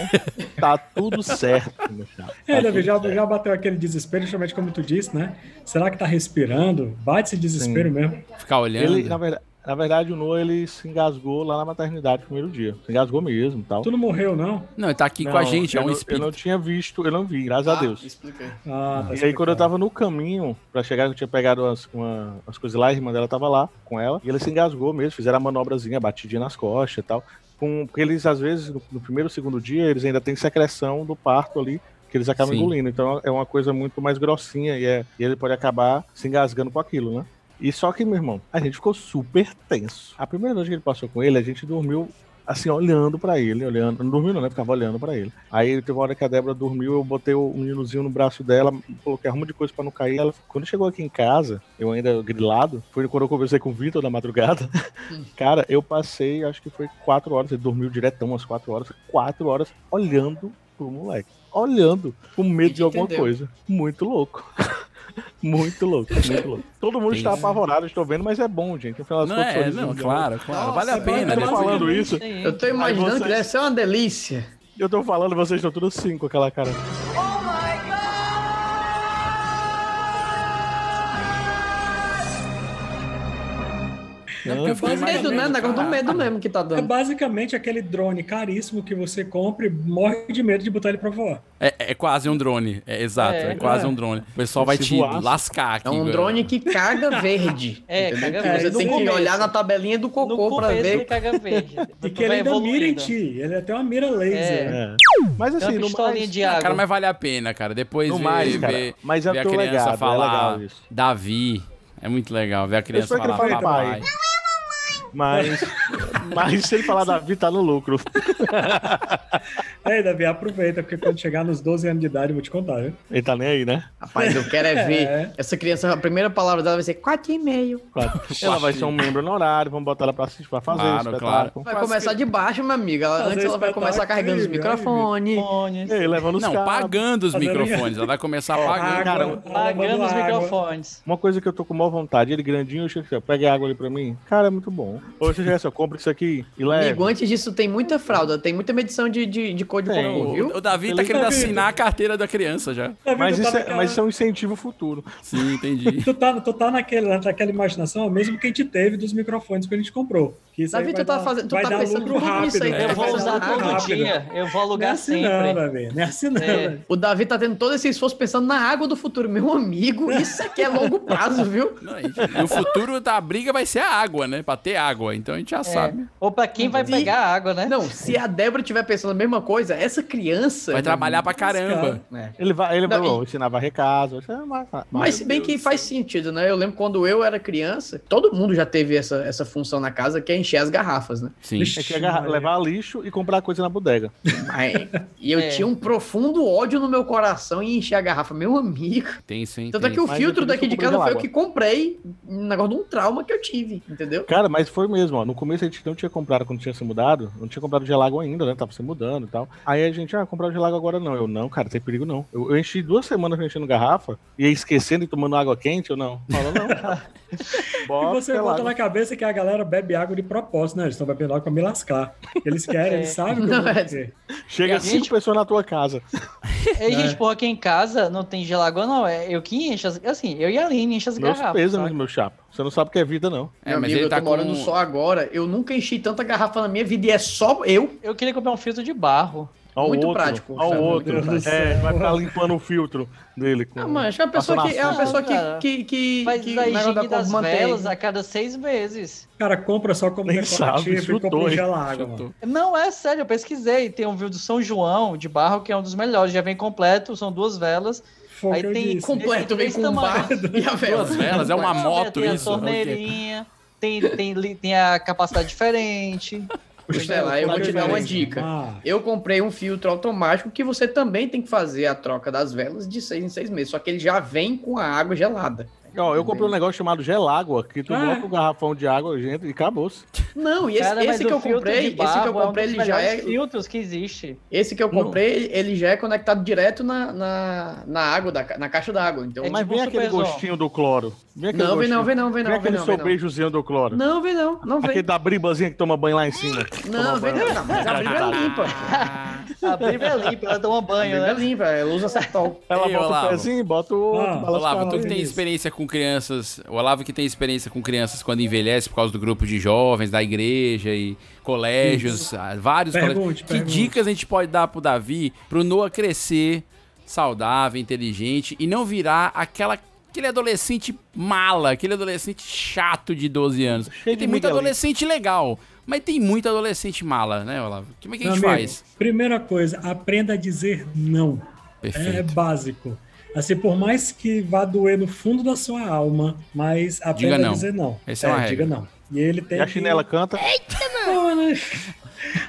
[SPEAKER 4] tá tudo certo, meu chapa.
[SPEAKER 6] É,
[SPEAKER 4] Tá
[SPEAKER 6] Davi,
[SPEAKER 4] tudo
[SPEAKER 6] já,
[SPEAKER 4] certo.
[SPEAKER 6] já bateu aquele desespero, justamente como tu disse, né? Será que tá respirando? Bate esse desespero mesmo.
[SPEAKER 1] Ficar olhando.
[SPEAKER 4] Ele, na verdade... Na verdade, o Noah, ele se engasgou lá na maternidade no primeiro dia. Se engasgou mesmo e tal.
[SPEAKER 6] Tu não morreu, não?
[SPEAKER 1] Não, ele tá aqui com
[SPEAKER 4] Não,
[SPEAKER 1] a gente, é
[SPEAKER 4] eu
[SPEAKER 1] um
[SPEAKER 4] não- Eu
[SPEAKER 1] espírito. é
[SPEAKER 4] não tinha visto, eu não vi, graças
[SPEAKER 2] Tá?
[SPEAKER 4] a Deus.
[SPEAKER 2] Expliquei.
[SPEAKER 6] Ah,
[SPEAKER 4] E
[SPEAKER 6] tá
[SPEAKER 4] aí, quando eu
[SPEAKER 6] explicado.
[SPEAKER 4] tava no caminho pra chegar, eu tinha pegado umas, uma- umas coisas lá, a irmã dela tava lá com ela, e ela se engasgou mesmo, fizeram a manobrazinha, a batidinha nas costas e tal. Com, porque eles, às vezes, no, no primeiro, segundo dia, eles ainda têm secreção do parto ali, que eles acabam
[SPEAKER 1] Sim.
[SPEAKER 4] engolindo. Então, é uma coisa muito mais grossinha e, é- e ele pode acabar se engasgando com aquilo, né? E só que, meu irmão, a gente ficou super tenso. A primeira noite que ele passou com ele, a gente dormiu assim, olhando pra ele, olhando. Não dormiu, não, né? Ficava olhando pra ele. Aí teve uma hora que a Débora dormiu, eu botei o meninozinho no braço dela, coloquei arruma de coisa pra não cair. Ela, quando chegou aqui em casa, eu ainda grilado, foi quando eu conversei com o Vitor na madrugada. Cara, eu passei, acho que foi quatro horas, ele dormiu diretão, umas quatro horas, quatro horas olhando pro moleque. Olhando, com medo de alguma
[SPEAKER 2] Entendeu.
[SPEAKER 4] coisa. Muito louco. muito louco, muito louco. Todo mundo está apavorado, estou vendo, mas é bom, gente. No final das
[SPEAKER 1] Não,
[SPEAKER 4] contas,
[SPEAKER 1] é,
[SPEAKER 4] sorriso
[SPEAKER 1] não,
[SPEAKER 4] de
[SPEAKER 1] claro, claro.
[SPEAKER 2] Nossa,
[SPEAKER 1] vale a
[SPEAKER 2] agora
[SPEAKER 1] pena.
[SPEAKER 4] eu tô
[SPEAKER 1] né?
[SPEAKER 4] falando isso.
[SPEAKER 2] Eu tô imaginando
[SPEAKER 4] Aí vocês-
[SPEAKER 2] que deve ser uma delícia.
[SPEAKER 4] Eu tô falando, vocês estão todos cinco com aquela cara.
[SPEAKER 1] É porque eu fiquei
[SPEAKER 6] Mas
[SPEAKER 1] imaginando,
[SPEAKER 2] Medo, né? Negócio do
[SPEAKER 1] cara.
[SPEAKER 2] medo mesmo que tá
[SPEAKER 6] É
[SPEAKER 2] dando.
[SPEAKER 6] basicamente aquele drone caríssimo que você compra e morre de medo de botar ele pra voar.
[SPEAKER 1] É, é quase um drone. É, exato, é,
[SPEAKER 8] É,
[SPEAKER 1] quase
[SPEAKER 6] é.
[SPEAKER 1] um drone. O pessoal vai
[SPEAKER 4] Se
[SPEAKER 1] te
[SPEAKER 4] voasse.
[SPEAKER 1] lascar aqui.
[SPEAKER 2] É um
[SPEAKER 1] velho.
[SPEAKER 2] drone que caga verde.
[SPEAKER 8] É,
[SPEAKER 2] entendeu?
[SPEAKER 8] caga
[SPEAKER 2] Que
[SPEAKER 8] verde.
[SPEAKER 2] Você
[SPEAKER 6] No
[SPEAKER 2] tem que
[SPEAKER 6] começo.
[SPEAKER 2] olhar na tabelinha do
[SPEAKER 8] No
[SPEAKER 2] cocô pra
[SPEAKER 8] começo ele
[SPEAKER 2] ver.
[SPEAKER 8] caga verde.
[SPEAKER 6] E
[SPEAKER 8] Vai
[SPEAKER 6] que ele ainda mira em
[SPEAKER 8] evoluindo.
[SPEAKER 6] ti. Ele é até uma mira laser.
[SPEAKER 8] É.
[SPEAKER 6] né?
[SPEAKER 4] É. Mas
[SPEAKER 8] Tem
[SPEAKER 4] assim,
[SPEAKER 8] uma
[SPEAKER 4] no
[SPEAKER 8] pistolinha
[SPEAKER 4] mais,
[SPEAKER 8] de
[SPEAKER 1] Ah,
[SPEAKER 8] água.
[SPEAKER 1] cara, mas vale a pena, cara. Depois
[SPEAKER 4] no
[SPEAKER 1] ver,
[SPEAKER 4] mais, cara.
[SPEAKER 1] ver,
[SPEAKER 4] mas é
[SPEAKER 1] ver a
[SPEAKER 4] teu
[SPEAKER 1] criança
[SPEAKER 4] legado, é
[SPEAKER 1] falar
[SPEAKER 4] legal isso.
[SPEAKER 1] Davi. É muito legal ver a criança
[SPEAKER 4] espero que
[SPEAKER 1] falar
[SPEAKER 4] ele fale
[SPEAKER 1] papai.
[SPEAKER 4] pai. Mas, mas se ele falar Davi, tá no lucro.
[SPEAKER 6] Ei, Davi, aproveita, porque quando chegar nos 12 anos de idade, eu vou te contar, viu?
[SPEAKER 4] Ele tá nem aí, né?
[SPEAKER 2] Rapaz, eu quero é ver. Essa criança, a primeira palavra dela vai ser 4,5.
[SPEAKER 4] Claro. Ela vai ser um membro honorário, vamos botar ela pra assistir, pra fazer
[SPEAKER 1] Claro,
[SPEAKER 4] isso.
[SPEAKER 1] claro.
[SPEAKER 2] Vai começar de baixo, minha amiga. Ela-
[SPEAKER 6] Fazer
[SPEAKER 2] antes ela vai
[SPEAKER 6] espetáculo,
[SPEAKER 2] começar carregando os
[SPEAKER 6] amigo.
[SPEAKER 2] microfones.
[SPEAKER 4] Ei, levando os
[SPEAKER 1] Não,
[SPEAKER 4] cabos.
[SPEAKER 1] pagando os microfones. Ela vai começar pagando.
[SPEAKER 4] Cara,
[SPEAKER 8] Pagando os microfones.
[SPEAKER 4] Uma coisa que eu tô com maior vontade, ele grandinho, eu chego assim, ó, pega água ali pra mim. Cara, é muito bom. Ou seja, é só compra isso aqui e
[SPEAKER 2] Amigo,
[SPEAKER 4] leva.
[SPEAKER 2] antes disso tem muita fraude, tem muita medição de, de, de código,
[SPEAKER 4] Tem.
[SPEAKER 2] penal, viu?
[SPEAKER 1] O, o Davi tá
[SPEAKER 2] Feliz
[SPEAKER 1] querendo
[SPEAKER 2] Natal.
[SPEAKER 1] assinar a carteira da criança já.
[SPEAKER 4] Mas isso, é,
[SPEAKER 6] naquela-
[SPEAKER 4] mas isso é um incentivo futuro.
[SPEAKER 1] Sim, entendi.
[SPEAKER 6] Tu tá, tu tá naquele, naquela imaginação, mesmo que a gente teve dos microfones que a gente comprou. Que isso aí
[SPEAKER 2] Davi,
[SPEAKER 6] vai
[SPEAKER 2] tu tá
[SPEAKER 6] dar-
[SPEAKER 2] fazendo- tu
[SPEAKER 6] vai
[SPEAKER 2] tá
[SPEAKER 6] dar
[SPEAKER 2] pensando
[SPEAKER 6] lucro
[SPEAKER 2] tudo
[SPEAKER 6] rápido,
[SPEAKER 2] nisso aí, tá
[SPEAKER 6] né?
[SPEAKER 8] Eu vou
[SPEAKER 6] Vai dar
[SPEAKER 8] usar
[SPEAKER 6] lucro
[SPEAKER 8] todo
[SPEAKER 6] rápido.
[SPEAKER 2] né?
[SPEAKER 8] dia. Eu vou
[SPEAKER 6] Não é
[SPEAKER 8] alugar
[SPEAKER 6] assim
[SPEAKER 8] sempre.
[SPEAKER 6] não, Davi. Não é assim não,
[SPEAKER 8] É.
[SPEAKER 6] Davi.
[SPEAKER 2] O Davi tá tendo todo esse esforço pensando na água do futuro. Meu amigo, isso aqui é longo prazo, viu?
[SPEAKER 1] Não, e- e o futuro da briga vai ser a água, né? Pra ter água. Então a gente
[SPEAKER 2] É.
[SPEAKER 1] já sabe.
[SPEAKER 8] Ou pra quem vai
[SPEAKER 2] E-
[SPEAKER 8] pegar a água, né?
[SPEAKER 2] Não, se a Débora tiver pensando a mesma coisa, essa criança.
[SPEAKER 1] Vai trabalhar pra caramba.
[SPEAKER 2] É.
[SPEAKER 4] Ele vai, ele
[SPEAKER 2] Não,
[SPEAKER 4] vai ensinar a varrer casa. vai- vai- vai-
[SPEAKER 2] Mas se bem que faz sentido, né? Eu lembro quando eu era criança, todo mundo já teve essa, essa função na casa que é encher as garrafas, né?
[SPEAKER 1] Sim.
[SPEAKER 4] É que é agarrar- levar lixo e comprar coisa na bodega.
[SPEAKER 2] Mas- e eu
[SPEAKER 8] É.
[SPEAKER 2] tinha um profundo ódio no meu coração em encher a garrafa, meu amigo.
[SPEAKER 1] Tem sim.
[SPEAKER 2] Tanto é
[SPEAKER 1] tem.
[SPEAKER 2] que o
[SPEAKER 4] Mas
[SPEAKER 2] filtro
[SPEAKER 4] eu queria
[SPEAKER 2] daqui de
[SPEAKER 4] descobrir
[SPEAKER 2] casa foi eu
[SPEAKER 4] água.
[SPEAKER 2] que comprei, um negócio de um trauma que eu tive, entendeu?
[SPEAKER 4] Cara, mas foi mesmo, ó. No começo a gente não tinha comprado quando tinha se mudado. Não tinha comprado gelágua ainda, né? Tava se mudando e tal. Aí a gente, ah, comprar o gelágua agora não. Eu, não, cara, tem perigo não. Eu, eu enchi duas semanas enchendo garrafa e ia esquecendo e tomando água quente, eu não. Fala, não, cara.
[SPEAKER 6] E
[SPEAKER 4] Bota
[SPEAKER 6] você
[SPEAKER 4] gelada.
[SPEAKER 6] bota na cabeça que a galera bebe água de propósito, né? Eles estão bebendo água pra me lascar. Eles querem, eles sabem que eu
[SPEAKER 2] Não,
[SPEAKER 6] vou
[SPEAKER 2] é-
[SPEAKER 6] beber.
[SPEAKER 4] Chega
[SPEAKER 8] E a
[SPEAKER 4] cinco
[SPEAKER 8] gente-
[SPEAKER 4] pessoas na tua casa.
[SPEAKER 8] Ei,
[SPEAKER 1] É.
[SPEAKER 8] gente, porra, aqui em casa não tem gelágua, não. É eu que encho as... Assim, eu e a Aline enche as
[SPEAKER 4] Meus
[SPEAKER 8] garrafas.
[SPEAKER 4] pêsames, meu chapa. Você não sabe o que é vida, não.
[SPEAKER 1] É,
[SPEAKER 2] meu
[SPEAKER 1] mas
[SPEAKER 2] amigo,
[SPEAKER 1] ele
[SPEAKER 2] eu
[SPEAKER 1] tá
[SPEAKER 2] tô morando
[SPEAKER 1] com-
[SPEAKER 2] só agora, eu nunca enchi tanta garrafa na minha vida e é só eu.
[SPEAKER 8] Eu queria comprar um filtro de barro.
[SPEAKER 4] Ó o
[SPEAKER 2] Muito
[SPEAKER 4] outro,
[SPEAKER 2] prático,
[SPEAKER 4] Ó o
[SPEAKER 2] sabe?
[SPEAKER 4] outro.
[SPEAKER 6] Meu Deus do
[SPEAKER 4] É, vai ficar limpando o filtro dele. Com...
[SPEAKER 2] Não, mas é uma pessoa
[SPEAKER 4] Passando
[SPEAKER 2] que é uma
[SPEAKER 8] ação.
[SPEAKER 2] pessoa
[SPEAKER 8] Cara,
[SPEAKER 2] que que que,
[SPEAKER 8] Faz
[SPEAKER 2] que
[SPEAKER 8] a
[SPEAKER 2] o negócio
[SPEAKER 8] higiene
[SPEAKER 2] da
[SPEAKER 8] das
[SPEAKER 2] cor mantém.
[SPEAKER 8] velas a cada seis meses.
[SPEAKER 6] Cara, compra só como
[SPEAKER 4] Nem sabe,
[SPEAKER 6] decorativo e
[SPEAKER 4] chutou,
[SPEAKER 6] compra um
[SPEAKER 4] hein?
[SPEAKER 6] gela água,
[SPEAKER 1] Chutou.
[SPEAKER 6] mano.
[SPEAKER 8] Não, é sério, eu pesquisei. Tem um vídeo do São João de barro, que é um dos melhores. Já vem completo, são duas velas.
[SPEAKER 6] Foi o
[SPEAKER 8] Aí
[SPEAKER 6] que eu
[SPEAKER 8] tem-
[SPEAKER 6] disse.
[SPEAKER 2] completo vem com um bar e a vela.
[SPEAKER 1] Duas velas, é uma
[SPEAKER 8] Mas,
[SPEAKER 1] moto
[SPEAKER 8] tem
[SPEAKER 1] isso.
[SPEAKER 8] a torneirinha, tem, tem, li- tem a capacidade diferente.
[SPEAKER 2] Estela, eu vou te dar uma dica.
[SPEAKER 6] Ah,
[SPEAKER 2] Eu comprei um filtro automático que você também tem que fazer a troca das velas de seis em seis meses, só que ele já vem com a água gelada.
[SPEAKER 4] Ó, eu comprei um negócio chamado gelágua, que tu
[SPEAKER 6] Ah.
[SPEAKER 4] bota o garrafão de água gente, e acabou-se.
[SPEAKER 2] Não, e esse,
[SPEAKER 8] Cara, mas
[SPEAKER 2] esse
[SPEAKER 8] o
[SPEAKER 2] que eu
[SPEAKER 8] filtro de
[SPEAKER 2] comprei, esse que
[SPEAKER 8] barro
[SPEAKER 2] eu
[SPEAKER 8] é um
[SPEAKER 2] comprei,
[SPEAKER 8] dos
[SPEAKER 2] ele já
[SPEAKER 8] melhores
[SPEAKER 2] é,
[SPEAKER 8] filtros que existe.
[SPEAKER 2] esse que eu
[SPEAKER 4] Não.
[SPEAKER 2] comprei, ele já é conectado direto na, na, na água da ca- na caixa d'água. Então,
[SPEAKER 8] É
[SPEAKER 4] Mas
[SPEAKER 8] tipo
[SPEAKER 4] vem
[SPEAKER 8] um
[SPEAKER 4] aquele
[SPEAKER 8] superzão.
[SPEAKER 4] gostinho do cloro.
[SPEAKER 1] É
[SPEAKER 4] Vem aquele
[SPEAKER 2] não, vem não,
[SPEAKER 4] gostinho.
[SPEAKER 2] vem não, vem
[SPEAKER 4] Vem
[SPEAKER 2] não, vem
[SPEAKER 4] aquele
[SPEAKER 2] não, vem não.
[SPEAKER 4] sobrejozinho do cloro.
[SPEAKER 2] Não, vem não, não
[SPEAKER 4] Aquele
[SPEAKER 2] vem.
[SPEAKER 4] da bribazinha que toma banho lá em cima.
[SPEAKER 1] tá
[SPEAKER 2] Não, vem não, não, mas a briga é limpa.
[SPEAKER 8] A Bíblia é limpa, ela toma
[SPEAKER 2] A
[SPEAKER 8] banho,
[SPEAKER 2] briga é
[SPEAKER 8] né?
[SPEAKER 2] limpa, ela usa acertol.
[SPEAKER 4] Ela
[SPEAKER 1] Ei,
[SPEAKER 4] bota
[SPEAKER 1] Olavo.
[SPEAKER 4] o pezinho, bota o outro,
[SPEAKER 6] Ah,
[SPEAKER 4] balança
[SPEAKER 1] Olavo,
[SPEAKER 4] pra
[SPEAKER 1] tu
[SPEAKER 4] lá.
[SPEAKER 1] que tem experiência com crianças, o Olavo que tem experiência com crianças quando envelhece por causa do grupo de jovens, da igreja e colégios, ah, vários
[SPEAKER 6] Pergunte,
[SPEAKER 1] colégios. Que
[SPEAKER 6] pergunte.
[SPEAKER 1] dicas a gente pode dar pro Davi pro Noah crescer saudável, inteligente e não virar aquela aquele adolescente mala, aquele adolescente chato de 12 anos.
[SPEAKER 4] Cheio
[SPEAKER 1] Porque
[SPEAKER 4] de
[SPEAKER 1] tem muito
[SPEAKER 4] Miguelito.
[SPEAKER 1] adolescente legal, mas tem muito adolescente mala, né, Olavo? Como é que a
[SPEAKER 6] meu
[SPEAKER 1] gente
[SPEAKER 6] amigo,
[SPEAKER 1] faz?
[SPEAKER 6] Primeira coisa, aprenda a dizer não. É
[SPEAKER 1] Perfeito.
[SPEAKER 6] básico. Assim, por mais que vá doer no fundo da sua alma, mas aprenda
[SPEAKER 1] Diga não.
[SPEAKER 6] a dizer não.
[SPEAKER 1] Essa é uma regra.
[SPEAKER 6] diga não. E ele tem
[SPEAKER 4] E a
[SPEAKER 6] que-
[SPEAKER 4] chinela canta.
[SPEAKER 6] Pô, né?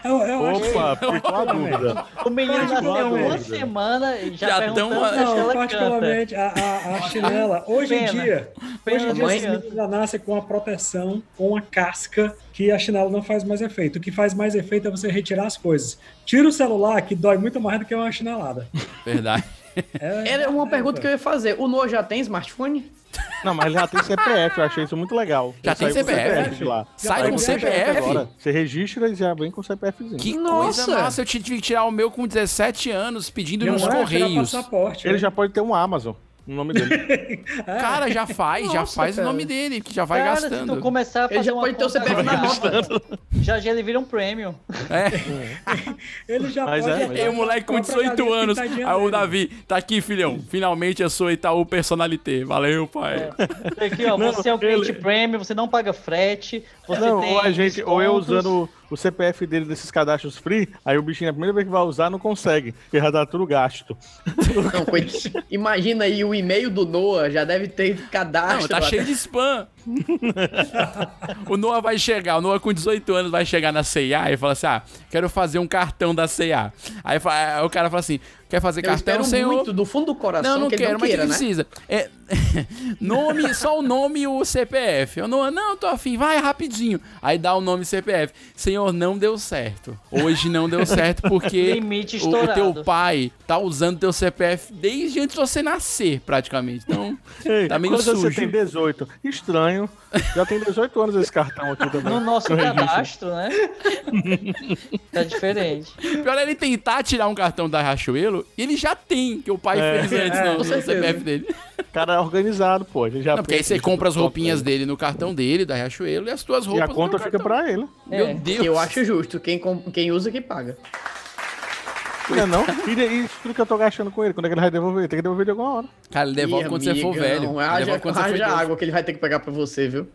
[SPEAKER 6] Eu, eu acho que-
[SPEAKER 4] Opa, ficou a dúvida.
[SPEAKER 8] O menino
[SPEAKER 6] Pode
[SPEAKER 8] nasceu
[SPEAKER 4] guardar,
[SPEAKER 8] uma
[SPEAKER 4] velho.
[SPEAKER 8] semana e
[SPEAKER 1] Já
[SPEAKER 8] já, já
[SPEAKER 1] dão
[SPEAKER 8] perguntando
[SPEAKER 1] uma-
[SPEAKER 8] uma... se
[SPEAKER 6] Não,
[SPEAKER 8] ela canta.
[SPEAKER 6] particularmente a, a- a chinela, hoje em
[SPEAKER 8] Pena.
[SPEAKER 6] dia, hoje
[SPEAKER 8] Pena
[SPEAKER 6] em dia
[SPEAKER 8] da
[SPEAKER 6] as
[SPEAKER 8] criança.
[SPEAKER 6] meninas já nascem com a proteção, com a casca, que a chinela não faz mais efeito. O que faz mais efeito é você retirar as coisas. Tira o celular, que dói muito mais do que uma chinelada. É
[SPEAKER 1] Verdade.
[SPEAKER 2] Era uma pergunta que eu ia fazer. O Noah já tem smartphone?
[SPEAKER 4] Não, mas já tem CPF, eu achei isso muito legal.
[SPEAKER 1] Já
[SPEAKER 4] Saiu
[SPEAKER 1] tem
[SPEAKER 4] com
[SPEAKER 1] CPF.
[SPEAKER 4] lá.
[SPEAKER 1] Sai
[SPEAKER 4] Saiu
[SPEAKER 1] com CPF?
[SPEAKER 4] agora. Você registra e já vem com o CPFzinho.
[SPEAKER 1] Que
[SPEAKER 2] Nossa!
[SPEAKER 1] coisa massa, eu tive que tirar o meu com 17 anos pedindo
[SPEAKER 6] Não
[SPEAKER 1] nos
[SPEAKER 6] é tirar
[SPEAKER 1] correios.
[SPEAKER 6] passaporte,
[SPEAKER 4] Ele
[SPEAKER 6] né?
[SPEAKER 4] já pode ter um Amazon no nome dele.
[SPEAKER 6] É.
[SPEAKER 1] Cara, já faz, já
[SPEAKER 2] Nossa,
[SPEAKER 1] faz
[SPEAKER 2] cara.
[SPEAKER 1] o nome dele, que já vai
[SPEAKER 8] Cara, se tu
[SPEAKER 1] gastando.
[SPEAKER 8] começar a
[SPEAKER 2] Ele
[SPEAKER 8] fazer
[SPEAKER 2] já
[SPEAKER 8] uma
[SPEAKER 2] pode ter o
[SPEAKER 8] conta
[SPEAKER 2] CPF na
[SPEAKER 8] agora,
[SPEAKER 2] nota.
[SPEAKER 8] Já já ele vira um prêmio.
[SPEAKER 1] É,
[SPEAKER 6] Ele já
[SPEAKER 4] Mas
[SPEAKER 6] pode
[SPEAKER 4] é,
[SPEAKER 6] até
[SPEAKER 4] mas
[SPEAKER 1] tem um moleque com
[SPEAKER 6] comprar a
[SPEAKER 1] 18
[SPEAKER 6] galinha
[SPEAKER 1] anos.
[SPEAKER 6] pintadinha
[SPEAKER 1] Aí o
[SPEAKER 6] dele.
[SPEAKER 1] Davi, tá aqui, filhão. Finalmente eu sou Itaú Personalité. Valeu, pai.
[SPEAKER 8] Aqui, ó,
[SPEAKER 4] Não,
[SPEAKER 8] você é um cliente
[SPEAKER 4] ele-
[SPEAKER 8] prêmio, você não paga frete, você
[SPEAKER 4] Não,
[SPEAKER 8] tem
[SPEAKER 4] ou a gente, ou eu
[SPEAKER 8] descontos.
[SPEAKER 4] usando o CPF dele desses cadastros free, aí o bichinho, a primeira vez que vai usar, não consegue. Porque já dá tudo gasto.
[SPEAKER 2] Não, coitado. Imagina aí, o e-mail do Noah já deve ter cadastro.
[SPEAKER 1] Não, tá
[SPEAKER 2] lá.
[SPEAKER 1] cheio de spam. o Noah vai chegar, o Noah com 18 anos vai chegar na CIA e fala assim: Ah, quero fazer um cartão da CIA. Aí, fa- aí o cara fala assim: Quer fazer cartão,
[SPEAKER 2] espero
[SPEAKER 1] senhor?
[SPEAKER 2] muito, do fundo do coração,
[SPEAKER 1] Não, não
[SPEAKER 2] que ele
[SPEAKER 1] quero,
[SPEAKER 2] não
[SPEAKER 1] mas
[SPEAKER 2] queira,
[SPEAKER 1] ele
[SPEAKER 2] né?
[SPEAKER 1] precisa. É, nome, só o nome e o CPF. O Noah, não, tô afim, vai rapidinho. Aí dá o nome e CPF. Senhor, não deu certo. Hoje não deu certo porque
[SPEAKER 8] Limite
[SPEAKER 1] o, o teu
[SPEAKER 8] estourado.
[SPEAKER 1] pai tá usando teu CPF desde antes de você nascer, praticamente. Então,
[SPEAKER 4] Ei,
[SPEAKER 1] tá meio
[SPEAKER 4] quando
[SPEAKER 1] sujo.
[SPEAKER 4] você tem 18. Estranho. Já tem 18 anos esse cartão aqui também.
[SPEAKER 8] No nosso
[SPEAKER 4] registro.
[SPEAKER 8] cadastro, né? tá diferente.
[SPEAKER 1] Pior é ele tentar tirar um cartão da Riachuelo e ele já tem, que o pai
[SPEAKER 4] É,
[SPEAKER 1] fez antes
[SPEAKER 4] é,
[SPEAKER 1] não,
[SPEAKER 4] com
[SPEAKER 1] no
[SPEAKER 4] certeza.
[SPEAKER 1] CPF dele.
[SPEAKER 4] Cara é organizado, pô. Ele já
[SPEAKER 1] Não, porque aí você compra as roupinhas né? dele no cartão dele, da Riachuelo, e as tuas
[SPEAKER 4] E a
[SPEAKER 1] roupas.
[SPEAKER 4] conta fica pra ele.
[SPEAKER 8] É.
[SPEAKER 1] Meu Deus.
[SPEAKER 2] Eu acho justo. Quem, com- quem usa, que paga.
[SPEAKER 4] Não, é não. E daí, isso tudo que eu tô gastando com ele, quando é que ele vai devolver? Tem que devolver de alguma hora.
[SPEAKER 1] Cara, ele devolve
[SPEAKER 2] Ih,
[SPEAKER 1] quando você for
[SPEAKER 2] amigão,
[SPEAKER 1] velho. Ele
[SPEAKER 2] Haja,
[SPEAKER 1] devolve quando você for
[SPEAKER 2] haja
[SPEAKER 1] idoso.
[SPEAKER 2] água que ele vai ter que pegar pra você, viu?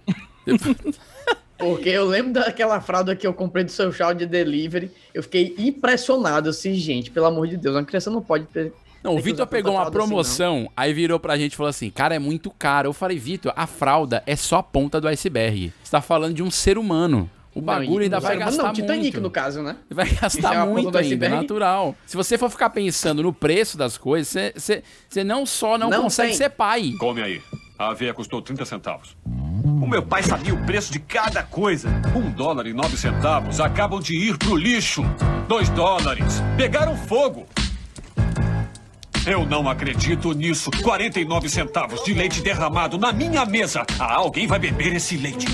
[SPEAKER 2] Porque eu lembro daquela fralda que eu comprei do social de delivery. Eu fiquei impressionado assim, gente, pelo amor de Deus, uma criança não pode ter.
[SPEAKER 1] Não, o
[SPEAKER 2] ter que
[SPEAKER 1] Vitor
[SPEAKER 2] usar tanta
[SPEAKER 1] pegou uma
[SPEAKER 2] fralda assim, não.
[SPEAKER 1] promoção, aí virou pra gente e falou assim: Cara, é muito caro. Eu falei, Vitor, a fralda é só a ponta do iceberg. Você tá falando de um ser humano. O bagulho
[SPEAKER 2] e
[SPEAKER 1] ainda
[SPEAKER 2] não
[SPEAKER 1] vai
[SPEAKER 2] vai- mas
[SPEAKER 1] gastar
[SPEAKER 2] não, Titanic,
[SPEAKER 1] muito.
[SPEAKER 2] no caso, né?
[SPEAKER 1] Vai
[SPEAKER 2] Isso é a
[SPEAKER 1] gastar
[SPEAKER 2] ponta
[SPEAKER 1] muito
[SPEAKER 2] do
[SPEAKER 1] ainda, é
[SPEAKER 2] iceberg.
[SPEAKER 1] natural. Se você for ficar pensando no preço das coisas, você- você você não só não,
[SPEAKER 16] Não
[SPEAKER 1] consegue
[SPEAKER 16] tem.
[SPEAKER 1] ser pai.
[SPEAKER 16] Come aí. A aveia custou 30 centavos. O meu pai sabia o preço de cada coisa. Um dólar e nove centavos acabam de ir pro lixo. Dois dólares. Pegaram fogo. Eu não acredito nisso. 49 centavos de leite derramado na minha mesa. Ah, alguém vai beber esse leite.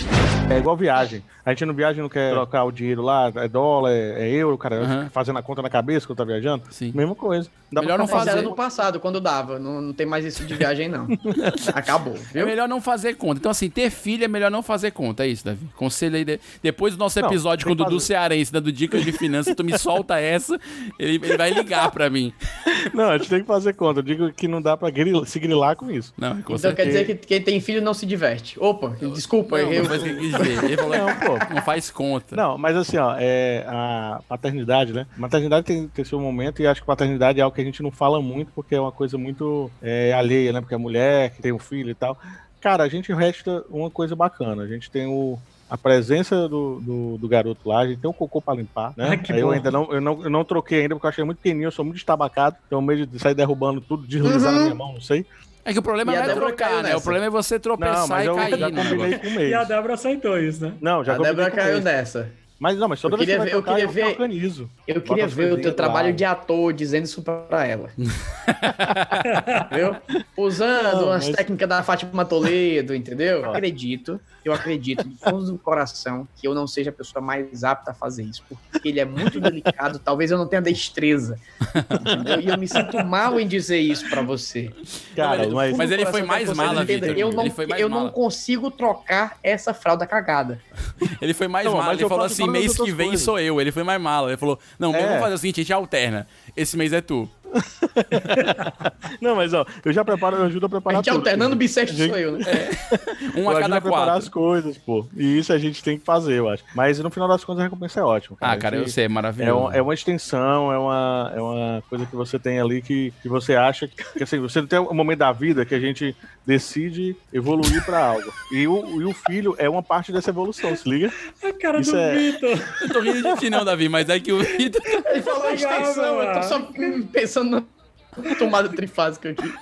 [SPEAKER 4] É igual viagem. A gente não viaja, não quer trocar o dinheiro lá, é dólar, é, é euro, cara, fazendo a conta na cabeça quando tá viajando. Sim. Mesma coisa. Dá pra
[SPEAKER 2] Mas
[SPEAKER 4] ficar
[SPEAKER 2] Era no passado, quando dava. Não, não tem mais isso de viagem, não. Acabou.
[SPEAKER 1] É melhor não fazer conta. Então, assim, ter filho é melhor não fazer conta. É isso, Davi. Conselho aí. de- Depois do nosso
[SPEAKER 4] Não,
[SPEAKER 1] episódio com o
[SPEAKER 4] tem
[SPEAKER 1] Dudu
[SPEAKER 4] que fazer.
[SPEAKER 1] Cearense, dando dicas de finanças, tu me solta essa, ele, ele vai ligar pra mim.
[SPEAKER 4] Não, a gente tem que fazer conta. Eu digo que não dá pra gril- se grilar com isso.
[SPEAKER 1] Não, com
[SPEAKER 2] Então quer dizer que quem tem filho não se diverte. Opa, desculpa,
[SPEAKER 1] Não,
[SPEAKER 2] eu.
[SPEAKER 1] não faz o que quis dizer. Ele falou,
[SPEAKER 4] Não, pô.
[SPEAKER 1] não faz conta.
[SPEAKER 4] Não, mas assim, ó, é a paternidade, né? Maternidade tem, tem seu momento e acho que paternidade é algo que a gente não fala muito porque é uma coisa muito é, alheia, né? Porque é mulher, que tem um filho e tal. Cara, a gente resta uma coisa bacana. A gente tem o, a presença do, do, do garoto lá, a gente tem um cocô pra limpar, né?
[SPEAKER 6] Ai, que
[SPEAKER 4] Aí eu
[SPEAKER 6] bom.
[SPEAKER 4] ainda não, eu não, eu não troquei ainda porque eu achei muito pequenininho, eu sou muito estabacado, tenho um medo de sair derrubando tudo, deslizar na minha mão, não sei.
[SPEAKER 1] É que o problema
[SPEAKER 4] E a
[SPEAKER 1] não é
[SPEAKER 4] Débora
[SPEAKER 1] trocar,
[SPEAKER 4] caiu
[SPEAKER 1] né?
[SPEAKER 4] nessa.
[SPEAKER 1] O problema é você tropeçar
[SPEAKER 4] Não, mas
[SPEAKER 1] e
[SPEAKER 4] eu
[SPEAKER 1] cair.
[SPEAKER 4] já
[SPEAKER 1] né?
[SPEAKER 4] combinei com o
[SPEAKER 6] E a
[SPEAKER 4] mês.
[SPEAKER 6] Débora aceitou isso, né?
[SPEAKER 4] Não, já
[SPEAKER 6] A
[SPEAKER 4] combinei
[SPEAKER 6] Débora
[SPEAKER 4] com o
[SPEAKER 6] caiu
[SPEAKER 4] mês.
[SPEAKER 2] nessa.
[SPEAKER 4] Mas não, mas toda
[SPEAKER 2] Eu
[SPEAKER 4] vez que
[SPEAKER 2] queria
[SPEAKER 4] vai
[SPEAKER 2] ver- eu
[SPEAKER 4] trocar,
[SPEAKER 2] queria
[SPEAKER 4] eu
[SPEAKER 2] ver-
[SPEAKER 4] organizo.
[SPEAKER 2] Eu
[SPEAKER 4] Bota
[SPEAKER 2] queria
[SPEAKER 4] as
[SPEAKER 2] ver o teu
[SPEAKER 4] coisinhas
[SPEAKER 2] trabalho
[SPEAKER 4] lá.
[SPEAKER 2] de ator dizendo isso pra ela. Viu? Usando
[SPEAKER 4] Não,
[SPEAKER 2] umas
[SPEAKER 4] mas-
[SPEAKER 2] técnicas da Fátima Toledo, entendeu? Eu acredito, eu acredito do fundo do coração que eu não seja a pessoa mais apta a fazer isso, porque ele é muito delicado, talvez eu não tenha destreza. entendeu? E eu me sinto mal em dizer isso pra você.
[SPEAKER 4] Cara,
[SPEAKER 1] Não,
[SPEAKER 4] mas-
[SPEAKER 1] mas, ele foi mais mala, Vitor.
[SPEAKER 2] Eu não,
[SPEAKER 1] tá Ele foi mais
[SPEAKER 2] eu não
[SPEAKER 1] mala.
[SPEAKER 2] consigo trocar essa fralda cagada.
[SPEAKER 1] Ele foi mais
[SPEAKER 2] Não,
[SPEAKER 1] mala.
[SPEAKER 2] mas
[SPEAKER 1] Ele
[SPEAKER 2] eu
[SPEAKER 1] falou
[SPEAKER 2] faço
[SPEAKER 1] assim:
[SPEAKER 2] todas as
[SPEAKER 1] mês que
[SPEAKER 2] outras
[SPEAKER 1] vem
[SPEAKER 2] coisas.
[SPEAKER 1] sou eu. Ele foi mais mala. Ele falou: Não, mas
[SPEAKER 4] É.
[SPEAKER 1] vamos fazer o seguinte: a gente alterna. Esse mês é tu.
[SPEAKER 4] Não, mas ó, eu já preparo, eu ajudo a
[SPEAKER 2] A
[SPEAKER 4] preparar
[SPEAKER 2] gente
[SPEAKER 4] tudo.
[SPEAKER 2] alternando bissexto
[SPEAKER 4] Gente,
[SPEAKER 2] sou eu, né?
[SPEAKER 1] Um a
[SPEAKER 4] eu ajudo
[SPEAKER 1] cada
[SPEAKER 4] preparar
[SPEAKER 1] quatro.
[SPEAKER 4] as coisas, pô. E isso a gente tem que fazer, eu acho. Mas no final das contas a recompensa é ótima.
[SPEAKER 1] Ah, cara,
[SPEAKER 4] Isso
[SPEAKER 1] eu sei, é maravilhoso.
[SPEAKER 4] É, um- é uma extensão, é uma, é uma coisa que você tem ali que, que você acha que, que, assim, você tem um momento da vida que a gente decide evoluir pra algo. E o, e o filho é uma parte dessa evolução, se liga?
[SPEAKER 6] A cara
[SPEAKER 4] Isso
[SPEAKER 6] do
[SPEAKER 4] é-
[SPEAKER 6] Vitor.
[SPEAKER 1] Eu tô rindo de ti, não, Davi, mas é que o Vitor.
[SPEAKER 2] Ele falou extensão, eu tô só hum, pensando na tomada trifásica aqui.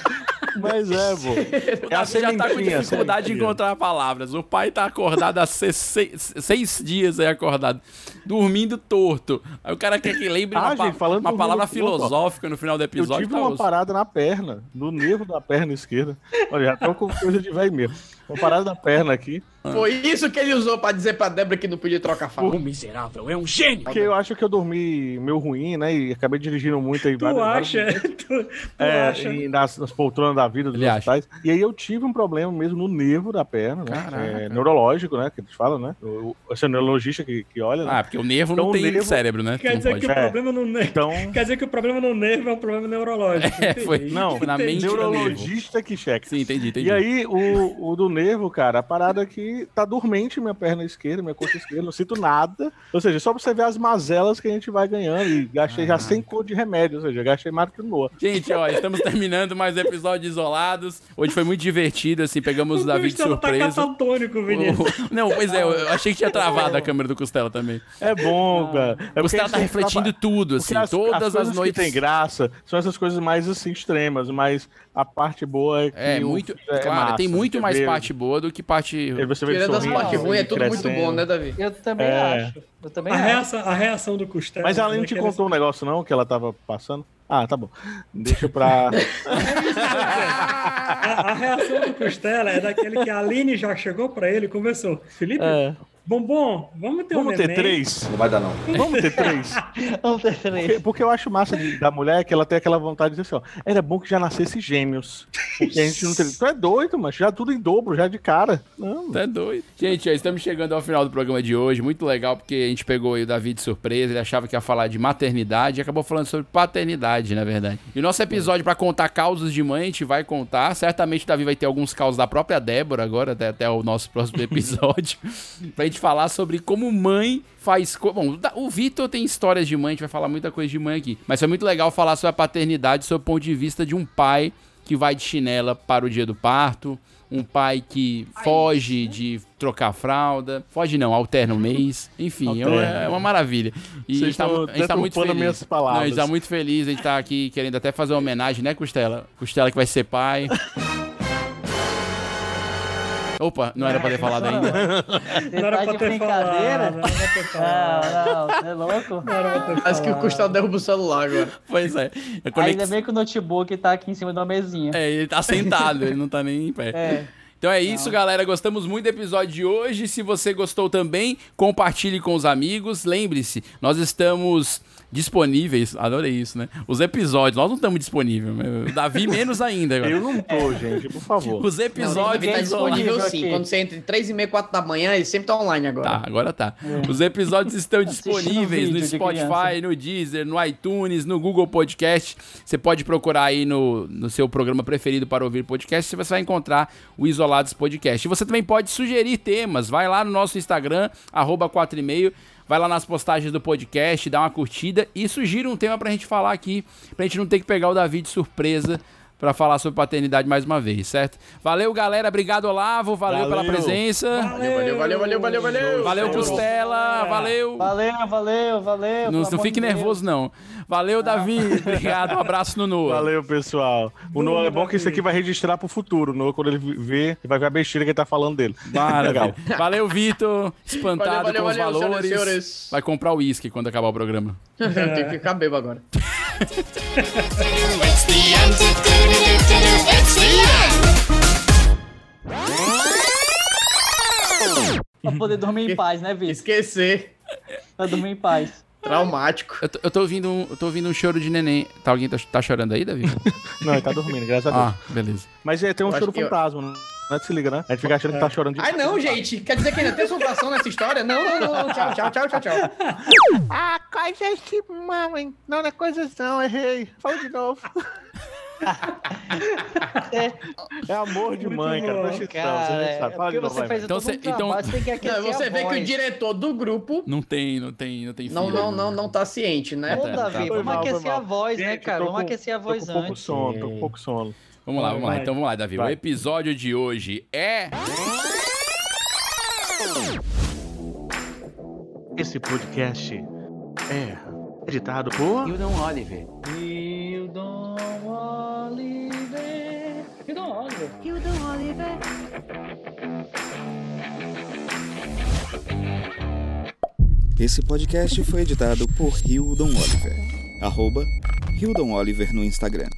[SPEAKER 4] Mas é, pô.
[SPEAKER 1] O Davi já tá com
[SPEAKER 4] sementinha,
[SPEAKER 1] dificuldade de
[SPEAKER 4] sementinha.
[SPEAKER 1] encontrar palavras. O pai tá acordado há se- seis, seis dias aí acordado, dormindo torto. Aí o cara quer que lembre
[SPEAKER 4] Ah,
[SPEAKER 1] uma, pa-
[SPEAKER 4] gente, falando
[SPEAKER 1] uma
[SPEAKER 4] do
[SPEAKER 1] palavra
[SPEAKER 4] Rolo Torto, ó.
[SPEAKER 1] filosófica no final do
[SPEAKER 4] Eu
[SPEAKER 1] episódio.
[SPEAKER 4] tive
[SPEAKER 1] tá
[SPEAKER 4] uma
[SPEAKER 1] osso.
[SPEAKER 4] parada na perna, no nervo da perna esquerda. Olha, já tô com coisa de velho mesmo. Uma parada na perna aqui.
[SPEAKER 2] Foi isso que ele usou pra dizer pra Débora que não podia trocar fala.
[SPEAKER 4] O
[SPEAKER 2] miserável é um gênio!
[SPEAKER 4] Porque eu acho que eu dormi meio ruim, né? E acabei dirigindo muito aí.
[SPEAKER 6] Tu acha? Tu, tu
[SPEAKER 4] É,
[SPEAKER 6] acha?
[SPEAKER 4] e nas, nas poltronas da vida dos hospitais. E aí eu tive um problema mesmo no nervo da perna, né?
[SPEAKER 1] Caraca.
[SPEAKER 4] É, neurolológico, né? Que eles falam, né? O, o, esse é o neurologista que, que olha, né?
[SPEAKER 1] Ah, porque o nervo
[SPEAKER 4] Então,
[SPEAKER 1] não
[SPEAKER 4] o
[SPEAKER 1] tem
[SPEAKER 4] nervo-
[SPEAKER 1] cérebro, né?
[SPEAKER 6] Quer
[SPEAKER 1] Não
[SPEAKER 6] dizer
[SPEAKER 1] pode.
[SPEAKER 6] que o problema no nervo.
[SPEAKER 4] Então,
[SPEAKER 6] Quer dizer que o problema no nervo é um problema neurológico.
[SPEAKER 1] É, foi.
[SPEAKER 6] Entendi.
[SPEAKER 1] Não, na
[SPEAKER 6] Entendi.
[SPEAKER 1] mente do nervo.
[SPEAKER 4] neurologista que checa.
[SPEAKER 1] Sim, entendi, entendi.
[SPEAKER 4] E aí, o, o do nervo, cara, a parada que e tá dormente minha perna esquerda, minha coxa esquerda, não sinto nada. Ou seja, só pra você ver as mazelas que a gente vai ganhando. E gastei
[SPEAKER 1] Ah.
[SPEAKER 4] já sem cor de remédio, ou seja, gastei mais do que no
[SPEAKER 1] Gente, ó, estamos terminando mais um episódio de Isolados. Hoje foi muito divertido, assim, pegamos o Davi de
[SPEAKER 6] Costela tá
[SPEAKER 1] surpresa.
[SPEAKER 6] catatônico, Vinícius.
[SPEAKER 1] O- Não, pois é, eu achei que tinha travado a câmera do Costela também.
[SPEAKER 4] É bom, cara. É
[SPEAKER 1] O Costela
[SPEAKER 4] porque
[SPEAKER 1] tá
[SPEAKER 4] a gente
[SPEAKER 1] refletindo
[SPEAKER 4] tava-
[SPEAKER 1] tudo,
[SPEAKER 4] porque
[SPEAKER 1] assim, todas as
[SPEAKER 4] coisas
[SPEAKER 1] noites.
[SPEAKER 4] Que tem graça são essas coisas mais assim extremas, mas a parte boa é que
[SPEAKER 1] É,
[SPEAKER 4] o-
[SPEAKER 1] muito.
[SPEAKER 4] é
[SPEAKER 1] claro,
[SPEAKER 4] massa, É
[SPEAKER 1] tem muito
[SPEAKER 4] você
[SPEAKER 1] mais
[SPEAKER 4] vê-
[SPEAKER 1] parte boa do que parte.
[SPEAKER 4] Aí você vê ele
[SPEAKER 2] Tirando as
[SPEAKER 4] sorrindo,
[SPEAKER 2] partes ruins, é tudo muito
[SPEAKER 4] crescendo.
[SPEAKER 2] bom, né, Davi?
[SPEAKER 8] Eu também
[SPEAKER 4] É.
[SPEAKER 8] acho. Eu também
[SPEAKER 6] A
[SPEAKER 8] acho.
[SPEAKER 6] reação, a reação do Costela. é
[SPEAKER 4] Mas ela não te
[SPEAKER 6] daqueles-
[SPEAKER 4] contou um negócio, não, que ela tava passando? Ah, tá bom. Deixa pra.
[SPEAKER 6] A, a reação do Costela é daquele que a Aline já chegou pra ele e conversou. Felipe,
[SPEAKER 4] É.
[SPEAKER 6] bombom, vamos ter
[SPEAKER 4] Vamos
[SPEAKER 6] um
[SPEAKER 4] ter
[SPEAKER 6] neném?"
[SPEAKER 4] três? Não vai dar, não. Vamos ter três?
[SPEAKER 8] Vamos ter três.
[SPEAKER 4] Porque, porque eu acho massa de- da mulher que ela tem aquela vontade de dizer assim, ó, era bom que já nascesse gêmeos. Porque a gente não teve. Tu é doido, mas já tudo em dobro, já de cara. Não.
[SPEAKER 1] Tá doido. Gente, ó, estamos chegando ao final do programa de hoje. Muito legal, porque a gente pegou aí o Davi de surpresa. Ele achava que ia falar de maternidade e acabou falando sobre paternidade, na verdade. E o
[SPEAKER 4] É.
[SPEAKER 1] nosso episódio pra contar causos de mãe, a gente vai contar. Certamente o Davi vai ter alguns causos da própria Débora agora, até, até o nosso próximo episódio. pra gente falar sobre como mãe faz. co- Bom, o Da- o Vitor tem histórias de mãe, a gente vai falar muita coisa de mãe aqui. Mas foi muito legal falar sobre a paternidade, sob o ponto de vista de um pai que vai de chinela para o dia do parto, um pai que foge
[SPEAKER 8] né?
[SPEAKER 1] de trocar fralda, foge não, alterna o mês, enfim, é uma,
[SPEAKER 4] Alterna.
[SPEAKER 1] é uma maravilha. E
[SPEAKER 4] Vocês
[SPEAKER 1] a gente tá,
[SPEAKER 4] estão
[SPEAKER 1] a gente tá muito
[SPEAKER 4] deturpando
[SPEAKER 1] feliz.
[SPEAKER 4] minhas palavras.
[SPEAKER 1] Não, a gente tá muito feliz, a gente tá aqui querendo até fazer uma homenagem, né, Costela? Costela que vai ser pai. Opa, não era pra ter falado ainda.
[SPEAKER 8] tá
[SPEAKER 6] Não era pra ter falado. Não era pra ter falado.
[SPEAKER 8] Não, não, é louco?
[SPEAKER 6] Não era pra ter
[SPEAKER 2] Acho que o
[SPEAKER 6] falado.
[SPEAKER 2] Costela derruba o celular agora.
[SPEAKER 1] Pois é. A
[SPEAKER 8] Ainda bem que o notebook tá aqui em cima de uma mesinha.
[SPEAKER 1] É, ele tá sentado, ele não tá nem em pé.
[SPEAKER 8] É.
[SPEAKER 1] Então é isso, galera. Gostamos muito do episódio de hoje. Se você gostou também, compartilhe com os amigos. Lembre-se, nós estamos disponíveis. Adorei isso, né? Os episódios, nós não estamos disponíveis. O Davi menos ainda. agora.
[SPEAKER 4] Eu não
[SPEAKER 8] É.
[SPEAKER 4] tô, gente, por favor.
[SPEAKER 1] Os episódios
[SPEAKER 2] Não, tá disponível
[SPEAKER 1] isolados.
[SPEAKER 2] sim. Quando você entra em 3 e meia, 4 da manhã, ele sempre tá online agora.
[SPEAKER 1] Tá, agora tá. Os episódios estão disponíveis no
[SPEAKER 8] É. vídeo de
[SPEAKER 1] Spotify,
[SPEAKER 8] criança.
[SPEAKER 1] no Deezer, no iTunes, no Google Podcast. Você pode procurar aí no, no seu programa preferido para ouvir podcast. Você vai encontrar o Isolados Podcast. E você também pode sugerir temas. Vai lá no nosso Instagram, arroba 4 e meio. Vai lá nas postagens do podcast, dá uma curtida e sugira um tema pra gente falar aqui, pra gente não ter que pegar o Davi de surpresa pra falar sobre paternidade mais uma vez, certo? Valeu, galera. Obrigado, Olavo. Valeu, pela
[SPEAKER 2] Valeu.
[SPEAKER 1] presença.
[SPEAKER 2] Valeu, valeu, valeu, valeu, valeu.
[SPEAKER 1] Valeu,
[SPEAKER 2] Valeu.
[SPEAKER 1] Costela. Valeu.
[SPEAKER 8] Valeu, valeu, valeu.
[SPEAKER 1] Não,
[SPEAKER 8] pelo
[SPEAKER 1] não
[SPEAKER 8] amor
[SPEAKER 1] fique
[SPEAKER 8] de Deus. Ah.
[SPEAKER 1] nervoso, não. Valeu, Davi. Obrigado. Um abraço no Noah.
[SPEAKER 4] Valeu, pessoal. O Noah é bom que isso aqui vai registrar pro futuro. O Noah, quando ele vê, ele vai ver a besteira que ele tá falando dele.
[SPEAKER 1] Maravilha. Valeu, Vitor. Espantado
[SPEAKER 2] Valeu, valeu,
[SPEAKER 1] com os
[SPEAKER 2] valeu, senhoras e
[SPEAKER 1] valores.
[SPEAKER 2] senhores.
[SPEAKER 1] Vai comprar o uísque quando acabar o programa.
[SPEAKER 2] Tem que ficar bebo agora.
[SPEAKER 5] It's the end. It's the end.
[SPEAKER 8] Pra poder dormir em paz, né, Vitor?
[SPEAKER 2] Esquecer.
[SPEAKER 8] Pra dormir em paz.
[SPEAKER 2] Traumático.
[SPEAKER 1] Eu tô, eu tô ouvindo um, eu tô ouvindo um choro de neném. Tá, alguém tá, tá chorando aí, Davi?
[SPEAKER 4] Não, ele tá dormindo, graças a
[SPEAKER 1] ah,
[SPEAKER 4] Deus.
[SPEAKER 1] beleza.
[SPEAKER 4] Mas é, tem um
[SPEAKER 2] Eu acho
[SPEAKER 4] choro
[SPEAKER 2] que eu-
[SPEAKER 4] fantasma, né? Não se liga, né? A gente fica achando que
[SPEAKER 8] É.
[SPEAKER 4] tá chorando de
[SPEAKER 2] Ai, não, gente. Quer dizer que ainda tem assombração nessa história? Não, não, não, não. Tchau, tchau, tchau, tchau, tchau.
[SPEAKER 4] Ah, coisas de mamãe. Não, não é coisas não, errei. Fala de novo. é, amor de mãe, cara. Não é chitão,
[SPEAKER 8] Cara,
[SPEAKER 4] você já sabe.
[SPEAKER 8] é
[SPEAKER 4] Fala de
[SPEAKER 8] porque
[SPEAKER 4] novo,
[SPEAKER 8] você
[SPEAKER 4] vai.
[SPEAKER 8] fez
[SPEAKER 1] Então
[SPEAKER 8] todo
[SPEAKER 1] você-
[SPEAKER 8] um
[SPEAKER 1] então-
[SPEAKER 8] trabalho, você tem que aquecer
[SPEAKER 2] Não, você
[SPEAKER 8] a
[SPEAKER 2] vê que o
[SPEAKER 8] voz.
[SPEAKER 2] diretor do grupo
[SPEAKER 1] Não tem, não tem, não tem
[SPEAKER 2] não,
[SPEAKER 1] filho.
[SPEAKER 2] não, não, não tá ciente, né?
[SPEAKER 8] Ô,
[SPEAKER 1] tá, tá, foi
[SPEAKER 8] Davi, vamos
[SPEAKER 1] mal,
[SPEAKER 4] foi
[SPEAKER 8] aquecer a
[SPEAKER 4] mal.
[SPEAKER 8] voz, né,
[SPEAKER 4] Gente,
[SPEAKER 8] cara?
[SPEAKER 4] tô
[SPEAKER 8] Vamos
[SPEAKER 4] com-
[SPEAKER 8] aquecer a
[SPEAKER 4] Tô com
[SPEAKER 8] voz
[SPEAKER 4] pouco
[SPEAKER 8] antes.
[SPEAKER 4] sono, tô com pouco sono.
[SPEAKER 1] Vamos lá, vamos lá.
[SPEAKER 4] Vai.
[SPEAKER 1] Então vamos lá, Davi. O
[SPEAKER 4] Vai.
[SPEAKER 1] episódio de hoje é.
[SPEAKER 14] Esse podcast é editado por Hildon Oliver.
[SPEAKER 8] Hildon Oliver. Hildon Oliver.
[SPEAKER 12] Hildon Oliver.
[SPEAKER 17] Esse podcast foi editado por Hildon Oliver. Arroba Hildon Oliver no Instagram.